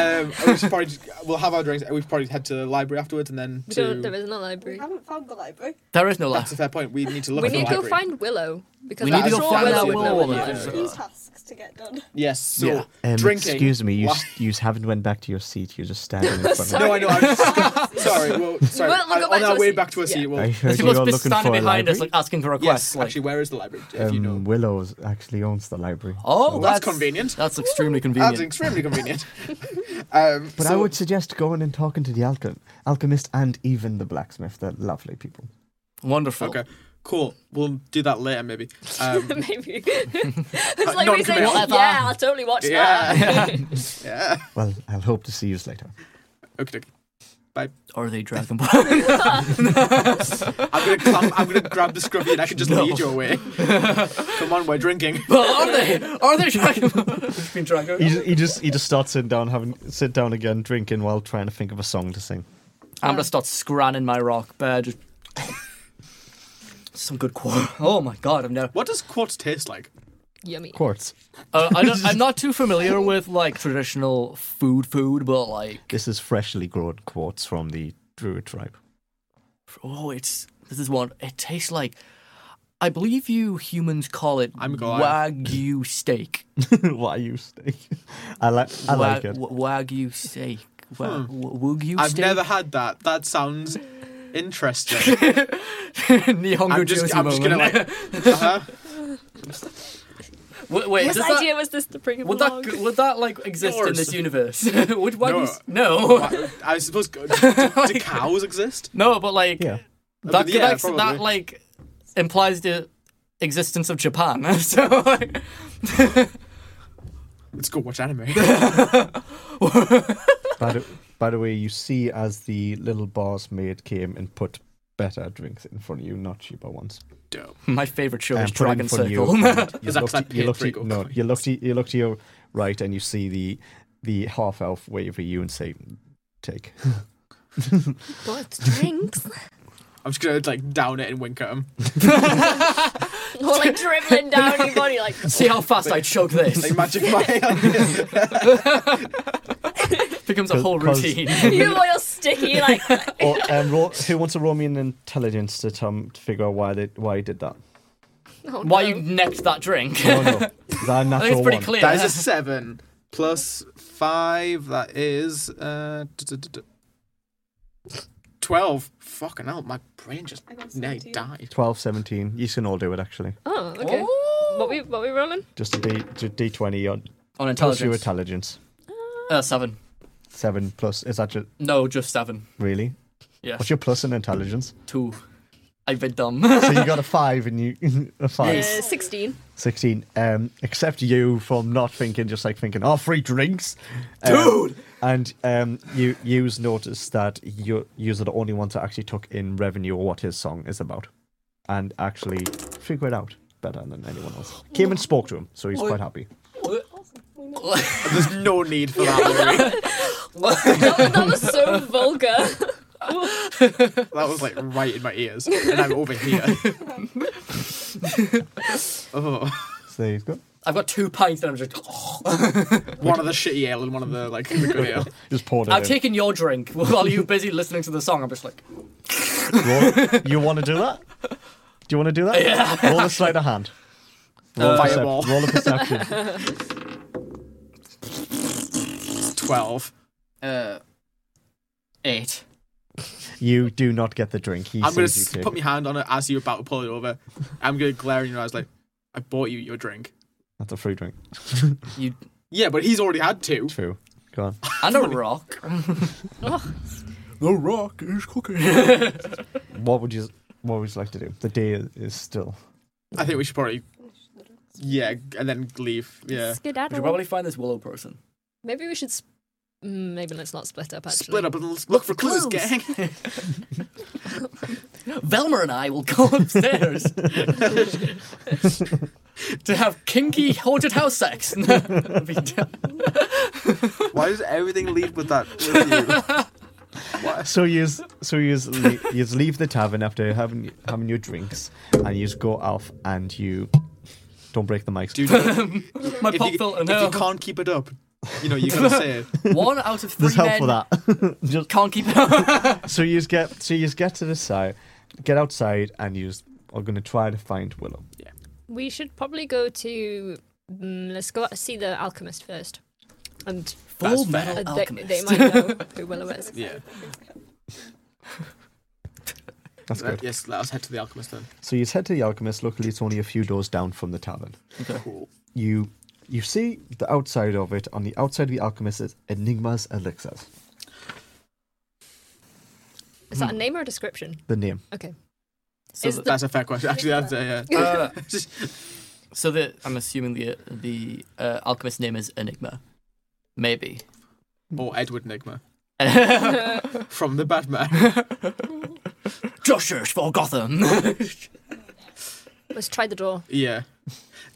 Speaker 3: Um, we should probably we'll have our drinks. We should probably head to the library afterwards, and then
Speaker 4: We
Speaker 3: to.
Speaker 4: don't- there is no
Speaker 5: We
Speaker 4: library.
Speaker 5: haven't found the library.
Speaker 1: there is no laugh.
Speaker 3: That's a fair point. We need to look.
Speaker 4: We
Speaker 3: at the
Speaker 4: need to go
Speaker 3: library.
Speaker 4: find Willow because
Speaker 1: We
Speaker 4: I'm
Speaker 1: need to go
Speaker 4: sure
Speaker 1: find
Speaker 4: Willow
Speaker 1: that
Speaker 4: would know
Speaker 1: Willow
Speaker 4: where
Speaker 1: woman.
Speaker 4: it is.
Speaker 5: There's two tasks to get done.
Speaker 3: Yes. So
Speaker 2: Um,
Speaker 3: drinking.
Speaker 2: Excuse me, you,
Speaker 3: Wha-
Speaker 2: s- you haven't went back to your seat. You're just standing in front of me.
Speaker 3: No, I know. I'm just, sorry. Well, sorry.
Speaker 4: We'll- we'll go
Speaker 3: on
Speaker 4: back to
Speaker 3: our
Speaker 4: our
Speaker 3: way
Speaker 4: seats,
Speaker 3: back to a seat.
Speaker 4: yeah.
Speaker 3: We'll,
Speaker 2: I heard
Speaker 1: She
Speaker 2: you
Speaker 1: must
Speaker 2: are
Speaker 1: be
Speaker 2: looking for
Speaker 1: standing
Speaker 2: a
Speaker 1: behind us,
Speaker 2: library.
Speaker 1: like asking for requests.
Speaker 3: yes.
Speaker 1: like,
Speaker 3: Actually, where is the library? If you know.
Speaker 2: um, Willow's actually owns the library.
Speaker 1: oh,
Speaker 3: that's convenient.
Speaker 1: That's extremely
Speaker 3: That's
Speaker 1: convenient.
Speaker 3: extremely convenient. um,
Speaker 2: But I
Speaker 3: so-
Speaker 2: would suggest going and talking to the alchem- alchemist and even the blacksmith. They're lovely people.
Speaker 1: Wonderful.
Speaker 3: Okay.
Speaker 2: Oh.
Speaker 3: Cool. We'll do that later, maybe. Um,
Speaker 4: Maybe it's like we say, "Oh,
Speaker 3: non-committal.
Speaker 4: yeah, I'll totally watch
Speaker 3: Yeah.
Speaker 4: that.
Speaker 3: yeah.
Speaker 2: Well, I'll hope to see you later.
Speaker 3: Okay.
Speaker 1: Or Are they Dragon Ball?
Speaker 3: I'm gonna clam- I'm gonna grab the scruffy and I can just
Speaker 1: No.
Speaker 3: lead you away. Come on, we're drinking.
Speaker 1: but are they? Are they Dragon Ball? It's been Dragon
Speaker 2: He just, he just he just starts sitting down, having sit down again, drinking while trying to think of a song to sing.
Speaker 1: I'm gonna start scranning my rock bear. Just some good quar. Oh my god, I've never.
Speaker 3: What does quartz taste like?
Speaker 4: Yummy.
Speaker 2: Quartz.
Speaker 1: Uh, I don't, I'm not too familiar with like traditional food, food, but like
Speaker 2: This is freshly grown quartz from the druid tribe.
Speaker 1: Oh, it's this is one. It tastes like. I believe you humans call it
Speaker 3: I'm Goliath.
Speaker 1: wagyu steak.
Speaker 2: Why you steak? I like. I
Speaker 1: Wa-
Speaker 2: like it.
Speaker 1: wa- Wagyu steak. Wa- wa- Wagyu
Speaker 3: I've
Speaker 1: steak.
Speaker 3: never had that. That sounds interesting.
Speaker 1: Nihongo
Speaker 3: I'm just,
Speaker 1: Josie
Speaker 3: I'm just gonna
Speaker 1: moment.
Speaker 3: like. Uh-huh.
Speaker 1: Wait, wait
Speaker 4: Whose
Speaker 1: does that-
Speaker 4: idea was this to bring him
Speaker 1: would
Speaker 4: along?
Speaker 1: that would that like exist in
Speaker 3: Yours.
Speaker 1: this universe? would wagyu?
Speaker 3: No.
Speaker 1: s- No,
Speaker 3: Why- I suppose. uh, Do, do cows exist?
Speaker 1: no, but like
Speaker 2: Yeah.
Speaker 1: that,
Speaker 3: But yeah,
Speaker 1: that, that
Speaker 3: probably.
Speaker 1: like implies the existence of Japan. so like,
Speaker 3: Let's go watch anime.
Speaker 2: By the, by the way, you see as the little boss maid came and put better drinks in front of you, not cheaper ones.
Speaker 3: Dope.
Speaker 1: my favorite show
Speaker 2: Um,
Speaker 1: is
Speaker 2: put in
Speaker 1: Dragon
Speaker 2: front of
Speaker 1: Circle.
Speaker 2: You, and you
Speaker 3: Is that 'cause I
Speaker 2: look, to- you
Speaker 3: paid
Speaker 2: look to-
Speaker 3: Drago
Speaker 2: no,
Speaker 3: coins?
Speaker 2: you look to you look to your right and you see the the half elf wave at you and say, "Take."
Speaker 4: What drinks?
Speaker 3: I'm just gonna like down it and wink at him.
Speaker 4: or like dribbling down your body, like
Speaker 1: See how fast I choke this.
Speaker 3: Like magic Mike.
Speaker 1: Becomes a whole
Speaker 2: Cause-
Speaker 1: routine.
Speaker 4: you oil sticky, like
Speaker 2: Or, um, roll, who wants to roll me an intelligence to um, to figure out why they why he did that?
Speaker 4: oh,
Speaker 1: Why
Speaker 4: no.
Speaker 1: you necked that drink?
Speaker 2: Oh no, is that a
Speaker 1: I think
Speaker 2: natural
Speaker 1: it's pretty
Speaker 2: one?
Speaker 1: clear.
Speaker 3: That is a seven plus five. That is uh, d- d- d- d- twelve. Fucking hell, my brain just
Speaker 5: I got
Speaker 3: nearly
Speaker 5: 17.
Speaker 3: died.
Speaker 2: 12, 17. You can all do it actually.
Speaker 4: Oh, okay.
Speaker 1: Ooh.
Speaker 4: What we what we rolling?
Speaker 2: Just a D, d- d20 on
Speaker 1: On
Speaker 2: plus your
Speaker 1: intelligence.
Speaker 2: intelligence.
Speaker 1: Uh, seven.
Speaker 2: Seven plus is that just
Speaker 1: No, just seven.
Speaker 2: really?
Speaker 1: Yeah.
Speaker 2: What's your plus in intelligence?
Speaker 1: Two. I've been dumb.
Speaker 2: So you got a five and you a five.
Speaker 4: Uh, Sixteen.
Speaker 2: 16 um except you from not thinking just like thinking oh free drinks dude and um you use notice that you you're the only ones that actually took in revenue what his song is about and actually figure it out better than anyone else came and spoke to him so he's quite happy
Speaker 3: There's no need for that. Louis.
Speaker 4: That was, that was so vulgar.
Speaker 3: that was like right in my ears, and I'm over here. oh,
Speaker 2: so there you go
Speaker 1: I've got two pints and I'm just.
Speaker 3: one of the shitty ale and one of the like the good ale.
Speaker 2: just poured it
Speaker 1: I've
Speaker 2: in.
Speaker 1: taken your drink while you're busy listening to the song. I'm just like,
Speaker 2: Roll- you want to do that do you want to do that yeah Uh, roll a sleight of hand roll, a, percep-
Speaker 3: Fireball.
Speaker 2: roll a perception
Speaker 3: Twelve.
Speaker 1: uh, eight.
Speaker 2: you do not get the drink he
Speaker 3: I'm gonna
Speaker 2: sees you
Speaker 3: s-
Speaker 2: take
Speaker 3: put
Speaker 2: it.
Speaker 3: my hand on it as you're about to pull it over. I'm gonna glare in your eyes like, "I bought you your drink."
Speaker 2: that's a free drink
Speaker 1: You
Speaker 3: Yeah, but he's already had two.
Speaker 2: true go on
Speaker 1: and a rock.
Speaker 4: Oh,
Speaker 1: The rock is cooking.
Speaker 2: What would you What would you like to do? The day is still.
Speaker 3: I think we should probably, yeah, and then leave.
Speaker 1: We
Speaker 3: Yeah,
Speaker 1: should
Speaker 4: skedaddle.
Speaker 1: probably find this willow person.
Speaker 4: Maybe we should. Sp- mm, maybe let's not split up. Actually,
Speaker 3: split up and let's look for clues,
Speaker 1: clues.
Speaker 3: gang.
Speaker 1: Velma and I will go upstairs to have kinky haunted house sex.
Speaker 3: Why does everything lead with that? With you? Why?
Speaker 2: So you s- so you s- le- you s- leave the tavern after having having your drinks, and you just go off and you don't break the mics.
Speaker 3: Dude,
Speaker 1: My
Speaker 3: if,
Speaker 1: pop
Speaker 3: you,
Speaker 1: filter.
Speaker 3: if
Speaker 1: No,
Speaker 3: you can't keep it up, you know you gotta say it.
Speaker 1: one out of three
Speaker 2: There's help
Speaker 1: men
Speaker 2: for that. just,
Speaker 1: can't keep it.
Speaker 2: so you just get so you just get to the side, get outside, and you just are going to try to find Willow.
Speaker 4: we should probably go to. Mm, let's go out- see the alchemist first, and
Speaker 1: Full
Speaker 3: fair.
Speaker 1: metal
Speaker 4: uh, they,
Speaker 1: alchemist.
Speaker 4: they might know who Willow is.
Speaker 3: Yeah,
Speaker 2: That's
Speaker 3: Let-
Speaker 2: good.
Speaker 3: yes. Let us head to the alchemist then.
Speaker 2: So you just head to the alchemist. Luckily, it's only a few doors down from the tavern.
Speaker 3: Cool.
Speaker 2: You you see the outside of it. On the outside of the alchemist is Enigma's Elixirs.
Speaker 4: Is
Speaker 3: Hmm.
Speaker 4: that a name or a description?
Speaker 2: The name.
Speaker 4: Okay.
Speaker 1: So
Speaker 4: Is
Speaker 1: the-
Speaker 3: That's a fair question. Actually, that's a, yeah.
Speaker 1: Uh, so the I'm assuming the the uh, alchemist name is Enigma, maybe.
Speaker 3: or Edward Nigma from the Batman.
Speaker 1: Joshers for Gotham.
Speaker 4: Let's try the door.
Speaker 3: Yeah.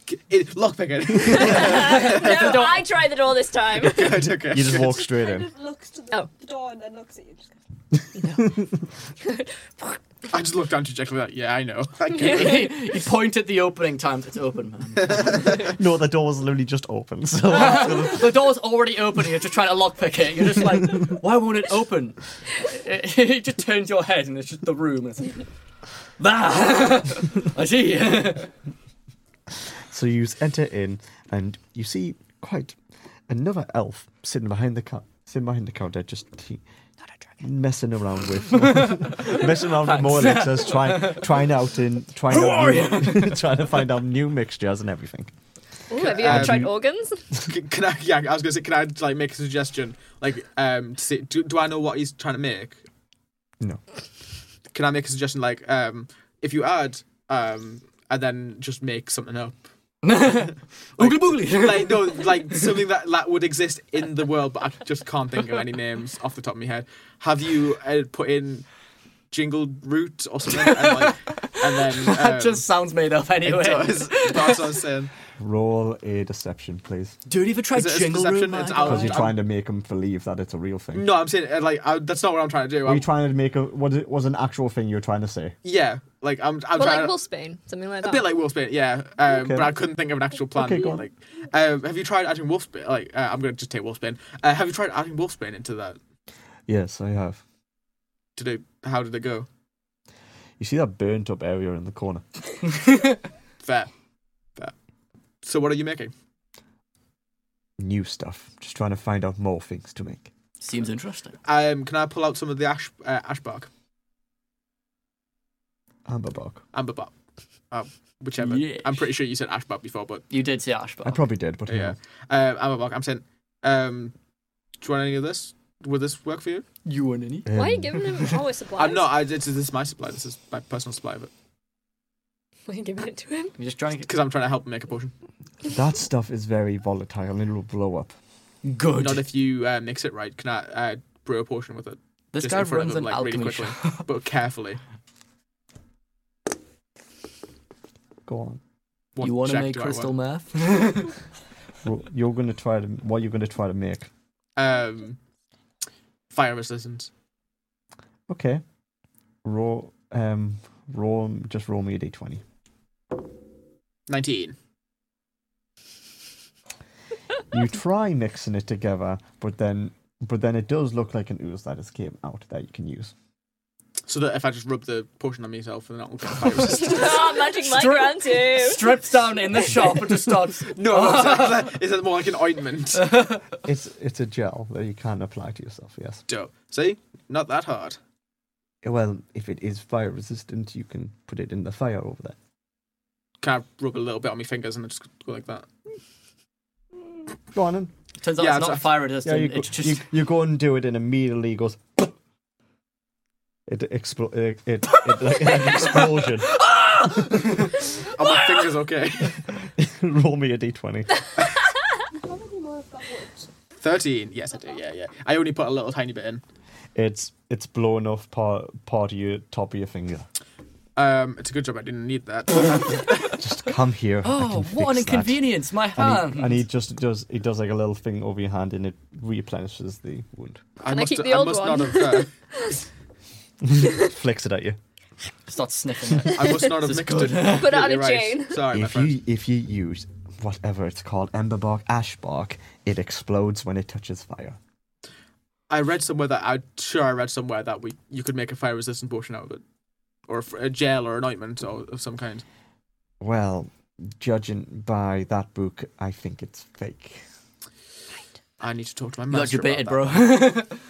Speaker 3: K- It, lockpick it.
Speaker 4: no, I try the door this time.
Speaker 3: Good, okay.
Speaker 2: You just walk straight in.
Speaker 5: Looks to the
Speaker 4: Oh.
Speaker 5: door and then looks at you. and Just goes,
Speaker 3: I just looked down to Jekyll like, yeah, I know. I get it.
Speaker 1: you point at the opening times. It's open, man.
Speaker 2: No, the door was literally just open. So
Speaker 1: the door's already open. You're just trying to lockpick it. You're just like, why won't it open? It just turns your head, and it's just the room. It's like, "Ah, I see.
Speaker 2: So you enter in, and you see quite another elf sitting behind the cou- sitting behind the counter, just he- messing around with messing around with more elixirs, trying trying out in trying
Speaker 1: Who
Speaker 2: out
Speaker 1: are
Speaker 2: new, trying to find out new mixtures and everything.
Speaker 4: Ooh, have you ever
Speaker 3: Um,
Speaker 4: tried organs?
Speaker 3: C- can I? Yeah, I was gonna say, can I like make a suggestion? Like, um, to see, do, do I know what he's trying to make?
Speaker 2: No,
Speaker 3: Can I make a suggestion? Like, um, if you add, um, and then just make something up.
Speaker 1: Oogly boogly.
Speaker 3: Like no, like something that that would exist in the world, but I just can't think of any names off the top of my head. Have you uh, put in jingle root or something? And, like, and then um,
Speaker 1: That just sounds made up
Speaker 3: it
Speaker 1: anyway.
Speaker 3: does. That's what I'm saying.
Speaker 2: roll a deception, please,
Speaker 1: Dude, even try
Speaker 3: Is it a
Speaker 1: jingle
Speaker 3: deception?
Speaker 1: room. man.
Speaker 3: It's
Speaker 1: Come
Speaker 2: because
Speaker 3: out.
Speaker 1: on.
Speaker 2: you're
Speaker 3: I'm-
Speaker 2: trying to make them believe that it's a real thing.
Speaker 3: No, I'm saying uh, like I, that's not what I'm trying to do.
Speaker 2: Were
Speaker 3: I'm,
Speaker 2: you trying to make a what it was an actual thing you were trying to say?
Speaker 3: yeah, like I'm. I'm
Speaker 4: Well,
Speaker 3: trying
Speaker 4: like
Speaker 3: to-
Speaker 4: Wolfsbane, something like
Speaker 3: A
Speaker 4: that.
Speaker 3: bit like Wolfsbane, yeah. Um,
Speaker 2: Okay.
Speaker 3: But I couldn't think of an actual plan.
Speaker 2: Okay, go on.
Speaker 3: Like, um, have you tried adding Wolfsbane? Like, uh, I'm gonna just take Wolfsbane. Uh, have you tried adding Wolfsbane into that?
Speaker 2: Yes, I have.
Speaker 3: Did it? How did it go?
Speaker 2: You see that burnt up area in the corner?
Speaker 3: Fair, fair. So what are you making?
Speaker 2: New stuff. Just trying to find out more things to make.
Speaker 1: Seems interesting.
Speaker 3: Um, can I pull out some of the ash uh, ash bark,
Speaker 2: Amber bark.
Speaker 3: amber bark, um, whichever?
Speaker 1: Yeah.
Speaker 3: I'm pretty sure you said ash bark before, but
Speaker 1: You did see Ash,
Speaker 2: I
Speaker 1: but
Speaker 2: probably did, but
Speaker 3: yeah, um, amber bark. I'm saying, um, do you want any of this? Would this work for you?
Speaker 1: you weren't any.
Speaker 2: Um,
Speaker 4: Why are you giving him all his supplies?
Speaker 3: I'm not. I, this, is- this is my supply. This is my personal supply of it
Speaker 4: Why are you giving it to him?
Speaker 1: You just drank
Speaker 3: because I'm trying to help make a potion.
Speaker 2: That stuff is very volatile and it will blow up.
Speaker 1: it. Good.
Speaker 3: Not if you uh, mix it right. Can I uh, brew a potion with it?
Speaker 1: this
Speaker 3: just
Speaker 1: guy
Speaker 3: in front of
Speaker 1: runs
Speaker 3: him,
Speaker 1: an
Speaker 3: like, really
Speaker 1: alchemy
Speaker 3: quickly.
Speaker 1: shop.
Speaker 3: but carefully.
Speaker 2: Go on.
Speaker 3: What
Speaker 1: you want to
Speaker 3: check
Speaker 1: make
Speaker 3: do I
Speaker 1: crystal
Speaker 3: want?
Speaker 1: meth?
Speaker 2: Ro- You're going to try to. What you're going to try to make?
Speaker 3: Um, fire resistance.
Speaker 2: Okay. Roll. Um. Roll. Just roll me a d20.
Speaker 3: Nineteen.
Speaker 2: You try mixing it together, but then, but then it does look like an ooze that has came out that you can use.
Speaker 3: So that if I just rub the potion on myself, then that will get fire resistance.
Speaker 4: Ah, magic mic
Speaker 1: Straight-
Speaker 4: round two.
Speaker 1: Strips down in the shop and just starts.
Speaker 3: no, Oh, is that- is that more like an ointment?
Speaker 2: It's it's a gel that you can apply to yourself. Yes.
Speaker 3: Dope. See, not that hard.
Speaker 2: Well, if it is fire resistant, you can put it in the fire over there.
Speaker 3: Can I rub a little bit on my fingers and just go like that?
Speaker 2: Go on and
Speaker 1: Turns out
Speaker 3: Yeah,
Speaker 1: it's
Speaker 3: so-
Speaker 1: not fire
Speaker 2: yeah,
Speaker 1: resistant.
Speaker 2: you go,
Speaker 1: it's just
Speaker 2: you, you go and do it, and immediately it goes. It explodes. It, it, it like an explosion.
Speaker 1: Oh,
Speaker 3: Are my fingers okay?
Speaker 2: Roll me a d20.
Speaker 5: How many more of that wood?
Speaker 3: Thirteen. Yes, I do. Yeah, yeah. I only put a little tiny bit in.
Speaker 2: It's it's blown off part part of your top of your finger.
Speaker 3: Um, it's a good job I didn't need that.
Speaker 2: Just come here.
Speaker 1: oh,
Speaker 2: I can
Speaker 1: what an
Speaker 2: fix that."
Speaker 1: inconvenience! My
Speaker 2: And
Speaker 1: hand.
Speaker 2: he, and he just does he does like a little thing over your hand, and it replenishes the wound.
Speaker 3: I
Speaker 4: Can I
Speaker 3: must,
Speaker 4: keep the old
Speaker 3: must
Speaker 4: one?
Speaker 3: not have. Uh,
Speaker 2: Flicks it at you.
Speaker 1: starts sniffing. It.
Speaker 3: I must not have
Speaker 1: This is
Speaker 3: mixed
Speaker 1: good.
Speaker 3: it.
Speaker 4: Put it on
Speaker 3: You're
Speaker 4: a
Speaker 3: right.
Speaker 4: chain.
Speaker 3: Sorry, my
Speaker 2: if
Speaker 3: friend.
Speaker 2: you if you use whatever it's called, ember bark, ash bark, it explodes when it touches fire.
Speaker 3: I read somewhere that I'm sure I read somewhere that we you could make a fire resistant potion out of it, or a, f- a gel or an ointment or of some kind.
Speaker 2: Well, judging by that book, I think it's fake.
Speaker 3: I need to talk to my
Speaker 1: You got
Speaker 3: master.
Speaker 1: your baited,
Speaker 3: about
Speaker 1: bro.
Speaker 3: that.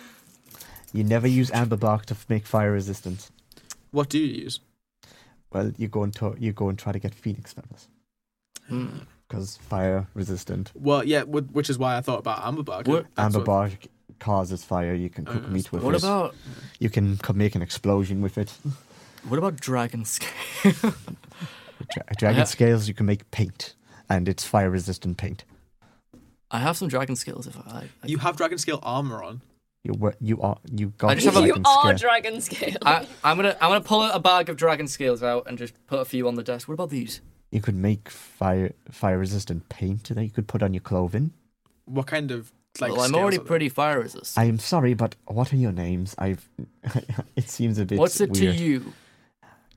Speaker 2: You never use amber bark to f- make fire resistant.
Speaker 3: What do you use?
Speaker 2: Well, you go and to- you go and try to get phoenix feathers
Speaker 1: Mm.
Speaker 2: because fire resistant.
Speaker 3: Well, yeah, wh- which is why I thought about amber bark.
Speaker 1: What-
Speaker 3: That's
Speaker 2: amber bark causes fire. You can cook
Speaker 3: Uh,
Speaker 2: meat with
Speaker 1: What
Speaker 2: it.
Speaker 1: about
Speaker 2: You can co- make an explosion with it.
Speaker 1: what about dragon scale?
Speaker 2: Dra- dragon
Speaker 1: Yeah.
Speaker 2: scales. You can make paint, and it's fire resistant paint.
Speaker 1: I have some dragon scales if I. I
Speaker 3: You have dragon scale armor on.
Speaker 2: You were, you are you got.
Speaker 1: I just have a-
Speaker 4: You
Speaker 2: dragon
Speaker 4: are
Speaker 2: scale.
Speaker 4: dragon scale.
Speaker 1: I, I'm gonna I'm gonna pull out a bag of dragon scales out and just put a few on the desk. What about these?
Speaker 2: You could make fire fire resistant paint that you could put on your clothing.
Speaker 3: What kind of like
Speaker 1: well, I'm
Speaker 3: scales
Speaker 1: already
Speaker 3: at them.
Speaker 1: pretty fire resistant.
Speaker 2: I am sorry, but what are your names? I've. it seems a bit.
Speaker 1: What's it
Speaker 2: weird.
Speaker 1: to you?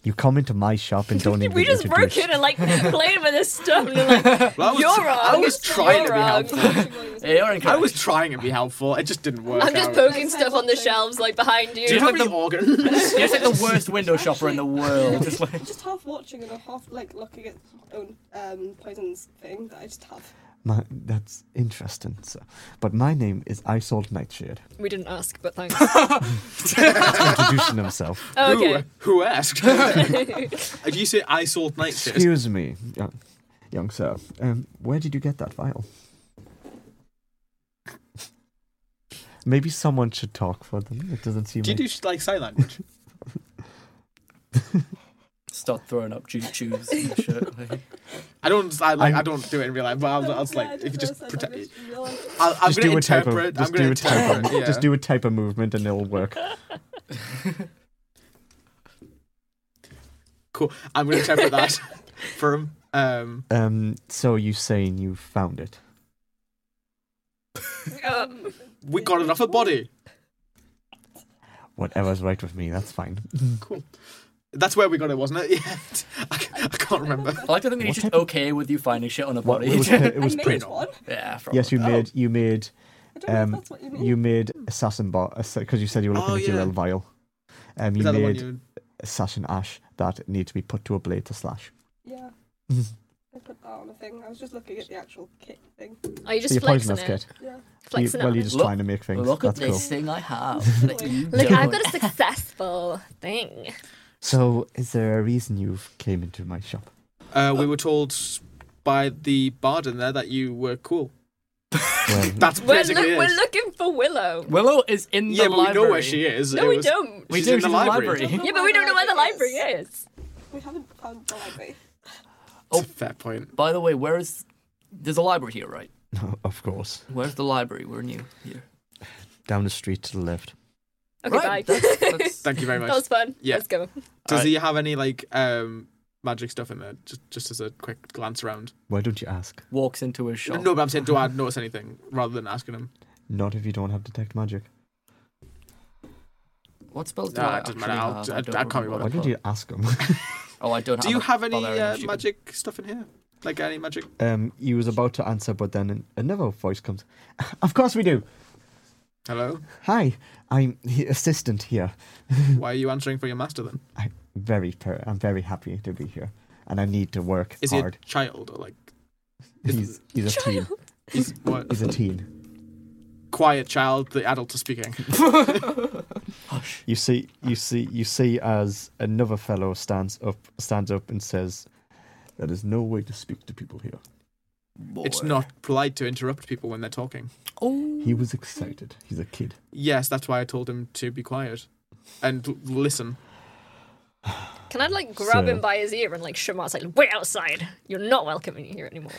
Speaker 2: You come into my shop and don't even
Speaker 4: we just broke
Speaker 2: introduce.
Speaker 4: in and like played with this stuff. And you're like,
Speaker 3: Well, I was,
Speaker 4: you're wrong.
Speaker 3: I was trying to
Speaker 4: you're
Speaker 3: be
Speaker 4: wrong.
Speaker 3: helpful.
Speaker 1: Yeah, you're
Speaker 3: I
Speaker 1: incorrect.
Speaker 3: was trying to be helpful. It just didn't work.
Speaker 4: I'm just
Speaker 3: out.
Speaker 4: poking stuff on the shelves like behind you.
Speaker 3: Do you
Speaker 1: Just
Speaker 3: have
Speaker 1: like
Speaker 3: any organs?
Speaker 1: You're just like the worst window shopper in the world. Just like,
Speaker 5: just half watching and I'm half like looking at my own um, poisons thing that I just have.
Speaker 2: My, that's interesting, sir. But my name is Isolt Nightshade.
Speaker 4: We didn't ask, but thanks. Oh,
Speaker 2: Introducing himself.
Speaker 4: Okay.
Speaker 3: Who, who asked? If you say I sold nightshades,
Speaker 2: Excuse me, young, young sir. Um, where did you get that vial? Maybe someone should talk for them. It doesn't seem.
Speaker 3: do you
Speaker 2: like-
Speaker 3: do sh- like sign language?
Speaker 1: start throwing up choo choos and shit. Like,
Speaker 3: I don't. I, like,
Speaker 2: I'm-
Speaker 3: I don't do it in real life. But I was, I
Speaker 4: Oh,
Speaker 3: was like, if you just protect, I'll, I'm
Speaker 2: just
Speaker 3: gonna
Speaker 2: do a type
Speaker 3: interpret.
Speaker 2: of. Just
Speaker 3: I'm gonna
Speaker 2: do a type
Speaker 3: interpret.
Speaker 2: of.
Speaker 3: yeah.
Speaker 2: Just do a type of movement, and it'll work.
Speaker 3: Cool. I'm gonna interpret that for him. Um,
Speaker 2: Um. So you saying you found it?
Speaker 4: Uh,
Speaker 3: we got it off a body.
Speaker 2: Whatever's right with me, that's fine.
Speaker 3: Cool. That's where we got it, wasn't it? Yeah. I, c- I can't remember.
Speaker 1: I like to think that he's just
Speaker 2: happened?
Speaker 1: okay with you finding shit on a
Speaker 2: What,
Speaker 1: body.
Speaker 2: it was. It was
Speaker 5: I
Speaker 2: pretty.
Speaker 5: made one.
Speaker 1: yeah, probably.
Speaker 2: Yes, you
Speaker 3: Oh.
Speaker 2: made. You made.
Speaker 5: I don't know
Speaker 2: Um,
Speaker 5: if that's what you mean.
Speaker 2: You made assassin bot because you said you were looking
Speaker 3: Oh,
Speaker 2: at your
Speaker 3: yeah.
Speaker 2: little vial. Um, you
Speaker 3: Is that the one
Speaker 2: made
Speaker 3: you?
Speaker 2: assassin ash that need to be put to a blade to slash.
Speaker 5: Yeah. I put that on a thing. I was just looking at the actual kit thing.
Speaker 4: are you
Speaker 2: So
Speaker 4: just
Speaker 2: you're
Speaker 4: flexing
Speaker 2: poisonous
Speaker 4: it?
Speaker 2: kid.
Speaker 5: Yeah.
Speaker 2: You,
Speaker 4: Flexing
Speaker 2: well,
Speaker 4: it.
Speaker 2: you're just
Speaker 1: Look-
Speaker 2: trying to make things.
Speaker 1: Look at
Speaker 2: that's cool.
Speaker 1: this thing I have. that you
Speaker 4: Look, I've
Speaker 1: don't.
Speaker 4: got a successful thing.
Speaker 2: So, is there a reason you came into my shop?
Speaker 3: Uh, we were told by the bard in there that you were cool.
Speaker 2: Well,
Speaker 3: That's
Speaker 4: We're,
Speaker 3: basically
Speaker 4: look
Speaker 3: it.
Speaker 4: we're looking for Willow.
Speaker 1: Willow is in the
Speaker 3: yeah, but
Speaker 1: library.
Speaker 3: we know where she is.
Speaker 4: No,
Speaker 3: It
Speaker 4: we
Speaker 3: was-
Speaker 4: don't.
Speaker 1: We
Speaker 3: She's
Speaker 1: do, she's
Speaker 3: in the
Speaker 1: in the
Speaker 3: library.
Speaker 1: library.
Speaker 4: Yeah, but we don't know where the library is.
Speaker 5: We haven't found the library.
Speaker 3: That's a Oh, fair point.
Speaker 1: By the way, where is. There's a library here, right?
Speaker 2: no, of course.
Speaker 1: Where's the library? We're new here.
Speaker 2: Down the street to the left.
Speaker 4: Okay,
Speaker 1: right.
Speaker 4: bye.
Speaker 1: That's, that's,
Speaker 3: Thank you very much.
Speaker 4: That was fun.
Speaker 3: Yeah.
Speaker 4: Let's go.
Speaker 3: Does
Speaker 1: Alright.
Speaker 3: he have any like um magic stuff in there? Just just as a quick glance around.
Speaker 2: Why don't you ask?
Speaker 1: walks into his shop.
Speaker 3: No, but I'm saying, do I notice anything rather than asking him?
Speaker 2: Not if you don't have detect magic.
Speaker 1: What spells do
Speaker 3: Nah,
Speaker 1: I
Speaker 3: it doesn't
Speaker 1: actually
Speaker 3: matter. I'll-
Speaker 1: have?
Speaker 3: I- I can't be
Speaker 1: remember
Speaker 3: bothered.
Speaker 2: Why
Speaker 1: what
Speaker 2: did
Speaker 1: I've
Speaker 2: you ask him?
Speaker 1: got. Oh, I don't.
Speaker 3: Do you
Speaker 1: a
Speaker 3: have any
Speaker 1: barbarian
Speaker 3: uh,
Speaker 1: stupid.
Speaker 3: magic stuff in here? Like any magic?
Speaker 2: um, he was about to answer, but then an- another voice comes. Of course we do.
Speaker 3: Hello.
Speaker 2: Hi, I'm the assistant here.
Speaker 3: Why are you answering for your master then?
Speaker 2: I'm very, per- I'm very happy to be here, and I need to work
Speaker 3: Is
Speaker 2: hard.
Speaker 3: he a child or like? is-
Speaker 2: He's, he's a teen.
Speaker 3: He's what?
Speaker 2: He's a teen.
Speaker 3: Quiet child. The adult is speaking.
Speaker 2: You see, you see, you see, as another fellow stands up, stands up and says, "There is no way to speak to people here."
Speaker 3: It's not polite to interrupt people when they're talking.
Speaker 1: Oh,
Speaker 2: He was excited. He's a kid.
Speaker 3: Yes, that's why I told him to be quiet and l- listen.
Speaker 4: Can I like grab
Speaker 2: So-
Speaker 4: him by his ear and like shove him outside? Like, Wait outside. You're not welcome in here anymore.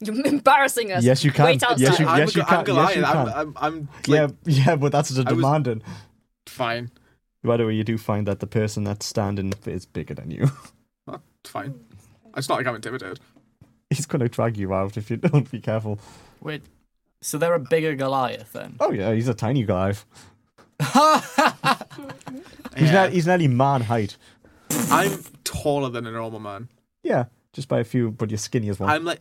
Speaker 4: You're embarrassing us.
Speaker 2: Yes, you can.
Speaker 4: Wait outside.
Speaker 2: Yes, you-
Speaker 3: I'm,
Speaker 2: yes,
Speaker 3: a, I'm
Speaker 2: can. Yes,
Speaker 3: Goliath.
Speaker 2: you
Speaker 3: I'm,
Speaker 2: can.
Speaker 3: I'm, I'm like,
Speaker 2: yeah, yeah, but that's just
Speaker 3: I was-
Speaker 2: demanding.
Speaker 3: fine.
Speaker 2: By the way, you do find that the person that's standing is bigger than you.
Speaker 3: Well, It's fine. It's not like I'm intimidated.
Speaker 2: He's gonna drag you out if you don't be careful.
Speaker 1: wait. So they're a bigger Goliath then.
Speaker 2: Oh yeah, he's a tiny guy. He's
Speaker 3: Yeah.
Speaker 2: not. He's nearly man height.
Speaker 3: I'm taller than a normal man.
Speaker 2: Yeah, just by a few, but you're skinny as well.
Speaker 3: I'm like,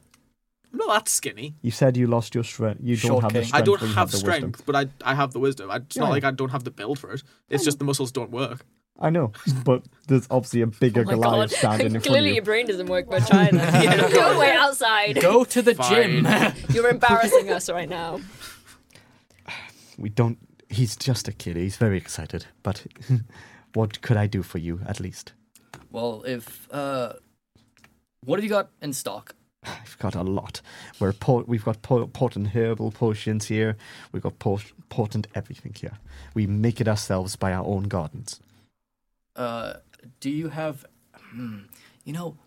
Speaker 3: I'm not that skinny.
Speaker 2: You said you lost your strength. You don't
Speaker 1: Short
Speaker 2: have the
Speaker 1: king.
Speaker 2: strength.
Speaker 3: I don't
Speaker 2: but
Speaker 3: have,
Speaker 2: you the wisdom.
Speaker 3: strength, but I I have the wisdom. I, it's
Speaker 2: Yeah.
Speaker 3: not like I don't have the build for it. It's just the muscles don't work.
Speaker 2: I know, but there's obviously a bigger
Speaker 4: Oh my
Speaker 2: Goliath
Speaker 4: god.
Speaker 2: standing in front
Speaker 4: Clearly
Speaker 2: of
Speaker 4: your
Speaker 2: you.
Speaker 4: brain doesn't work much either. Go way outside.
Speaker 1: Go to the
Speaker 3: Fine.
Speaker 1: gym.
Speaker 4: You're embarrassing us right now.
Speaker 2: We don't. He's just a kid. He's very excited. But what could I do for you, at least?
Speaker 1: well, if uh, what have you got in stock?
Speaker 2: I've got a lot. We're port, we've got po- potent herbal potions here. We've got pot- potent everything here. We make it ourselves by our own gardens.
Speaker 1: Uh, do you have? Hmm, you know,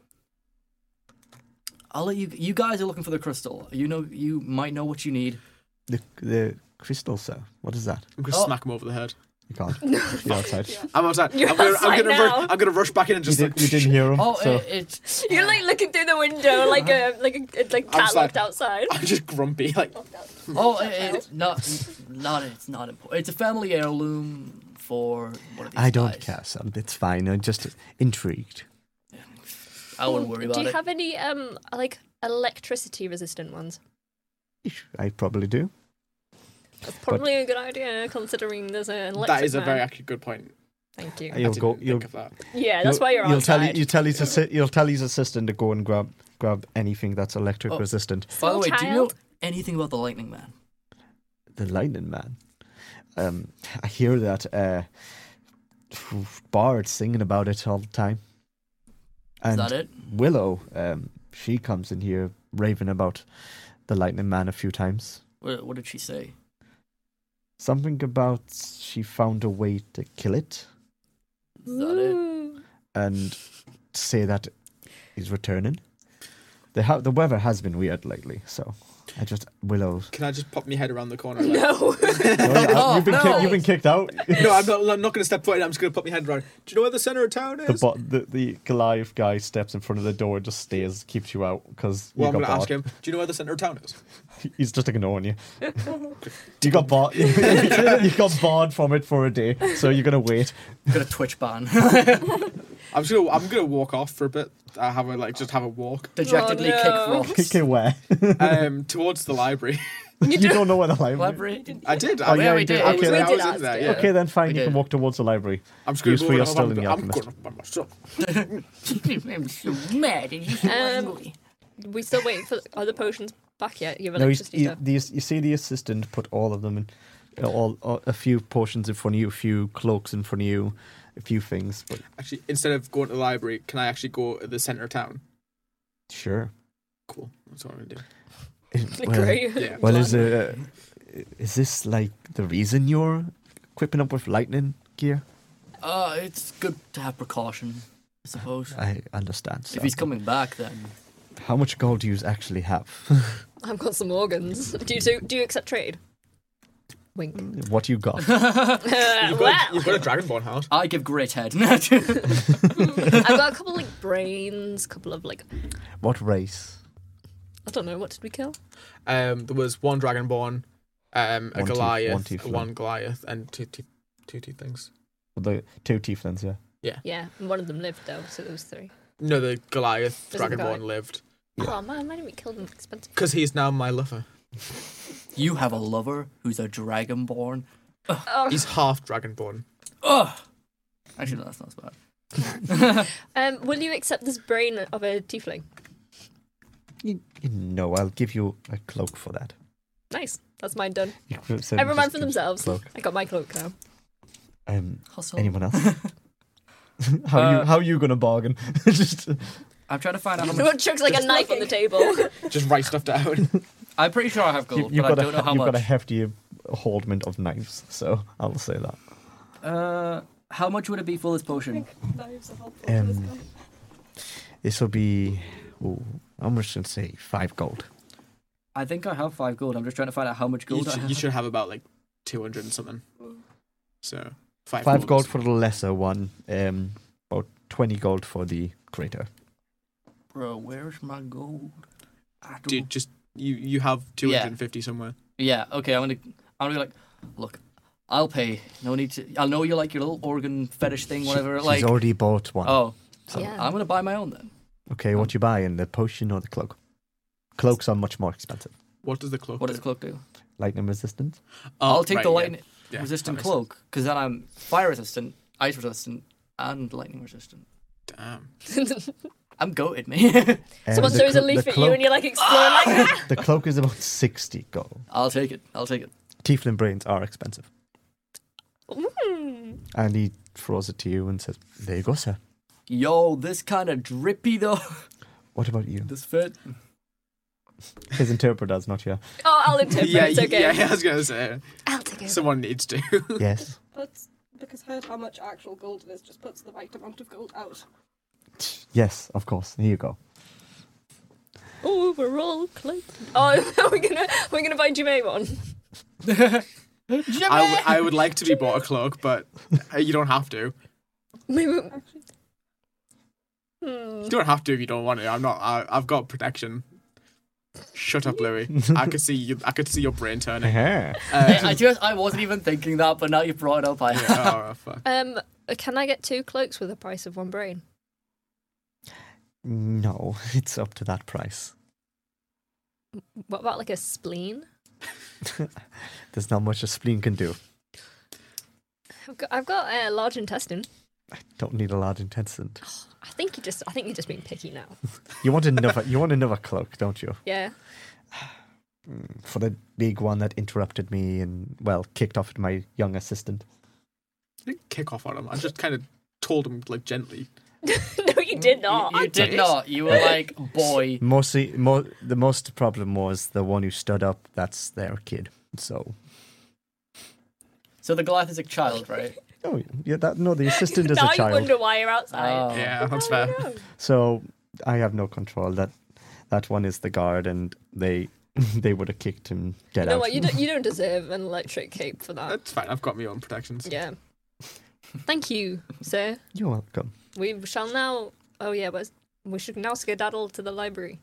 Speaker 1: I'll let you. You guys are looking for the crystal. You know, you might know what you need.
Speaker 2: The the crystal, sir. What is that?
Speaker 3: I'm gonna
Speaker 1: Oh.
Speaker 3: smack him over the head.
Speaker 2: You can't. No. You're outside.
Speaker 3: I'm outside.
Speaker 4: You're
Speaker 3: I'm gonna,
Speaker 4: outside
Speaker 3: I'm, gonna
Speaker 4: now.
Speaker 3: Ru- I'm gonna rush back in and
Speaker 2: You,
Speaker 3: just like,
Speaker 2: did, you didn't hear him.
Speaker 1: Oh,
Speaker 2: so
Speaker 1: it, it's
Speaker 4: You're like looking through the window like a like a it's like cat
Speaker 3: sorry.
Speaker 4: locked outside.
Speaker 3: I'm just grumpy. Like
Speaker 1: oh, it, it's not not it's not important. It's a family heirloom for one of these
Speaker 2: I don't
Speaker 1: guys.
Speaker 2: care, son. It's fine. I'm just intrigued.
Speaker 1: I wouldn't worry about
Speaker 4: Do you
Speaker 1: it.
Speaker 4: have any um like electricity resistant ones?
Speaker 2: I probably do.
Speaker 4: That's probably a good idea considering there's an electric
Speaker 3: that is a
Speaker 4: man.
Speaker 3: very actually good point.
Speaker 4: Thank you.
Speaker 2: You'll
Speaker 3: I didn't
Speaker 2: go.
Speaker 3: think
Speaker 2: You'll,
Speaker 3: of that.
Speaker 4: Yeah, that's
Speaker 2: you'll-
Speaker 4: why you're
Speaker 2: you'll
Speaker 4: outside.
Speaker 2: Tell, you tell his assi- you'll tell his assistant to go and grab grab anything that's electric
Speaker 1: Oh.
Speaker 2: resistant.
Speaker 1: By the way, do you know
Speaker 4: Child.
Speaker 1: anything about the Lightning Man?
Speaker 2: The Lightning Man. Um, I hear that uh, Bard's singing about it all the time.
Speaker 1: Is
Speaker 2: And
Speaker 1: that it?
Speaker 2: Willow, um, she comes in here raving about the Lightning Man a few times.
Speaker 1: What, what did she say?
Speaker 2: Something about she found a way to kill it
Speaker 1: Is that it?
Speaker 4: Ooh.
Speaker 2: and say that he's returning. The ha- the weather has been weird lately, so I just Willow.
Speaker 3: Can I just pop my head around the corner? like-
Speaker 4: No.
Speaker 1: Oh,
Speaker 2: you've, been
Speaker 1: no.
Speaker 2: kick- you've been kicked out.
Speaker 3: no, I'm not, I'm not going to step forward. I'm just going to put my head around. Do you know where the center of town is?
Speaker 2: The, bo- the the Goliath guy steps in front of the door and just stares, keeps you out because
Speaker 3: well,
Speaker 2: you
Speaker 3: I'm going to
Speaker 2: got
Speaker 3: ask
Speaker 2: bored.
Speaker 3: him. Do you know where the center of town is?
Speaker 2: He's just ignoring you. you got bored. you got bored from it for a day, so you're gonna wait.
Speaker 1: Got a Twitch ban.
Speaker 3: I'm just gonna, I'm going to walk off for a bit. I have a like just have a walk
Speaker 1: Dejectedly
Speaker 4: Oh, no.
Speaker 1: kick
Speaker 2: Okay,
Speaker 1: rocks.
Speaker 2: where?
Speaker 3: um towards the library.
Speaker 2: you don't know where the library.
Speaker 1: Library?
Speaker 3: I did.
Speaker 2: Oh,
Speaker 3: I,
Speaker 2: yeah,
Speaker 1: yeah,
Speaker 2: you
Speaker 1: we
Speaker 2: did.
Speaker 1: did.
Speaker 2: Okay,
Speaker 1: We
Speaker 2: then.
Speaker 1: did
Speaker 3: I was in
Speaker 1: ask
Speaker 3: there,
Speaker 1: it.
Speaker 3: yeah.
Speaker 2: Okay, then fine.
Speaker 1: We
Speaker 2: You can
Speaker 1: did.
Speaker 2: walk towards the library.
Speaker 3: I'm just going
Speaker 2: Use
Speaker 3: to
Speaker 2: for
Speaker 3: move
Speaker 2: your
Speaker 3: it off.
Speaker 2: still in
Speaker 3: I'm,
Speaker 2: the
Speaker 3: I'm
Speaker 2: alchemist.
Speaker 3: going up by myself.
Speaker 1: I'm so mad. and he's so angry.
Speaker 4: we still waiting for are the potions back yet? You have
Speaker 2: No, you,
Speaker 4: electricity
Speaker 2: you,
Speaker 4: stuff.
Speaker 2: the, you see the assistant put all of them in, uh, all, all a few portions in front of you, a few cloaks in front of you, a few things. But
Speaker 3: Actually, instead of going to the library, can I actually go to the center of town?
Speaker 2: sure.
Speaker 3: Cool. That's what I'm going to do.
Speaker 4: Great.
Speaker 3: yeah.
Speaker 2: Well, is uh, is this like the reason you're equipping up with lightning gear?
Speaker 1: Uh, it's good to have precaution, I suppose.
Speaker 2: I understand.
Speaker 1: If he's
Speaker 2: so.
Speaker 1: coming back, then
Speaker 2: how much gold do you actually have?
Speaker 4: I've got some organs. Do you do, do you accept trade? Wink.
Speaker 2: what you got?
Speaker 4: Uh,
Speaker 3: You've got,
Speaker 4: well,
Speaker 3: you've got a Dragonborn house.
Speaker 1: I give great head. I've
Speaker 4: I've got a couple like brains, a couple of like
Speaker 2: what race?
Speaker 4: I don't know what did we kill?
Speaker 3: Um, there was one Dragonborn, um, a
Speaker 2: One tief-
Speaker 3: Goliath,
Speaker 2: one
Speaker 3: one,
Speaker 2: tiefling.
Speaker 3: Goliath, and two two two two things.
Speaker 2: The two tieflings, yeah.
Speaker 4: Yeah, and one of them lived though, so there was three.
Speaker 3: No, the Goliath
Speaker 4: There's a guy.
Speaker 3: Dragonborn lived
Speaker 4: Oh man, why didn't we kill them? Expensive.
Speaker 3: because he's now my lover.
Speaker 1: you have a lover who's a dragonborn.
Speaker 4: Oh.
Speaker 3: He's half Dragonborn.
Speaker 1: Ugh. Actually, no, that's not as bad.
Speaker 4: Um, will you accept this brain of a tiefling?
Speaker 2: You, you know, I'll give you a cloak for that.
Speaker 4: Nice, that's mine done.
Speaker 2: You could say
Speaker 4: Every man
Speaker 2: just
Speaker 4: for
Speaker 2: give
Speaker 4: themselves. Oh.
Speaker 2: Cloak.
Speaker 4: I got my cloak now.
Speaker 2: Um,
Speaker 1: Hustle.
Speaker 2: anyone else? how you
Speaker 1: Uh,
Speaker 2: how you gonna bargain? Just
Speaker 1: I'm trying to find out how much.
Speaker 4: Everyone chucks like a knife on the table.
Speaker 3: Just write stuff down.
Speaker 1: I'm pretty sure I have
Speaker 2: you,
Speaker 1: gold,
Speaker 2: you've
Speaker 1: but I
Speaker 2: got a
Speaker 1: don't know how
Speaker 2: you've got a
Speaker 1: much.
Speaker 2: hefty hoardment of knives, so I'll say that.
Speaker 1: Uh, how much would it be for this potion?
Speaker 5: Knives are helpful to this
Speaker 2: Um,
Speaker 5: guy.
Speaker 2: This will be ooh, how much should I say five gold.
Speaker 1: I think I have five gold. I'm just trying to find out how much
Speaker 3: you,
Speaker 1: gold I
Speaker 3: should-
Speaker 1: have.
Speaker 3: you should have about like two hundred and something. So five.
Speaker 2: Five
Speaker 3: gold.
Speaker 2: gold for the lesser one, um, about twenty gold for the greater.
Speaker 1: Bro, where's my gold? I don't-
Speaker 3: Dude, just you. You have two hundred and fifty somewhere.
Speaker 1: Yeah. Okay. I'm gonna. I'm gonna be like, look, I'll pay. No need to. I know you like your little organ fetish thing, whatever.
Speaker 2: She-
Speaker 1: like,
Speaker 2: She's already bought one.
Speaker 1: oh,
Speaker 4: yeah.
Speaker 1: I'm gonna buy my own then.
Speaker 2: Okay, what you buy in the potion or the cloak? Cloaks are much more expensive.
Speaker 3: What does the cloak?
Speaker 1: What does
Speaker 3: do?
Speaker 1: the cloak do?
Speaker 2: Lightning resistance.
Speaker 3: Oh,
Speaker 1: I'll take
Speaker 3: right,
Speaker 1: the
Speaker 3: yeah.
Speaker 1: lightning
Speaker 3: Yeah,
Speaker 1: resistant
Speaker 3: that makes
Speaker 1: cloak because then I'm fire resistant, ice resistant, and lightning resistant.
Speaker 3: sense. Damn.
Speaker 1: I'm goated, me.
Speaker 4: Someone throws a leaf at you and you're like exploring like that.
Speaker 2: the cloak is about sixty gold.
Speaker 1: I'll take it. I'll take it.
Speaker 2: Tiefling brains are expensive.
Speaker 4: Mm.
Speaker 2: And he throws it to you and says, There you go, sir.
Speaker 1: Yo, this kind of drippy though.
Speaker 2: What about you?
Speaker 1: this fit.
Speaker 2: His interpreter's not here.
Speaker 4: Oh, I'll interpret.
Speaker 3: Yeah,
Speaker 4: it's okay.
Speaker 3: yeah, yeah, I was gonna say
Speaker 4: I'll take it.
Speaker 3: someone needs to.
Speaker 2: Yes.
Speaker 5: Puts, because heard how much actual gold it is, just puts the right amount of gold out.
Speaker 2: Yes, of course. Here you go.
Speaker 4: Oh, we're all close. Oh, we're gonna we're gonna buy Jimmy one.
Speaker 3: I, w- I would like to be bought a cloak, but uh, you don't have to. Uh,
Speaker 5: Actually,
Speaker 4: Hmm.
Speaker 3: You don't have to if you don't want it. I'm not. I, I've got protection. Shut up, Louis. I could see you. I could see your brain turning.
Speaker 2: Uh-huh.
Speaker 1: I,
Speaker 3: Uh,
Speaker 1: I just I wasn't even thinking that, but now you brought it up. I
Speaker 3: yeah, oh, fuck.
Speaker 4: Um, can I get two cloaks with the price of one brain?
Speaker 2: No, it's up to that price.
Speaker 4: What about like a spleen?
Speaker 2: There's not much a spleen can do.
Speaker 4: I've got, I've got a large intestine.
Speaker 2: Don't need a large intestine.
Speaker 4: I think you just, I think you're just being picky now.
Speaker 2: You want another? you want another cloak, don't you?
Speaker 4: Yeah.
Speaker 2: For the big one that interrupted me and well kicked off at my young assistant.
Speaker 3: I didn't kick off on him. I just kind of told him like gently.
Speaker 4: no, you did
Speaker 1: You,
Speaker 4: not.
Speaker 1: you did not. You were like, boy.
Speaker 2: Mostly, mo- the most problem was the one who stood up. That's their kid. So,
Speaker 1: So the Goliath is a child, right?
Speaker 2: oh yeah, that no, the assistant is
Speaker 4: now
Speaker 2: a
Speaker 4: you
Speaker 2: child.
Speaker 4: wonder why you're outside.
Speaker 1: Oh.
Speaker 3: Yeah, that's
Speaker 4: Now
Speaker 3: fair.
Speaker 4: you know.
Speaker 2: So I have no control. That that one is the guard, and they they would have kicked him dead
Speaker 4: You know
Speaker 2: out.
Speaker 4: what? You don't, you don't deserve an electric cape for that.
Speaker 3: That's fine. I've got my own protections.
Speaker 4: Yeah. Thank you, sir.
Speaker 2: You're welcome.
Speaker 4: We shall now. Oh yeah, but we should now skedaddle to the library.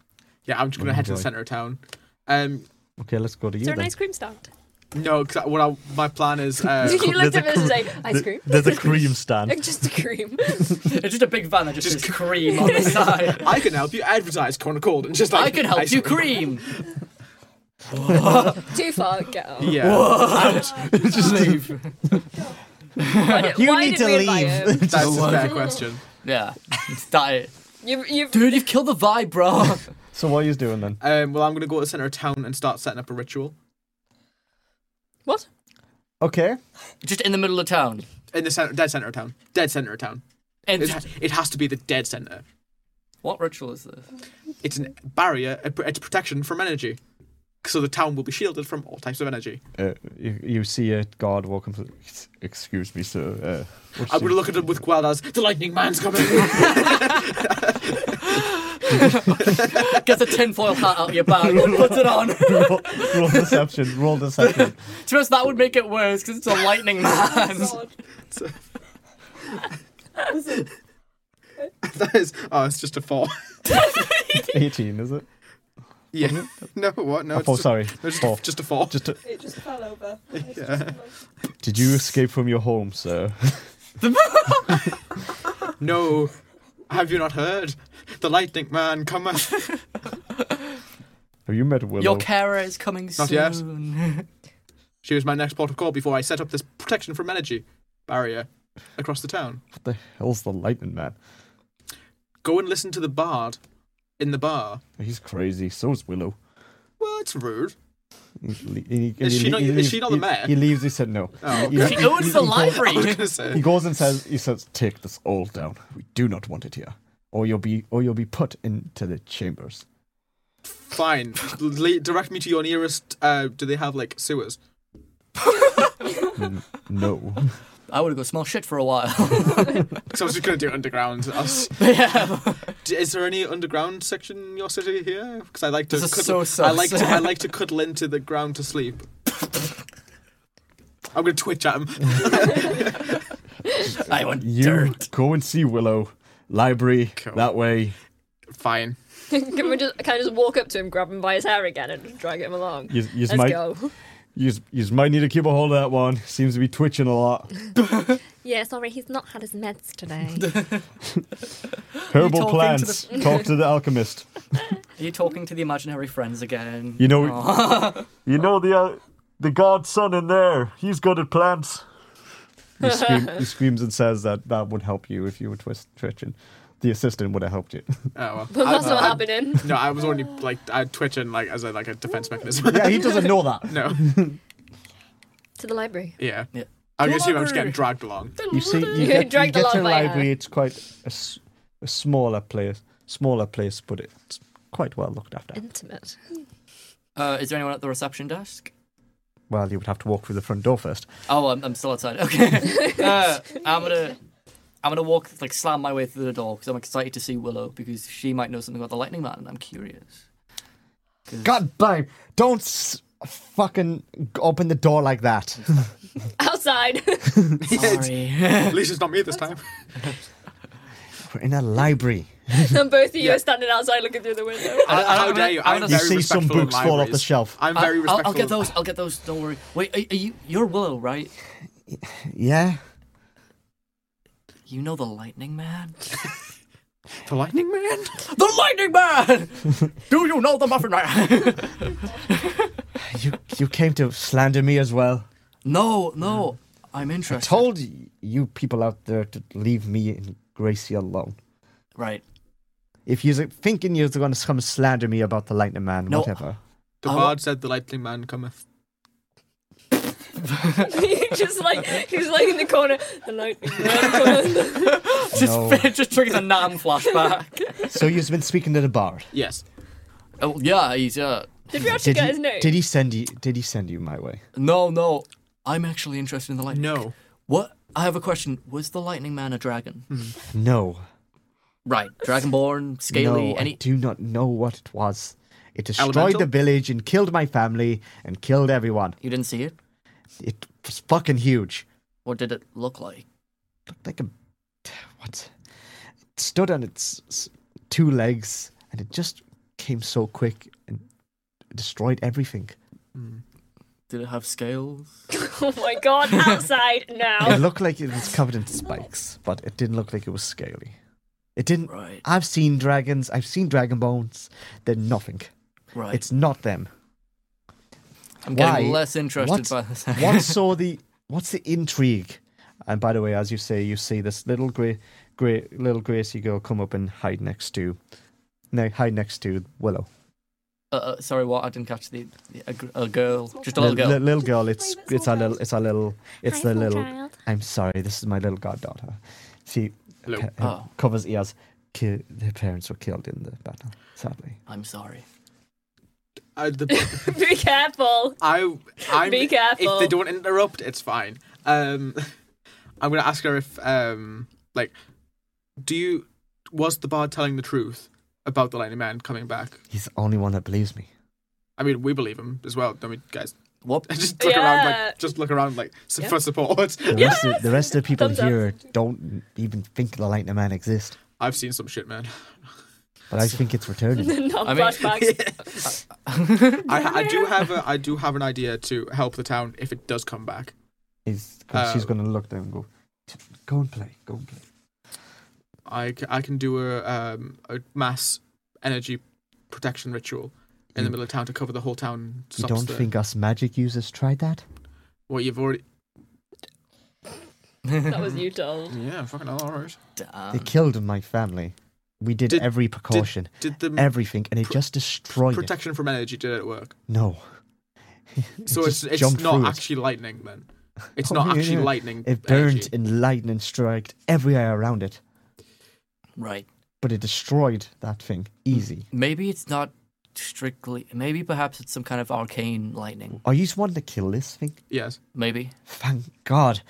Speaker 3: Yeah, I'm just gonna head to the
Speaker 2: Enjoy.
Speaker 3: center of town. Um,
Speaker 2: Okay, let's go to
Speaker 4: Is
Speaker 2: you
Speaker 4: there an
Speaker 2: then.
Speaker 4: ice cream stand?
Speaker 3: no, 'cause I- what I, my plan is. Uh,
Speaker 4: you
Speaker 2: there's
Speaker 4: looked
Speaker 2: a
Speaker 4: at me and
Speaker 2: cr-
Speaker 4: said, "Ice cream."
Speaker 2: There's a cream stand.
Speaker 4: Just a cream.
Speaker 1: It's just a big van that just,
Speaker 3: Just
Speaker 1: says cream on the side.
Speaker 3: I can help you advertise Corner Cold and just like
Speaker 1: I can help
Speaker 3: ice
Speaker 1: you cream.
Speaker 4: Too far, get out.
Speaker 3: Yeah.
Speaker 1: just leave.
Speaker 4: Why did-
Speaker 2: You
Speaker 4: why
Speaker 2: need
Speaker 4: did
Speaker 2: to
Speaker 4: we invite him?
Speaker 2: leave.
Speaker 3: That's a fair question.
Speaker 1: Yeah, it's that.
Speaker 4: You've, you've,
Speaker 1: Dude, you've killed the vibe, bro.
Speaker 2: so what are you doing then?
Speaker 3: Um, well, I'm going to go to the center of town and start setting up a ritual
Speaker 4: what?
Speaker 2: Okay.
Speaker 1: Just in the middle of town.
Speaker 3: in the center, dead center of town. Dead center of town.
Speaker 1: And
Speaker 3: It, ha- it has to be the dead center.
Speaker 1: what ritual is this?
Speaker 3: It's a barrier. a pr- It's protection from energy, so the town will be shielded from all types of energy.
Speaker 2: Uh, you, you see a guard walking. through- Ex- Excuse me, sir. Uh,
Speaker 3: I'm going to look at him with Gweld as the lightning man's coming.
Speaker 1: Get the tinfoil hat out of your bag and put it on. to
Speaker 2: roll, roll deception. Roll deception.
Speaker 1: be honest, that would make it worse because it's a lightning man.
Speaker 5: oh God.
Speaker 3: that is, oh, it's just a four.
Speaker 2: 18, is it?
Speaker 3: yeah. No, what? No,
Speaker 2: Oh,
Speaker 3: it's
Speaker 2: four,
Speaker 3: just,
Speaker 2: sorry.
Speaker 3: no, just,
Speaker 2: Four.
Speaker 3: A, just a four.
Speaker 2: Just a,
Speaker 5: It just fell over. It's
Speaker 3: Yeah.
Speaker 5: just fell over.
Speaker 2: did you escape from your home, sir?
Speaker 3: No, have you not heard? The lightning man cometh.
Speaker 2: Have you met Willow?
Speaker 1: Your carer is coming
Speaker 3: Not yet.
Speaker 1: soon.
Speaker 3: She was my next port of call before I set up this protection from energy barrier across the town.
Speaker 2: what the hell's the lightning man?
Speaker 3: Go and listen to the bard in the bar.
Speaker 2: He's crazy. So's Willow.
Speaker 3: Well, it's rude.
Speaker 2: He- he- he-
Speaker 3: Is she
Speaker 2: he-
Speaker 3: not-
Speaker 2: he
Speaker 3: is she
Speaker 2: leaves-
Speaker 3: not the
Speaker 2: he-
Speaker 3: mayor?
Speaker 2: He leaves. He said no.
Speaker 3: Oh,
Speaker 2: He-
Speaker 1: She
Speaker 2: he-
Speaker 1: owns the
Speaker 2: he- he-
Speaker 3: I was
Speaker 1: library.
Speaker 3: gonna
Speaker 2: He
Speaker 3: say.
Speaker 2: goes and says, he says, take this all down. We do not want it here, or you'll be, or you'll be put into the chambers.
Speaker 3: Fine. Le- direct me to your nearest. Uh, do they have like sewers?
Speaker 2: No.
Speaker 1: I would have got smell shit for a while.
Speaker 3: Because I was just gonna do it underground. I was- D- Is there any underground section in your city here? Because I like to.
Speaker 1: This is
Speaker 3: cuddle-
Speaker 1: so
Speaker 3: I like
Speaker 1: sus.
Speaker 3: to. I like to cuddle into the ground to sleep. I'm gonna twitch at him.
Speaker 1: I want
Speaker 2: You
Speaker 1: dirt.
Speaker 2: go and see Willow. Library that way.
Speaker 3: Fine.
Speaker 4: Can we just, can I just walk up to him, grab him by his hair again, and just drag him along?
Speaker 2: Yous, yous
Speaker 4: Let's
Speaker 2: might,
Speaker 4: go.
Speaker 2: yous, yous might need to keep a hold of that one. Seems to be twitching a lot.
Speaker 4: Yeah, sorry, he's not had his meds today.
Speaker 2: Herbal
Speaker 1: talking to the-
Speaker 2: plants. Talk to the alchemist.
Speaker 1: Are you talking to the imaginary friends again?
Speaker 2: You know, you know the uh, the godson in there. He's good at plants. He, scream, he screams and says that that would help you if you were twist twitching. The assistant would have helped you.
Speaker 3: Oh well.
Speaker 4: But that's
Speaker 3: I-
Speaker 4: not
Speaker 3: I-
Speaker 4: happening.
Speaker 3: No, I was only like I twitching like as a like a defense mechanism.
Speaker 2: yeah, he doesn't know that.
Speaker 3: no.
Speaker 4: To the library.
Speaker 3: Yeah.
Speaker 1: Yeah.
Speaker 3: I guess I'm just getting dragged along.
Speaker 2: You see, you
Speaker 4: You
Speaker 2: get, you
Speaker 4: dragged
Speaker 2: get
Speaker 4: along
Speaker 2: to a
Speaker 4: by her.
Speaker 2: library. It's quite a, s- a smaller place, smaller place, but it's quite well looked after.
Speaker 4: Intimate.
Speaker 1: Uh, is there anyone at the reception desk?
Speaker 2: Well, you would have to walk through the front door first.
Speaker 1: Oh, I'm, I'm still outside. Okay. uh, I'm gonna. I'm gonna walk, like, slam my way through the door because I'm excited to see Willow because she might know something about the Lightning Man and I'm curious. 'Cause-
Speaker 2: God damn! Don't. s- fucking open the door like that.
Speaker 4: Outside.
Speaker 1: Sorry.
Speaker 3: At least it's not me this time.
Speaker 2: We're in a library.
Speaker 4: and both of you
Speaker 3: Yeah.
Speaker 4: are standing outside looking through the window.
Speaker 1: I- I-
Speaker 3: How
Speaker 1: I'm
Speaker 3: dare
Speaker 1: gonna-
Speaker 3: you?
Speaker 1: I'm
Speaker 3: I'm
Speaker 1: gonna-
Speaker 2: You see
Speaker 3: very
Speaker 2: some
Speaker 3: respectful of
Speaker 2: books fall off the
Speaker 3: libraries.
Speaker 2: shelf.
Speaker 3: I'm very
Speaker 1: I'll,
Speaker 3: respectful.
Speaker 1: I'll get
Speaker 3: of-
Speaker 1: those. I'll get those. Don't worry. Wait, are, are you? You're Willow, right?
Speaker 2: Yeah.
Speaker 1: You know the Lightning Man.
Speaker 3: The Lightning Man.
Speaker 1: The Lightning Man. Do you know the Muffin Man?
Speaker 2: You you came to slander me as well.
Speaker 1: no, no. I'm
Speaker 2: I
Speaker 1: interested.
Speaker 2: told y- you people out there to leave me and Gracie alone.
Speaker 1: right.
Speaker 2: If you're thinking you're going to come slander me about the Lightning Man,
Speaker 1: No.
Speaker 2: whatever.
Speaker 3: The
Speaker 1: I'll-
Speaker 3: bard said the Lightning Man cometh.
Speaker 4: He just like he's like in the corner. The lightning man.
Speaker 1: Just,
Speaker 2: No.
Speaker 1: just triggers a Nam flashback.
Speaker 2: so you've been speaking to the bard.
Speaker 3: Yes.
Speaker 1: oh yeah, he's uh.
Speaker 4: Did we actually
Speaker 2: Did
Speaker 4: get
Speaker 2: he,
Speaker 4: his name?
Speaker 2: did he send you? Did he send you my way?
Speaker 1: No, no. I'm actually interested in the lightning.
Speaker 3: No.
Speaker 1: What? I have a question. Was the Lightning Man a dragon?
Speaker 2: Hmm. No,
Speaker 1: Right. Dragonborn, scaly,
Speaker 2: no, I
Speaker 1: any.
Speaker 2: do not know what it was. It destroyed the
Speaker 3: Elemental?
Speaker 2: village and killed my family and killed everyone.
Speaker 1: You didn't see it?
Speaker 2: It was fucking huge.
Speaker 1: What did it look like?
Speaker 2: Looked like a what? It stood on its s- two legs and it just came so quick and destroyed everything.
Speaker 3: Hmm.
Speaker 1: Did it have scales?
Speaker 4: Oh my god! Outside
Speaker 2: It
Speaker 4: now.
Speaker 2: looked like it was covered in spikes, but it didn't look like it was scaly. It didn't.
Speaker 1: Right.
Speaker 2: I've seen dragons. I've seen dragon bones. They're nothing.
Speaker 1: Right.
Speaker 2: It's not them.
Speaker 1: I'm
Speaker 2: why?
Speaker 1: getting less interested
Speaker 2: What-
Speaker 1: by this.
Speaker 2: what saw the what's the intrigue? And by the way, as you say, you see this little gray, gray, little Gracie girl come up and hide next to, no, hide next to Willow.
Speaker 1: uh, uh, sorry, what? I didn't catch the, the a, gr- a girl, just a
Speaker 2: Lil-
Speaker 1: little girl.
Speaker 2: li- little girl. It's
Speaker 5: Private
Speaker 2: it's our
Speaker 5: school
Speaker 2: little. It's our little. It's the
Speaker 4: Hi,
Speaker 2: little.
Speaker 4: child.
Speaker 2: I'm sorry. This is my little goddaughter. She
Speaker 3: Hello.
Speaker 2: her- her
Speaker 1: Oh.
Speaker 2: covers ears. Ki- their parents were killed in the battle. Sadly,
Speaker 1: I'm sorry.
Speaker 3: Uh, the,
Speaker 4: Be careful.
Speaker 3: I, I'm,
Speaker 4: Be careful.
Speaker 3: If they don't interrupt, it's fine. Um, I'm gonna ask her if, um, like, do you was the bard telling the truth about the Lightning Man coming back?
Speaker 2: he's the only one that believes me.
Speaker 3: I mean, we believe him as well, don't we, guys?
Speaker 1: What?
Speaker 3: Just look around,
Speaker 4: Yeah.
Speaker 3: like, just look around, like, s-
Speaker 4: Yeah.
Speaker 3: for support.
Speaker 2: The rest, of, the rest of the people
Speaker 4: Thumbs up.
Speaker 2: here don't even think the Lightning Man exists.
Speaker 3: I've seen some shit, man.
Speaker 2: But I think it's returning.
Speaker 4: Not
Speaker 1: I mean-
Speaker 4: flashbacks.
Speaker 3: I, I do have a, I do have an idea to help the town if it does come back.
Speaker 2: He's, 'cause she's
Speaker 3: Um,
Speaker 2: going to look there and go, "T- go and play, go and play.
Speaker 3: I, c- I can do a, um, a mass energy protection ritual in the
Speaker 2: You-
Speaker 3: middle of town to cover the whole town.
Speaker 2: You
Speaker 3: stops
Speaker 2: don't
Speaker 3: the-
Speaker 2: think us magic users tried that?
Speaker 3: Well, you've already.
Speaker 4: that was you, doll.
Speaker 3: Yeah, fucking hell, alright.
Speaker 2: they
Speaker 1: Damn.
Speaker 2: killed my family. We did,
Speaker 3: Did-
Speaker 2: every precaution,
Speaker 3: Did the
Speaker 2: everything, and it
Speaker 3: Pr-
Speaker 2: just destroyed it.
Speaker 3: protection from energy did it work?
Speaker 2: No. It
Speaker 3: So
Speaker 2: just
Speaker 3: it's it's
Speaker 2: jumped
Speaker 3: not
Speaker 2: through it.
Speaker 3: actually lightning then. It's
Speaker 2: Oh,
Speaker 3: not
Speaker 2: yeah,
Speaker 3: actually
Speaker 2: yeah.
Speaker 3: lightning.
Speaker 2: It burned
Speaker 3: energy.
Speaker 2: and lightning struck everywhere around it,
Speaker 1: Right.
Speaker 2: but it destroyed that thing. Easy.
Speaker 1: Maybe it's not strictly. Maybe perhaps it's some kind of arcane lightning.
Speaker 2: Are you just wanting to kill this thing?
Speaker 3: Yes,
Speaker 1: Maybe.
Speaker 2: Thank God.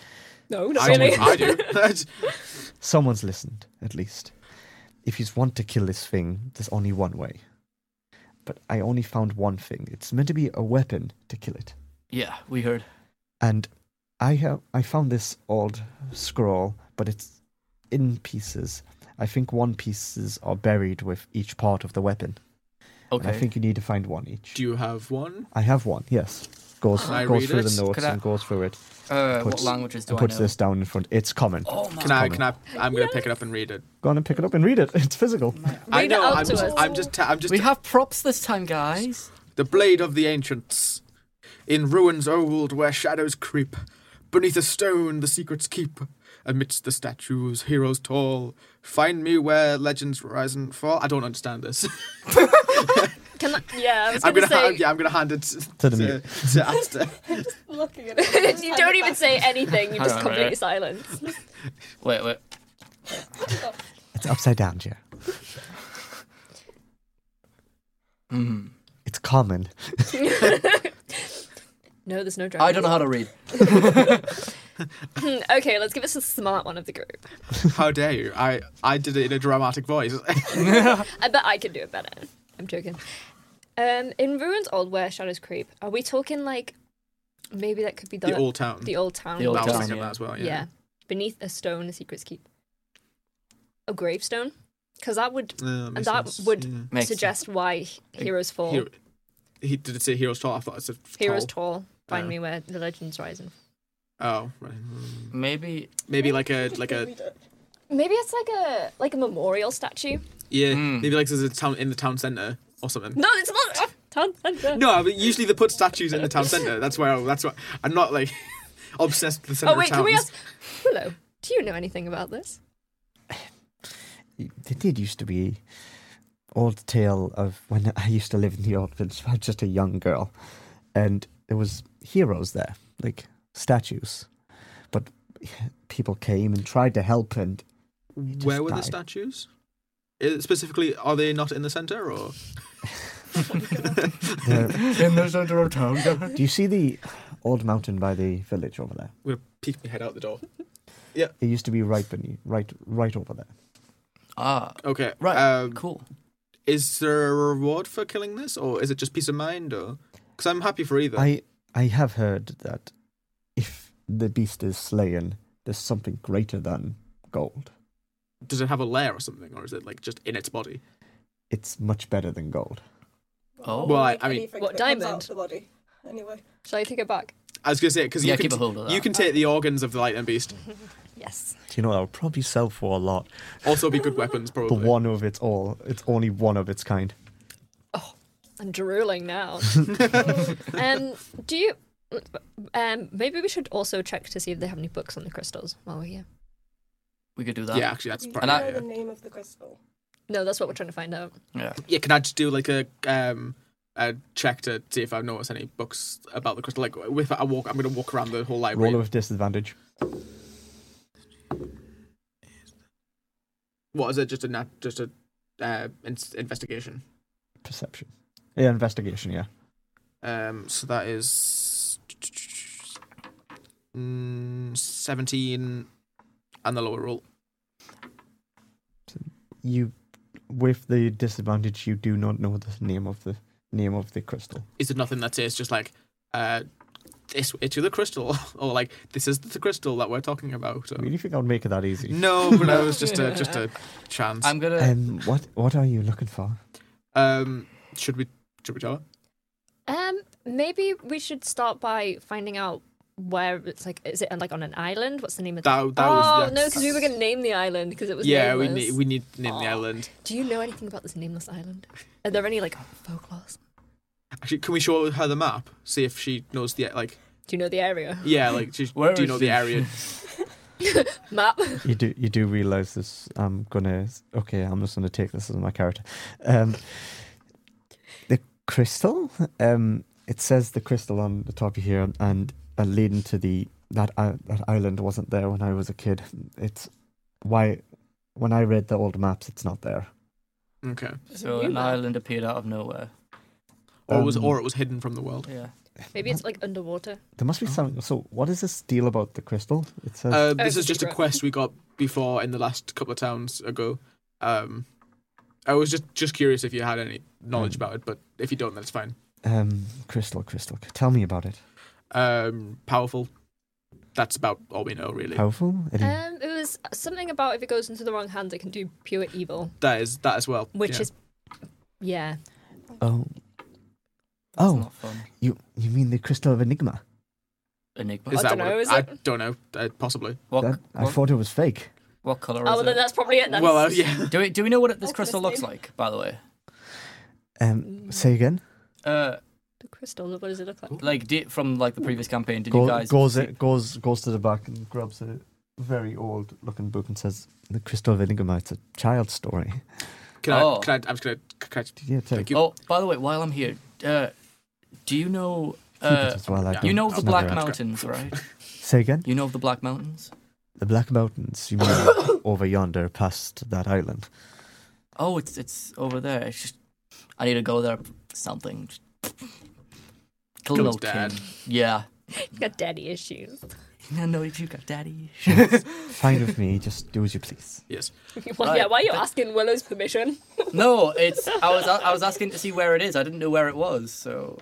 Speaker 4: No, not
Speaker 3: I,
Speaker 4: really.
Speaker 3: do. I do. That's-
Speaker 2: Someone's listened, at least. If you want to kill this thing, there's only one way. But I only found one thing. It's meant to be a weapon to kill it.
Speaker 1: Yeah, we heard.
Speaker 2: And I have I found this odd scroll, but it's in pieces. I think one pieces are buried with each part of the weapon. And
Speaker 1: Okay.
Speaker 2: I think you need to find one each.
Speaker 3: do you have one?
Speaker 2: I have one, yes. Goes
Speaker 3: Can I
Speaker 2: goes
Speaker 3: read
Speaker 2: through
Speaker 3: it?
Speaker 2: the notes
Speaker 1: Could I-
Speaker 2: and goes through it.
Speaker 1: uh, what
Speaker 2: puts-
Speaker 1: languages do
Speaker 2: and
Speaker 1: I
Speaker 2: puts
Speaker 1: know?
Speaker 2: this down in front. It's common.
Speaker 1: Oh my.
Speaker 3: Can I? Can I? I'm gonna pick it up and read it.
Speaker 2: Go on and pick it up and read it. It's physical.
Speaker 3: I
Speaker 4: Read it
Speaker 3: know.
Speaker 4: out
Speaker 3: I'm
Speaker 4: to
Speaker 3: just,
Speaker 4: us.
Speaker 3: I'm just. ta- I'm just.
Speaker 1: We have props this time, guys.
Speaker 3: The blade of the ancients. In ruins old where shadows creep, beneath a stone the secrets keep. Amidst the statues, heroes tall, find me where legends rise and fall. I don't understand this.
Speaker 4: Can I, yeah, I was
Speaker 3: I'm
Speaker 4: gonna,
Speaker 3: gonna, ha-
Speaker 4: say.
Speaker 3: yeah, I'm gonna hand it to,
Speaker 2: To the
Speaker 3: to, to Asta.
Speaker 5: Looking at it.
Speaker 4: You don't even say anything. You
Speaker 1: Hang
Speaker 4: just
Speaker 1: on a
Speaker 4: complete
Speaker 1: minute.
Speaker 4: silence.
Speaker 1: Wait, wait.
Speaker 2: It's upside down, Joe. Mm-hmm.
Speaker 1: Mm.
Speaker 2: It's common.
Speaker 4: No, there's no dragon.
Speaker 1: I don't know how to read.
Speaker 4: okay, let's give us a smart one of the group.
Speaker 3: How dare you? I, I did it in a dramatic voice.
Speaker 4: I bet I could do it better. I'm joking. Um, in ruins, old where shadows creep. Are we talking like maybe that could be the,
Speaker 3: The old town.
Speaker 4: the old town?
Speaker 1: The old
Speaker 3: I was
Speaker 1: town,
Speaker 3: thinking
Speaker 1: yeah.
Speaker 3: that as well.
Speaker 4: yeah.
Speaker 3: Yeah.
Speaker 4: beneath a stone, the secrets keep. A gravestone, because that would
Speaker 3: Yeah, that, makes
Speaker 4: that
Speaker 3: sense,
Speaker 4: would
Speaker 3: yeah.
Speaker 1: Makes
Speaker 4: suggest why heroes fall.
Speaker 3: Hero- he did it say heroes tall. I thought it said
Speaker 4: heroes
Speaker 3: tall.
Speaker 4: tall. Find
Speaker 3: Yeah.
Speaker 4: me where the legends rise. And...
Speaker 3: Oh, right. Mm.
Speaker 1: Maybe
Speaker 3: Maybe like a like a
Speaker 4: Maybe it's like a like a memorial statue.
Speaker 3: yeah.
Speaker 1: Mm.
Speaker 3: Maybe like there's a town in the town center or something.
Speaker 4: No, it's not. Town centre.
Speaker 3: No, but usually they put statues in the town center. That's why. I, that's why I'm not like obsessed with the center
Speaker 4: Oh wait,
Speaker 3: of towns.
Speaker 4: can we ask? Hello. Do you know anything about this?
Speaker 2: There did used to be old tale of when I used to live in the orphans. I was just a young girl, and there was heroes there, like statues, but people came and tried to help, and just
Speaker 3: Where were the
Speaker 2: died.
Speaker 3: statues? Uh, Specifically, are they not in the center or?
Speaker 2: the,
Speaker 1: in the center of town.
Speaker 2: do you see the old mountain by the village over there?
Speaker 3: I'm gonna peek my head out the door.
Speaker 2: It used to be right beneath, right, right over there.
Speaker 1: ah,
Speaker 3: Okay.
Speaker 1: right.
Speaker 3: Um,
Speaker 1: cool.
Speaker 3: Is there a reward for killing this, or is it just peace of mind? Or because I'm happy for either.
Speaker 2: I I have heard that if the beast is slain, there's something greater than gold.
Speaker 3: Does it have a lair or something, or is it like just in its body?
Speaker 2: It's much better than gold.
Speaker 1: Oh,
Speaker 3: Well, I- I mean-
Speaker 5: Anything
Speaker 4: What,
Speaker 5: that comes
Speaker 4: diamond?
Speaker 5: Out the body. Anyway,
Speaker 4: Shall I take it back?
Speaker 3: I was gonna say because
Speaker 1: Yeah,
Speaker 3: you can
Speaker 1: keep a hold of
Speaker 3: you
Speaker 1: that.
Speaker 3: can take the organs of the lightning beast.
Speaker 4: Yes.
Speaker 2: Do you know that would probably sell for a lot,
Speaker 3: Also, be good weapons
Speaker 2: but
Speaker 3: probably.
Speaker 2: one of its all, it's only one of its kind.
Speaker 4: I'm drooling now. um, do you? Um, maybe we should also check to see if they have any books on the crystals while we're here.
Speaker 1: we could do that.
Speaker 3: Yeah, actually, that's
Speaker 5: you
Speaker 3: probably.
Speaker 1: And I-
Speaker 5: know
Speaker 3: yeah.
Speaker 5: the name of the crystal.
Speaker 4: No, that's what we're trying to find out.
Speaker 1: yeah.
Speaker 3: Yeah, can I just do like a um a check to see if I've noticed any books about the crystal? Like, if I walk, I'm gonna walk around the whole library.
Speaker 2: Roll with disadvantage.
Speaker 3: What is it? Just a nat, just a uh, in- investigation.
Speaker 2: Perception. Yeah, investigation, yeah.
Speaker 3: Um, so that is mm, seventeen, and the lower roll.
Speaker 2: You with the disadvantage you do not know the name of the name of the crystal.
Speaker 3: Is it nothing that says just like uh this way to the crystal, or like this is the crystal that we're talking about?
Speaker 2: I
Speaker 3: Or...
Speaker 2: really think I'd make it that easy.
Speaker 3: No, but that was just a just a chance.
Speaker 1: I'm gonna.
Speaker 2: Um what what are you looking for?
Speaker 3: Um, should we should we tell her?
Speaker 4: Um, maybe we should start by finding out where it's like. Is it like on an island? What's the name of the?
Speaker 3: That, that
Speaker 4: oh
Speaker 3: was,
Speaker 4: no,
Speaker 3: that's-
Speaker 4: because we were gonna name the island because it was.
Speaker 3: yeah,
Speaker 4: nameless.
Speaker 3: we need we need to name the
Speaker 4: Aw.
Speaker 3: island.
Speaker 4: Do you know anything about this nameless island? Are there any like folklores?
Speaker 3: Actually, can we show her the map? See if she knows the like.
Speaker 4: Do you know the area?
Speaker 3: Yeah, like she,
Speaker 1: Where
Speaker 3: do you
Speaker 1: is
Speaker 3: know the
Speaker 1: she?
Speaker 3: area?
Speaker 4: Map.
Speaker 2: You do you do realize this? I'm gonna okay. I'm just gonna take this as my character. Um, the crystal. Um, it says the crystal on the top of here, and uh, leading to the that I- that island wasn't there when I was a kid. It's why when I read the old maps, it's not there.
Speaker 3: Okay.
Speaker 1: So
Speaker 4: New
Speaker 1: an
Speaker 4: map.
Speaker 1: island appeared out of nowhere.
Speaker 3: Or was
Speaker 2: Um,
Speaker 3: or it was hidden from the world.
Speaker 1: Yeah.
Speaker 4: Maybe it's like underwater.
Speaker 2: There must be something. So what is this deal about the crystal? It says
Speaker 3: Uh,
Speaker 4: Oh,
Speaker 3: this
Speaker 4: it's a
Speaker 3: is just a
Speaker 4: secret.
Speaker 3: quest we got before in the last couple of towns ago. Um, I was just just curious if you had any knowledge
Speaker 2: Um,
Speaker 3: about it, but if you don't, that's fine.
Speaker 2: um, crystal, crystal. Tell me about it.
Speaker 3: Um, powerful. That's about all we know, really.
Speaker 2: Powerful. It is-
Speaker 4: Um, it was something about if it goes into the wrong hands, it can do pure evil,
Speaker 3: that is that as well.
Speaker 4: which
Speaker 3: yeah.
Speaker 4: is, yeah,
Speaker 2: oh,
Speaker 1: That's
Speaker 2: oh.
Speaker 1: not fun.
Speaker 2: You you mean the crystal of enigma?
Speaker 1: Enigma.
Speaker 3: Is
Speaker 4: I
Speaker 3: that
Speaker 4: dunno,
Speaker 3: what
Speaker 4: is
Speaker 3: I
Speaker 4: it?
Speaker 3: don't know. Uh, possibly.
Speaker 1: what,
Speaker 2: That, I
Speaker 1: what,
Speaker 2: thought it was fake.
Speaker 1: what color
Speaker 4: Oh, well,
Speaker 1: is
Speaker 4: then
Speaker 1: it?
Speaker 4: that's probably it. Then.
Speaker 3: Well, uh, yeah.
Speaker 1: Do we do we know what this
Speaker 5: That's
Speaker 1: crystal looks
Speaker 5: misleading.
Speaker 1: like? By the way,
Speaker 2: Um, say again.
Speaker 1: uh,
Speaker 4: the crystal. What does it look like?
Speaker 1: like di from like the previous campaign, did
Speaker 2: Go,
Speaker 1: you guys
Speaker 2: goes
Speaker 1: see-
Speaker 2: goes goes to the back and grabs a very old looking book and says, "The Crystal of Enigma. It's a child's story."
Speaker 3: Can
Speaker 1: Oh.
Speaker 3: I? Can I? I'm just gonna. Can I,
Speaker 2: Did you take
Speaker 3: Thank you.
Speaker 1: Oh, by the way, while I'm here, uh, do you know?
Speaker 2: keep it
Speaker 1: Uh,
Speaker 2: as well? I
Speaker 3: yeah.
Speaker 2: don't
Speaker 1: you know
Speaker 2: smell
Speaker 1: the Black
Speaker 2: it.
Speaker 3: Mount-
Speaker 1: Mountains, right?
Speaker 2: Say again.
Speaker 1: You know of the Black Mountains?
Speaker 2: The Black Mountains. You mean over yonder, past that island?
Speaker 1: Oh, it's it's over there. It's just I need to go there. for Something. Just- Kill
Speaker 3: Kill
Speaker 1: no
Speaker 3: his dad.
Speaker 1: kid. Yeah.
Speaker 4: Got daddy issues.
Speaker 1: I know if you got daddy.
Speaker 2: Fine with me. Just do as you please.
Speaker 3: Yes.
Speaker 4: Well,
Speaker 1: Right,
Speaker 4: yeah, why are you
Speaker 1: but-
Speaker 4: asking Willow's permission?
Speaker 1: no, it's I was I was asking to see where it is. I didn't know where it was, so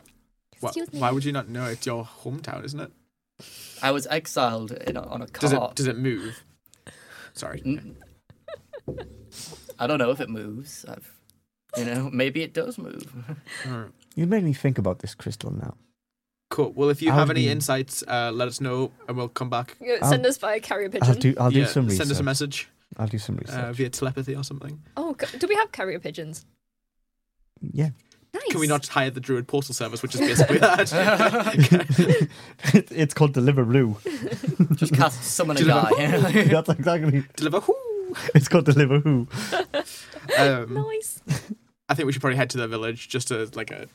Speaker 3: Why,
Speaker 4: Excuse me.
Speaker 3: why would you not know? It's your hometown, isn't it?
Speaker 1: I was exiled in a, on a
Speaker 3: Does
Speaker 1: cart.
Speaker 3: it does it move? Sorry.
Speaker 1: N- I don't know if it moves. I've, you know, maybe it does move.
Speaker 3: Alright.
Speaker 2: You made me think about this crystal now.
Speaker 3: Cool. Well, if you
Speaker 2: I'll
Speaker 3: have any
Speaker 2: be-
Speaker 3: insights, uh, let us know, and we'll come back.
Speaker 4: You know,
Speaker 2: I'll-
Speaker 4: Send us by carrier pigeon.
Speaker 2: Um, I'll do. I'll
Speaker 3: yeah,
Speaker 2: do some research.
Speaker 3: Send us a message
Speaker 2: I'll do some research.
Speaker 3: uh, via telepathy or something.
Speaker 4: Oh, go- do we have carrier pigeons?
Speaker 2: yeah.
Speaker 4: Nice.
Speaker 3: Can we not hire the Druid Portal Service, which is basically that?
Speaker 2: It- it's called Deliveroo.
Speaker 1: Just cast summon a
Speaker 3: Just like,
Speaker 1: guy.
Speaker 2: That's exactly.
Speaker 3: Deliver. Whoo!
Speaker 2: It's called Deliveroo.
Speaker 3: Um,
Speaker 4: Nice.
Speaker 3: I think we should probably head to the village just to like a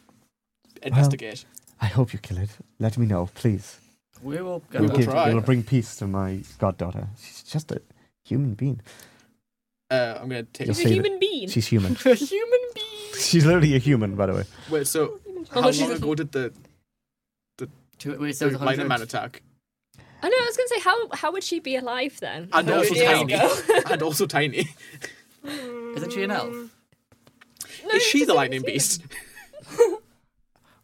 Speaker 3: investigate.
Speaker 2: I hope you kill it. Let me know, please.
Speaker 1: we will go.
Speaker 2: It will
Speaker 3: we'll
Speaker 1: back.
Speaker 2: give-
Speaker 3: try.
Speaker 2: it will bring peace to my goddaughter. She's just a human being.
Speaker 3: Uh, I'm gonna take.
Speaker 2: Yes.
Speaker 4: She's
Speaker 2: say
Speaker 4: a
Speaker 2: that-
Speaker 4: human being.
Speaker 2: She's human.
Speaker 1: a human being.
Speaker 2: She's literally a human, by the way.
Speaker 3: Wait. So
Speaker 4: Oh,
Speaker 3: how
Speaker 4: she's
Speaker 3: long
Speaker 5: Hmm.
Speaker 4: a-
Speaker 3: ago did the,
Speaker 1: Two, wait, so
Speaker 3: the
Speaker 1: it was
Speaker 3: lightning
Speaker 1: 100.
Speaker 3: man attack?
Speaker 4: I know. I was gonna say how how would she be alive then?
Speaker 3: And
Speaker 1: also
Speaker 4: Years
Speaker 1: tiny.
Speaker 4: ago.
Speaker 3: And also tiny.
Speaker 1: Isn't she an elf?
Speaker 4: No,
Speaker 3: Is she
Speaker 4: she's
Speaker 3: the
Speaker 4: a
Speaker 3: lightning
Speaker 4: human.
Speaker 3: beast?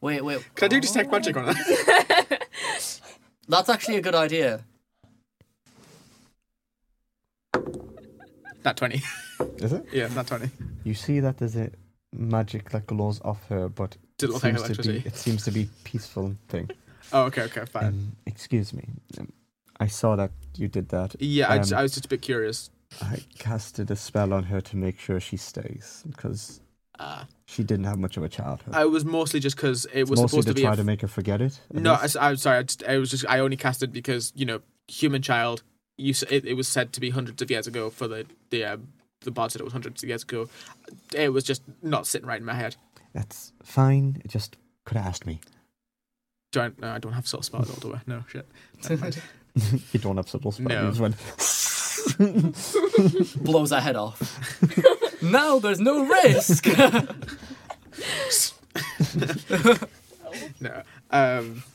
Speaker 1: Wait, wait. Oh.
Speaker 3: Can I do detect magic on her?
Speaker 1: That's actually a good idea.
Speaker 3: Not twenty.
Speaker 2: Is it?
Speaker 3: Yeah, not twenty.
Speaker 2: You see that there's a magic that glows off her, but it
Speaker 3: Did it look like
Speaker 2: seems to be
Speaker 3: electricity?
Speaker 2: it seems to be peaceful thing.
Speaker 3: Oh, okay, okay, fine.
Speaker 2: Um, excuse me. Um, I saw that you did that.
Speaker 3: yeah, I,
Speaker 2: um,
Speaker 3: just, I was just a bit curious.
Speaker 2: I casted a spell on her to make sure she stays because
Speaker 3: Uh,
Speaker 2: she didn't have much of a childhood.
Speaker 3: I was mostly just because it Uh, was
Speaker 2: Mostly
Speaker 3: supposed
Speaker 2: to,
Speaker 3: to be.
Speaker 2: try
Speaker 3: a-
Speaker 2: to make her forget it. I
Speaker 3: no,
Speaker 2: guess.
Speaker 3: I, am sorry. I, just, I was just. I only casted because you know, human child. You s- it, it was said to be hundreds of years ago for the the um, the bard said it was hundreds of years ago. It was just not sitting right in my head.
Speaker 2: That's fine. It just could have asked me.
Speaker 3: Do I, no, I don't have soft spot all the way. No shit. Never mind.
Speaker 2: you don't have subtle spell.
Speaker 3: No.
Speaker 2: You just went,
Speaker 1: Blows her head off. now there's no risk.
Speaker 3: no. Um.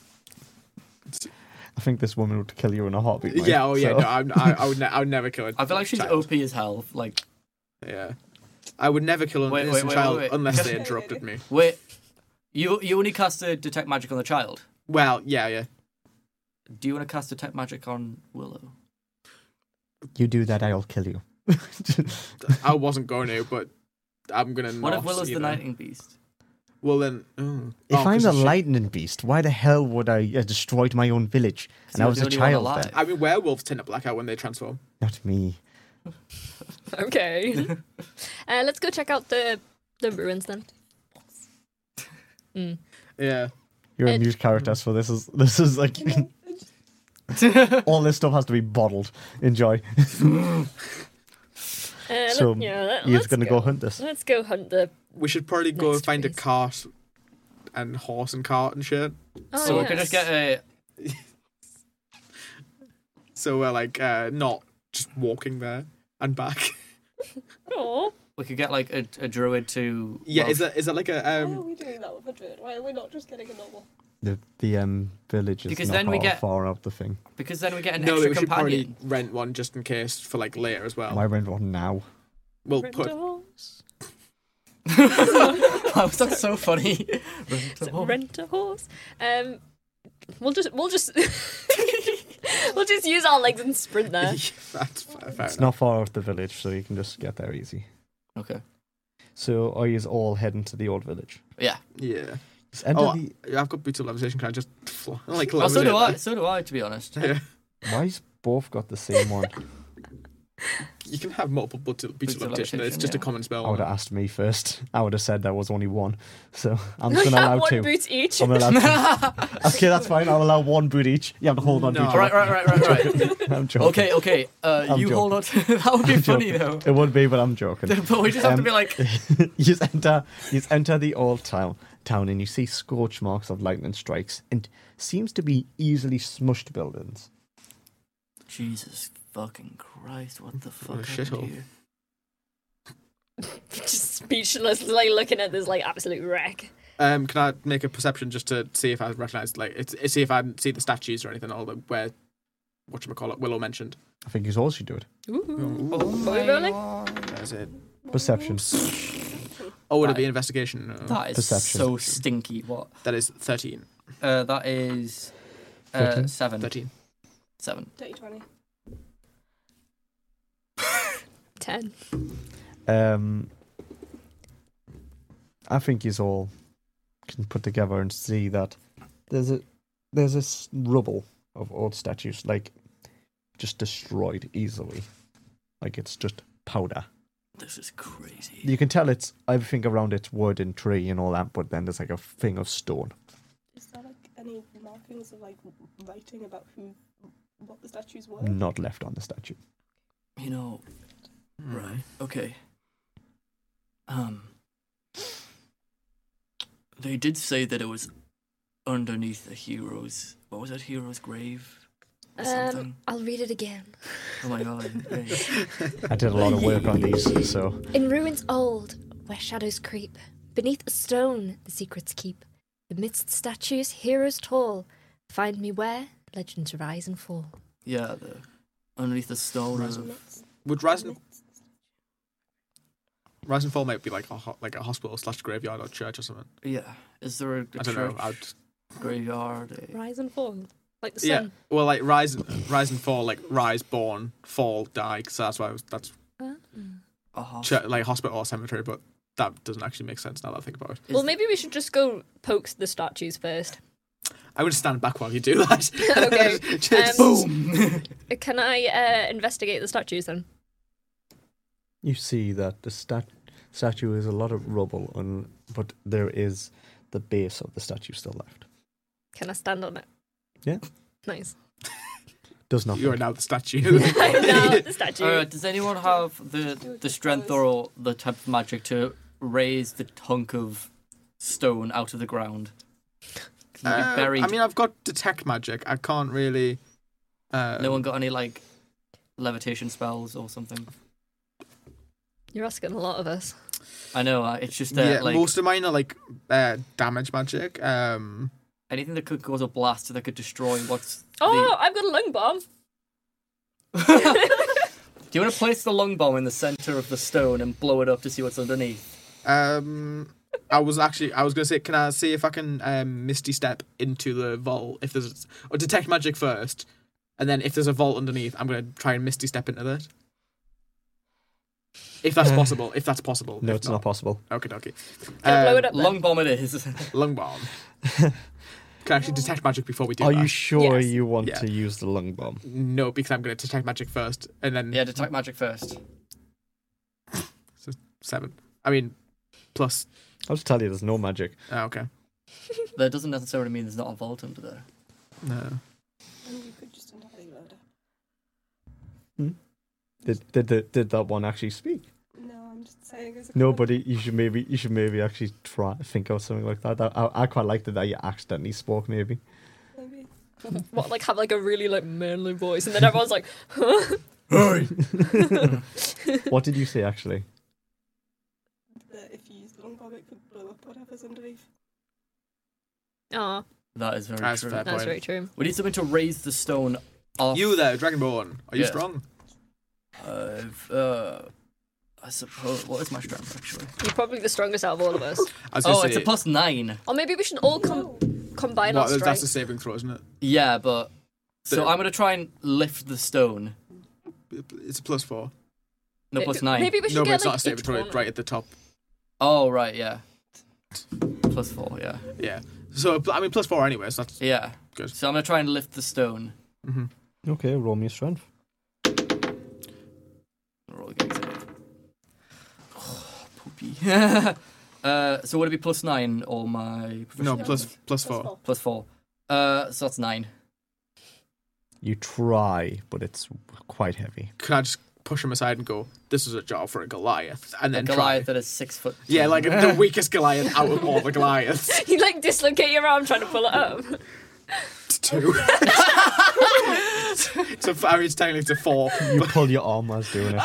Speaker 2: I think this woman would kill you in a heartbeat. mate."
Speaker 3: Yeah. Oh yeah.
Speaker 2: So-
Speaker 3: No. I'm, I, I would. Ne- I would never kill it.
Speaker 1: I feel like she's OP as hell. Like,
Speaker 3: Yeah. I would never kill an
Speaker 1: Wait, wait,
Speaker 3: innocent
Speaker 1: wait, wait,
Speaker 3: child
Speaker 1: wait.
Speaker 3: unless they interrupted me.
Speaker 1: wait. You you only cast a detect magic on the child.
Speaker 3: Well, yeah, yeah.
Speaker 1: Do you want to cast detect magic on Willow?
Speaker 2: You do that, I'll kill you.
Speaker 3: I wasn't going to, but I'm gonna.
Speaker 1: What
Speaker 3: not,
Speaker 1: if Willow's
Speaker 3: you
Speaker 1: the
Speaker 3: know.
Speaker 1: lightning beast?
Speaker 3: Well then, oh.
Speaker 2: If
Speaker 3: Oh,
Speaker 2: I'm
Speaker 3: 'cause
Speaker 2: the
Speaker 3: of shit.
Speaker 2: lightning beast, why the hell would I I destroyed my own village? And I
Speaker 1: you're
Speaker 2: was
Speaker 1: the
Speaker 2: a
Speaker 1: only one
Speaker 2: child
Speaker 1: alive.
Speaker 2: then.
Speaker 3: I mean, werewolves tend to black out when they transform.
Speaker 2: Not me.
Speaker 4: Okay. uh, let's go check out the the ruins then. Mm.
Speaker 3: Yeah.
Speaker 2: You're a
Speaker 4: It-
Speaker 2: new character, so this is this is like all this stuff has to be bottled. Enjoy.
Speaker 4: Uh, let-
Speaker 2: So,
Speaker 4: yeah, let,
Speaker 2: You're
Speaker 4: us
Speaker 2: gonna go. hunt this.
Speaker 4: Let's go hunt the.
Speaker 3: We should probably go
Speaker 4: Next
Speaker 3: find a
Speaker 4: phase.
Speaker 3: cart and horse and cart and shit.
Speaker 4: Oh,
Speaker 1: so we
Speaker 4: yes.
Speaker 1: could just get a.
Speaker 3: So we're like uh, not just walking there and back.
Speaker 4: Aw.
Speaker 1: We could get like a, a druid to.
Speaker 3: yeah.
Speaker 1: well,
Speaker 3: Is that is that like a
Speaker 5: Why
Speaker 4: Oh.
Speaker 5: are
Speaker 3: um?
Speaker 5: Oh, we doing that with a druid? Why are we not just getting a normal?
Speaker 2: The the um village is
Speaker 1: Because
Speaker 2: not
Speaker 1: then we
Speaker 2: far-
Speaker 1: get-
Speaker 2: far up the thing.
Speaker 1: Because then we get an
Speaker 3: No,
Speaker 1: extra
Speaker 3: we should probably
Speaker 1: companion.
Speaker 3: rent one just in case for like later as well.
Speaker 2: Why rent one now?
Speaker 3: We'll put
Speaker 4: horse.
Speaker 1: Why was that so funny?
Speaker 4: Rent a horse. Um, we'll just we'll just we'll just use our legs and sprint there.
Speaker 3: that's fair, fair
Speaker 2: It's
Speaker 3: enough.
Speaker 2: not far off the village, so you can just get there easy.
Speaker 1: okay.
Speaker 2: So are you all heading to the old village?
Speaker 1: Yeah.
Speaker 3: Yeah.
Speaker 2: Just enter
Speaker 3: Oh,
Speaker 2: the-
Speaker 3: I've got boots of levitation. Can I just fly? like
Speaker 1: Well, so do I.
Speaker 3: levitate
Speaker 1: So do I. To be honest.
Speaker 3: there? Yeah.
Speaker 2: Why's both got the same one?
Speaker 3: You can have multiple boots of, boots
Speaker 1: Boots
Speaker 3: of
Speaker 1: of
Speaker 3: levitation. It's
Speaker 1: levitation,
Speaker 3: just a
Speaker 1: yeah.
Speaker 3: common spell.
Speaker 2: I would have asked me first. I would have said there was only one. So I'm just gonna
Speaker 4: have
Speaker 2: allow
Speaker 4: one
Speaker 2: two.
Speaker 4: boot each.
Speaker 2: I'm allowed two. okay, that's fine. I'll allow one boot each. You have to hold on to
Speaker 3: No.
Speaker 2: each
Speaker 1: All right, right, right, right, right.
Speaker 2: other. I'm joking.
Speaker 1: Okay, okay. Uh,
Speaker 2: I'm
Speaker 1: you hold on. To... that would be funny though.
Speaker 2: It would be, but I'm joking.
Speaker 1: but we just have to
Speaker 2: Um,
Speaker 1: be like,
Speaker 2: you just enter, you just enter the old town, town, and you see scorch marks of lightning strikes, and seems to be easily smushed buildings.
Speaker 1: Jesus fucking Christ! What the
Speaker 2: Oh,
Speaker 1: fuck?
Speaker 3: a shithole.
Speaker 1: happened here?
Speaker 4: just speechless, like looking at this like absolute wreck.
Speaker 3: Um, can I make a perception just to see if I recognize, like, it's, see if I see the statues or anything, or the, where whatchamacallit, Willow mentioned.
Speaker 2: I think he's all she do it.
Speaker 3: Ooh,
Speaker 1: Oh
Speaker 4: Are we rolling?
Speaker 3: there's it.
Speaker 2: Perception.
Speaker 3: Oh, it'll
Speaker 1: Right.
Speaker 3: be investigation. Uh,
Speaker 1: That is
Speaker 2: Perception.
Speaker 1: so stinky. What?
Speaker 3: that is 13.
Speaker 1: Uh, that is uh,
Speaker 2: Thirteen?
Speaker 1: seven.
Speaker 3: 13.
Speaker 1: Seven.
Speaker 5: Dirty 20.
Speaker 4: Ten.
Speaker 2: Um, I think he's all can put together and see that there's a there's a s- rubble of old statues like just destroyed easily, like it's just powder.
Speaker 1: This is crazy.
Speaker 2: You can tell it's everything around it's wood and tree and all that, but then there's like a thing of stone.
Speaker 5: Is there like any markings of like writing about who, what the statues were?
Speaker 2: not left on the statue.
Speaker 1: You know. Right. Okay. Um. They did say that it was underneath the hero's. What was it? Hero's grave. or
Speaker 4: Um,
Speaker 1: Something.
Speaker 4: I'll read it again.
Speaker 1: Oh my god. hey.
Speaker 2: I did a lot of work on these, so
Speaker 4: In ruins old, where shadows creep, beneath a stone the secrets keep, amidst statues heroes tall, find me where legends rise and fall.
Speaker 1: Yeah. The, underneath the stone.
Speaker 3: Right.
Speaker 1: Of,
Speaker 5: Myths?
Speaker 3: Would Rise and,
Speaker 5: Myths?
Speaker 3: Rise and Fall might be like a, ho- like a hospital slash graveyard or church or something.
Speaker 1: yeah. Is there a, a
Speaker 3: I don't know.
Speaker 1: church
Speaker 3: I'd,
Speaker 1: graveyard? a-
Speaker 4: Rise and fall, like the
Speaker 3: yeah.
Speaker 4: sun.
Speaker 3: Well, like Rise, Rise and Fall, like Rise, born, fall, die. Because that's why I was, that's
Speaker 1: a hospital?
Speaker 3: chur like hospital or cemetery, but that doesn't actually make sense now that I think about it.
Speaker 1: Is
Speaker 4: Well, maybe we should just go poke the statues first.
Speaker 3: I would stand back while you do that. um,
Speaker 4: Okay,
Speaker 3: Just-
Speaker 1: Boom.
Speaker 4: Um, Can I uh, investigate the statues then?
Speaker 2: you see that the stat- statue is a lot of rubble, and but there is the base of the statue still left.
Speaker 4: Can I stand on it?
Speaker 2: Yeah.
Speaker 4: Nice.
Speaker 2: Does not.
Speaker 3: You are now the statue.
Speaker 4: I'm now at the statue.
Speaker 1: Uh, does anyone have the the strength or the type of magic to raise the hunk of stone out of the ground? Can it
Speaker 3: Uh,
Speaker 1: be buried?
Speaker 3: I mean, I've got detect magic. I can't really. Uh,
Speaker 1: no one got any like levitation spells or something.
Speaker 4: You're asking a lot of us.
Speaker 1: I know uh, it's just that
Speaker 3: yeah,
Speaker 1: like
Speaker 3: most of mine are like uh, damage magic. Um,
Speaker 1: anything that could cause a blast that could destroy what's.
Speaker 4: Oh, I've got a lung bomb.
Speaker 1: The... Do you want to place the lung bomb in the center of the stone and blow it up to see what's underneath?
Speaker 3: um, I was actually I was gonna say, can I see if I can um, misty step into the vault if there's or detect magic first, and then if there's a vault underneath, I'm gonna try and misty step into that. If that's
Speaker 2: Uh,
Speaker 3: possible, if that's possible.
Speaker 2: No,
Speaker 3: if
Speaker 2: it's not possible.
Speaker 3: Okay, okay.
Speaker 4: Can I blow
Speaker 3: Um,
Speaker 4: it up then?
Speaker 1: Uh, Lung bomb it is.
Speaker 3: Lung bomb. can I actually detect magic before we do
Speaker 2: Are
Speaker 3: that?
Speaker 2: you sure
Speaker 4: Yes.
Speaker 2: you want
Speaker 3: Yeah.
Speaker 2: to use the lung bomb?
Speaker 3: no, because I'm gonna detect magic first, and then
Speaker 1: yeah, detect magic first.
Speaker 3: seven. I mean, plus.
Speaker 2: I'll just tell you, there's no magic.
Speaker 3: Oh, okay.
Speaker 1: That doesn't necessarily mean there's not a vault under there.
Speaker 3: No.
Speaker 5: And you could just entirely load up.
Speaker 2: Did did Hmm? the, did that one actually speak?
Speaker 5: No, I'm just saying. as a
Speaker 2: No,
Speaker 5: comment.
Speaker 2: but it- you should maybe you should maybe actually try think of something like that. That- I, I quite liked it that you accidentally spoke. Maybe
Speaker 5: Maybe.
Speaker 4: What, like have like a really like manly voice, and then everyone's like, huh?
Speaker 2: what did you say actually?
Speaker 5: that if you use the long bomb, it could blow up whatever's underneath.
Speaker 4: "Ah,
Speaker 1: That is very
Speaker 3: That's
Speaker 1: true.
Speaker 3: fair.
Speaker 4: that's
Speaker 3: Fine.
Speaker 4: very true."
Speaker 1: We need something to raise the stone off.
Speaker 3: You there, Dragonborn. Are you
Speaker 1: Yeah.
Speaker 3: strong?
Speaker 1: I've, uh, I suppose. What is my strength actually?
Speaker 4: You're probably the strongest out of all of us.
Speaker 3: I was gonna
Speaker 1: Oh,
Speaker 3: say,
Speaker 1: it's a plus nine.
Speaker 4: Or maybe we should all
Speaker 5: Oh,
Speaker 4: com- combine
Speaker 3: what-
Speaker 4: our strength.
Speaker 3: that's a saving throw, isn't it?
Speaker 1: Yeah, but so
Speaker 3: There.
Speaker 1: I'm gonna try and lift the stone.
Speaker 3: It's a plus four.
Speaker 1: No, plus nine.
Speaker 4: Maybe we should
Speaker 3: No, but
Speaker 4: get
Speaker 3: it's
Speaker 4: like
Speaker 3: not a saving
Speaker 4: each
Speaker 3: throw.
Speaker 4: one.
Speaker 3: It's right at the top.
Speaker 1: Oh right, yeah. Plus four, yeah,
Speaker 3: Yeah. So I mean, plus four anyway. So that's mm-hmm.
Speaker 1: yeah.
Speaker 3: Good.
Speaker 1: So I'm gonna try and lift the stone.
Speaker 2: Okay, roll me a strength.
Speaker 1: Roll against it. Oh, poopy. uh, so would it be plus nine or my
Speaker 3: no
Speaker 1: proficiency bonus?
Speaker 3: plus plus
Speaker 5: Plus
Speaker 3: four.
Speaker 1: plus four? Uh, so that's nine.
Speaker 2: You try, but it's quite heavy.
Speaker 3: Can I just push him aside and go? This is a job for a Goliath, and
Speaker 1: A
Speaker 3: then
Speaker 1: Goliath
Speaker 3: Try.
Speaker 1: that is six foot.
Speaker 3: Yeah,
Speaker 1: tall.
Speaker 3: like the weakest Goliath out of all the Goliaths.
Speaker 4: You like dislocate your arm trying to pull it up.
Speaker 3: It's two. it's a, I mean, it's technically it's a four.
Speaker 2: You pull your arm as doing it.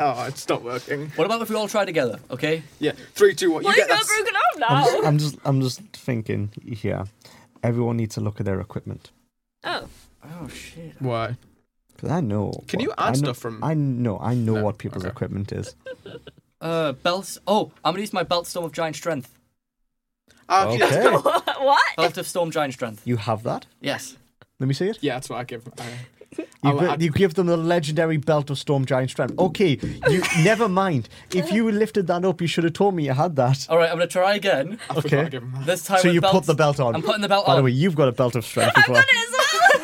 Speaker 3: Oh, it's not working.
Speaker 1: What about if we all try together? Okay.
Speaker 3: Yeah, three, two, one. You
Speaker 4: Well,
Speaker 3: get
Speaker 4: you've got a
Speaker 3: that's-
Speaker 4: broken arm
Speaker 2: I'm just,
Speaker 4: now.
Speaker 2: I'm just I'm just thinking here. Everyone needs to look at their equipment.
Speaker 4: Oh,
Speaker 1: Oh shit.
Speaker 3: Why?
Speaker 2: 'Cause I know.
Speaker 3: Can
Speaker 2: what-
Speaker 3: you add
Speaker 2: I know-
Speaker 3: stuff from-
Speaker 2: I know. I know
Speaker 3: No,
Speaker 2: what people's
Speaker 3: okay.
Speaker 2: equipment is.
Speaker 1: Uh, belts. Oh, I'm gonna use my belt storm of giant strength.
Speaker 3: Ah, yeah,
Speaker 2: Okay.
Speaker 4: Oh. what?
Speaker 1: Belt of storm giant strength.
Speaker 2: You have that.
Speaker 1: Yes.
Speaker 2: Let me see it.
Speaker 3: yeah, that's what I give. I-
Speaker 2: You,
Speaker 3: I'll
Speaker 2: gi-
Speaker 3: add-
Speaker 2: you give them the legendary belt of storm giant strength. Okay, you never mind. If you lifted that up, you should have told me you had that.
Speaker 1: All right, I'm gonna try again.
Speaker 3: I forgot
Speaker 2: Okay.
Speaker 3: I give him that.
Speaker 1: This time.
Speaker 2: So
Speaker 1: with
Speaker 2: you
Speaker 1: belt-
Speaker 2: put the belt on.
Speaker 1: I'm putting the belt
Speaker 2: By
Speaker 1: on.
Speaker 2: the way, you've got a belt of strength as well.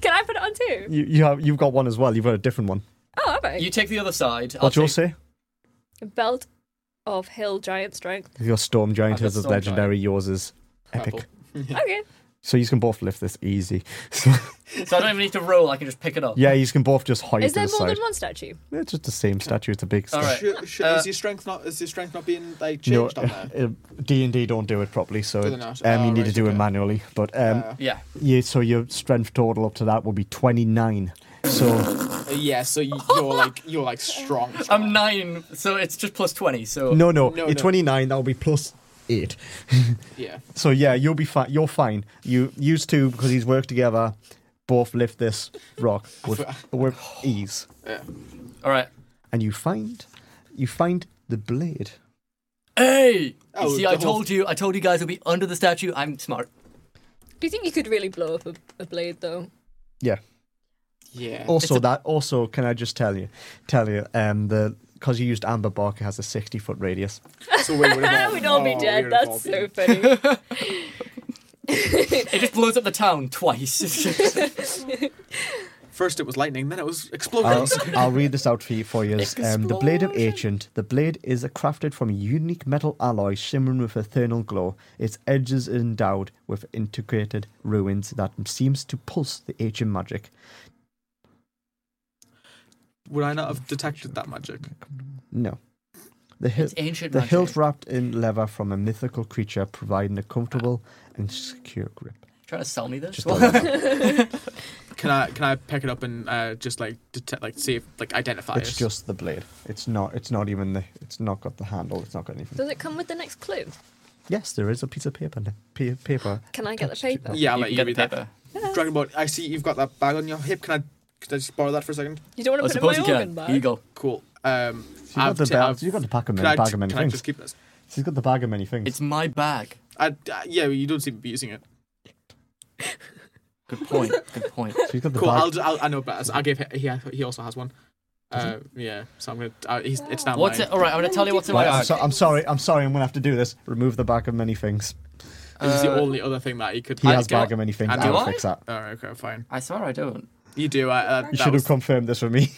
Speaker 4: Can I put it on too?
Speaker 2: You, you have, you've got one as well. You've got a different one.
Speaker 4: Oh, have I?
Speaker 1: you take the other side. I'll
Speaker 2: What do you
Speaker 1: take-
Speaker 2: say?
Speaker 4: Belt of hill giant strength.
Speaker 2: Your storm giant
Speaker 1: I've got
Speaker 2: his is
Speaker 1: storm
Speaker 2: legendary. Yours is epic.
Speaker 3: Purple.
Speaker 4: Okay.
Speaker 2: So you can both lift this easy. So,
Speaker 1: So I don't even need to roll. I can just pick it up.
Speaker 2: yeah, you can both just hoist
Speaker 4: Is there
Speaker 2: it aside.
Speaker 4: more than one statue?
Speaker 2: It's just the same statue. It's a big.
Speaker 1: All
Speaker 2: statue.
Speaker 1: right.
Speaker 3: Should, should,
Speaker 1: Uh,
Speaker 3: is your strength not? Is your strength not being like
Speaker 2: No, uh,
Speaker 3: changed on there?
Speaker 2: D and D don't do it properly, so
Speaker 3: Do they
Speaker 2: it-
Speaker 3: not?
Speaker 2: um,
Speaker 3: Oh,
Speaker 2: you need to
Speaker 3: right,
Speaker 2: do it
Speaker 3: okay.
Speaker 2: manually. But um,
Speaker 3: Uh,
Speaker 1: Yeah.
Speaker 2: yeah, so your strength total up to that will be twenty nine. So
Speaker 3: Uh, yeah, so you, you're like you're like strong.
Speaker 4: Um,
Speaker 1: I'm nine, so it's just plus twenty. So
Speaker 2: no, no,
Speaker 3: No,
Speaker 2: you're
Speaker 3: no.
Speaker 2: twenty nine. That will be plus eight.
Speaker 3: Yeah.
Speaker 2: So yeah, you'll be fine. You're fine. You used to because he's worked together. Both lift this rock with, with ease,
Speaker 3: Yeah.
Speaker 1: All right.
Speaker 2: and you find you find the blade.
Speaker 1: Hey.
Speaker 3: Oh,
Speaker 1: you see,
Speaker 3: the
Speaker 1: I
Speaker 3: whole-
Speaker 1: told you. I told you guys it'll be under the statue. I'm smart.
Speaker 4: Do you think you could really blow up a, a blade though?
Speaker 2: Yeah.
Speaker 3: Yeah.
Speaker 2: Also that. Also, can I just tell you, tell you, um, the because you used amber bark, it has a sixty foot radius.
Speaker 3: So we would Oh,
Speaker 4: I would all be dead. That's so funny.
Speaker 1: It just blows up the town twice. It's
Speaker 3: First it was lightning, then it was
Speaker 2: Oh. I'll,
Speaker 3: explosions.
Speaker 2: I'll read this out for you for you. Um, the blade of
Speaker 1: Explosion.
Speaker 2: ancient. The blade is crafted from a unique metal alloy shimmering with eternal glow. Its edges are endowed with integrated ruins that seems to pulse the ancient magic.
Speaker 3: would I not have detected that magic?
Speaker 2: No. The hilt,
Speaker 1: ancient
Speaker 2: the
Speaker 1: magic.
Speaker 2: hilt wrapped in leather from a mythical creature, providing a comfortable and secure grip.
Speaker 1: Trying to sell me this?
Speaker 2: Just a leather.
Speaker 3: Can I can I pick it up and uh, just like detect like see if like identify
Speaker 2: it's
Speaker 3: it?
Speaker 2: just the blade. It's not. It's not even the. It's not got the handle. It's not got anything.
Speaker 4: Does it come with the next clue?
Speaker 2: Yes, there is a piece of paper. pa- Paper.
Speaker 4: Can I get the
Speaker 2: attached to
Speaker 4: paper?
Speaker 3: yeah, I'll
Speaker 1: You
Speaker 3: let
Speaker 1: can
Speaker 3: you
Speaker 1: get
Speaker 3: read
Speaker 1: the
Speaker 3: that.
Speaker 1: paper.
Speaker 3: Dragon Ball, I see you've got that bag on your hip. Can I can I just borrow that for a second?
Speaker 4: You don't
Speaker 1: I
Speaker 4: want to put
Speaker 1: suppose
Speaker 4: it
Speaker 1: you
Speaker 4: in my organ
Speaker 1: can.
Speaker 4: bag.
Speaker 1: Here you go.
Speaker 3: Cool. Um,
Speaker 2: So you got the
Speaker 3: t-
Speaker 2: bag-
Speaker 3: I've-
Speaker 2: you got the pack of
Speaker 3: Can
Speaker 2: many-
Speaker 3: I
Speaker 2: bag
Speaker 3: just-
Speaker 2: of many
Speaker 3: Can I
Speaker 2: things.
Speaker 3: just keep this?
Speaker 2: She's got the bag of many things.
Speaker 1: It's my bag.
Speaker 3: I, uh, yeah, you don't seem to be using it.
Speaker 1: Good point. Good point.
Speaker 2: She's got the
Speaker 3: Cool.
Speaker 2: bag.
Speaker 3: I'll, I'll I know better. So I gave he he, he also has one. Uh, yeah. So I'm gonna. Uh, he's, it's now
Speaker 1: What's
Speaker 3: mine.
Speaker 1: it? All right, I'm gonna tell you what's in my
Speaker 2: Right, I'm,
Speaker 1: bag.
Speaker 2: so, I'm sorry. I'm sorry. I'm gonna have to do this. Remove the bag of many things.
Speaker 3: This is the
Speaker 1: Uh,
Speaker 3: only other thing that he could.
Speaker 2: He
Speaker 1: I
Speaker 2: has
Speaker 1: do-
Speaker 2: bag of many things.
Speaker 3: I do
Speaker 2: I'll
Speaker 1: I?
Speaker 2: fix that.
Speaker 3: All right. Okay. Fine.
Speaker 1: I swear I don't.
Speaker 3: You do. I, uh,
Speaker 2: You
Speaker 3: that
Speaker 2: should
Speaker 3: was-
Speaker 2: have confirmed this with me.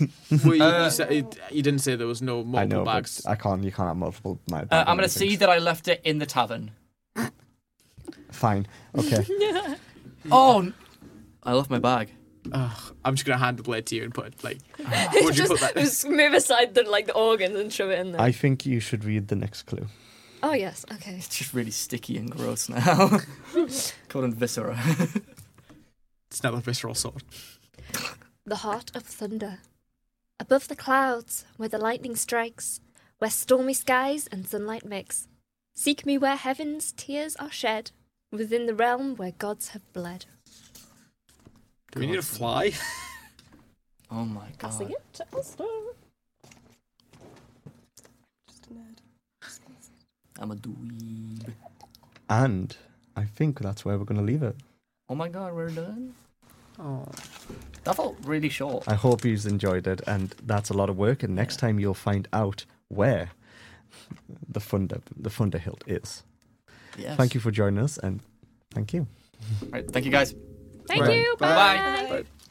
Speaker 3: Well, you,
Speaker 1: Uh,
Speaker 3: you, said, you, you didn't say there was no
Speaker 2: I
Speaker 3: multiple
Speaker 2: know, but
Speaker 3: bags.
Speaker 2: I can't. You can't have multiple. My bag
Speaker 1: Uh,
Speaker 2: of
Speaker 1: I'm
Speaker 2: many
Speaker 1: gonna see
Speaker 2: things.
Speaker 1: that I left it in the tavern.
Speaker 2: Fine. Okay.
Speaker 1: Oh, n- I left my bag.
Speaker 3: Ugh, I'm just gonna hand the blade to you and put it like.
Speaker 4: It's
Speaker 3: would you put
Speaker 4: just,
Speaker 3: that?
Speaker 4: just move aside the like the organs and shove it in there.
Speaker 2: I think you should read the next clue.
Speaker 4: Oh yes, okay.
Speaker 1: It's just really sticky and gross now. Called in viscera.
Speaker 3: It's not a visceral sword.
Speaker 4: The heart of thunder. Above the clouds, where the lightning strikes, where stormy skies and sunlight mix. Seek me where heaven's tears are shed, within the realm where gods have bled.
Speaker 3: Do we need a fly?
Speaker 1: Oh my god.
Speaker 4: Passing it to Esther.
Speaker 5: Just a nerd.
Speaker 1: I'm a dweeb.
Speaker 2: And I think that's where we're gonna leave it.
Speaker 1: Oh my god, we're done.
Speaker 3: Oh.
Speaker 1: That felt really short.
Speaker 2: I hope you've enjoyed it, and that's a lot of work. And next time you'll find out where the funder the funder hilt is.
Speaker 1: Yes.
Speaker 2: Thank you for joining us, and thank you.
Speaker 1: All right, thank you guys.
Speaker 4: Thank
Speaker 3: Right.
Speaker 4: you.
Speaker 3: Bye.
Speaker 4: Bye.
Speaker 5: Bye.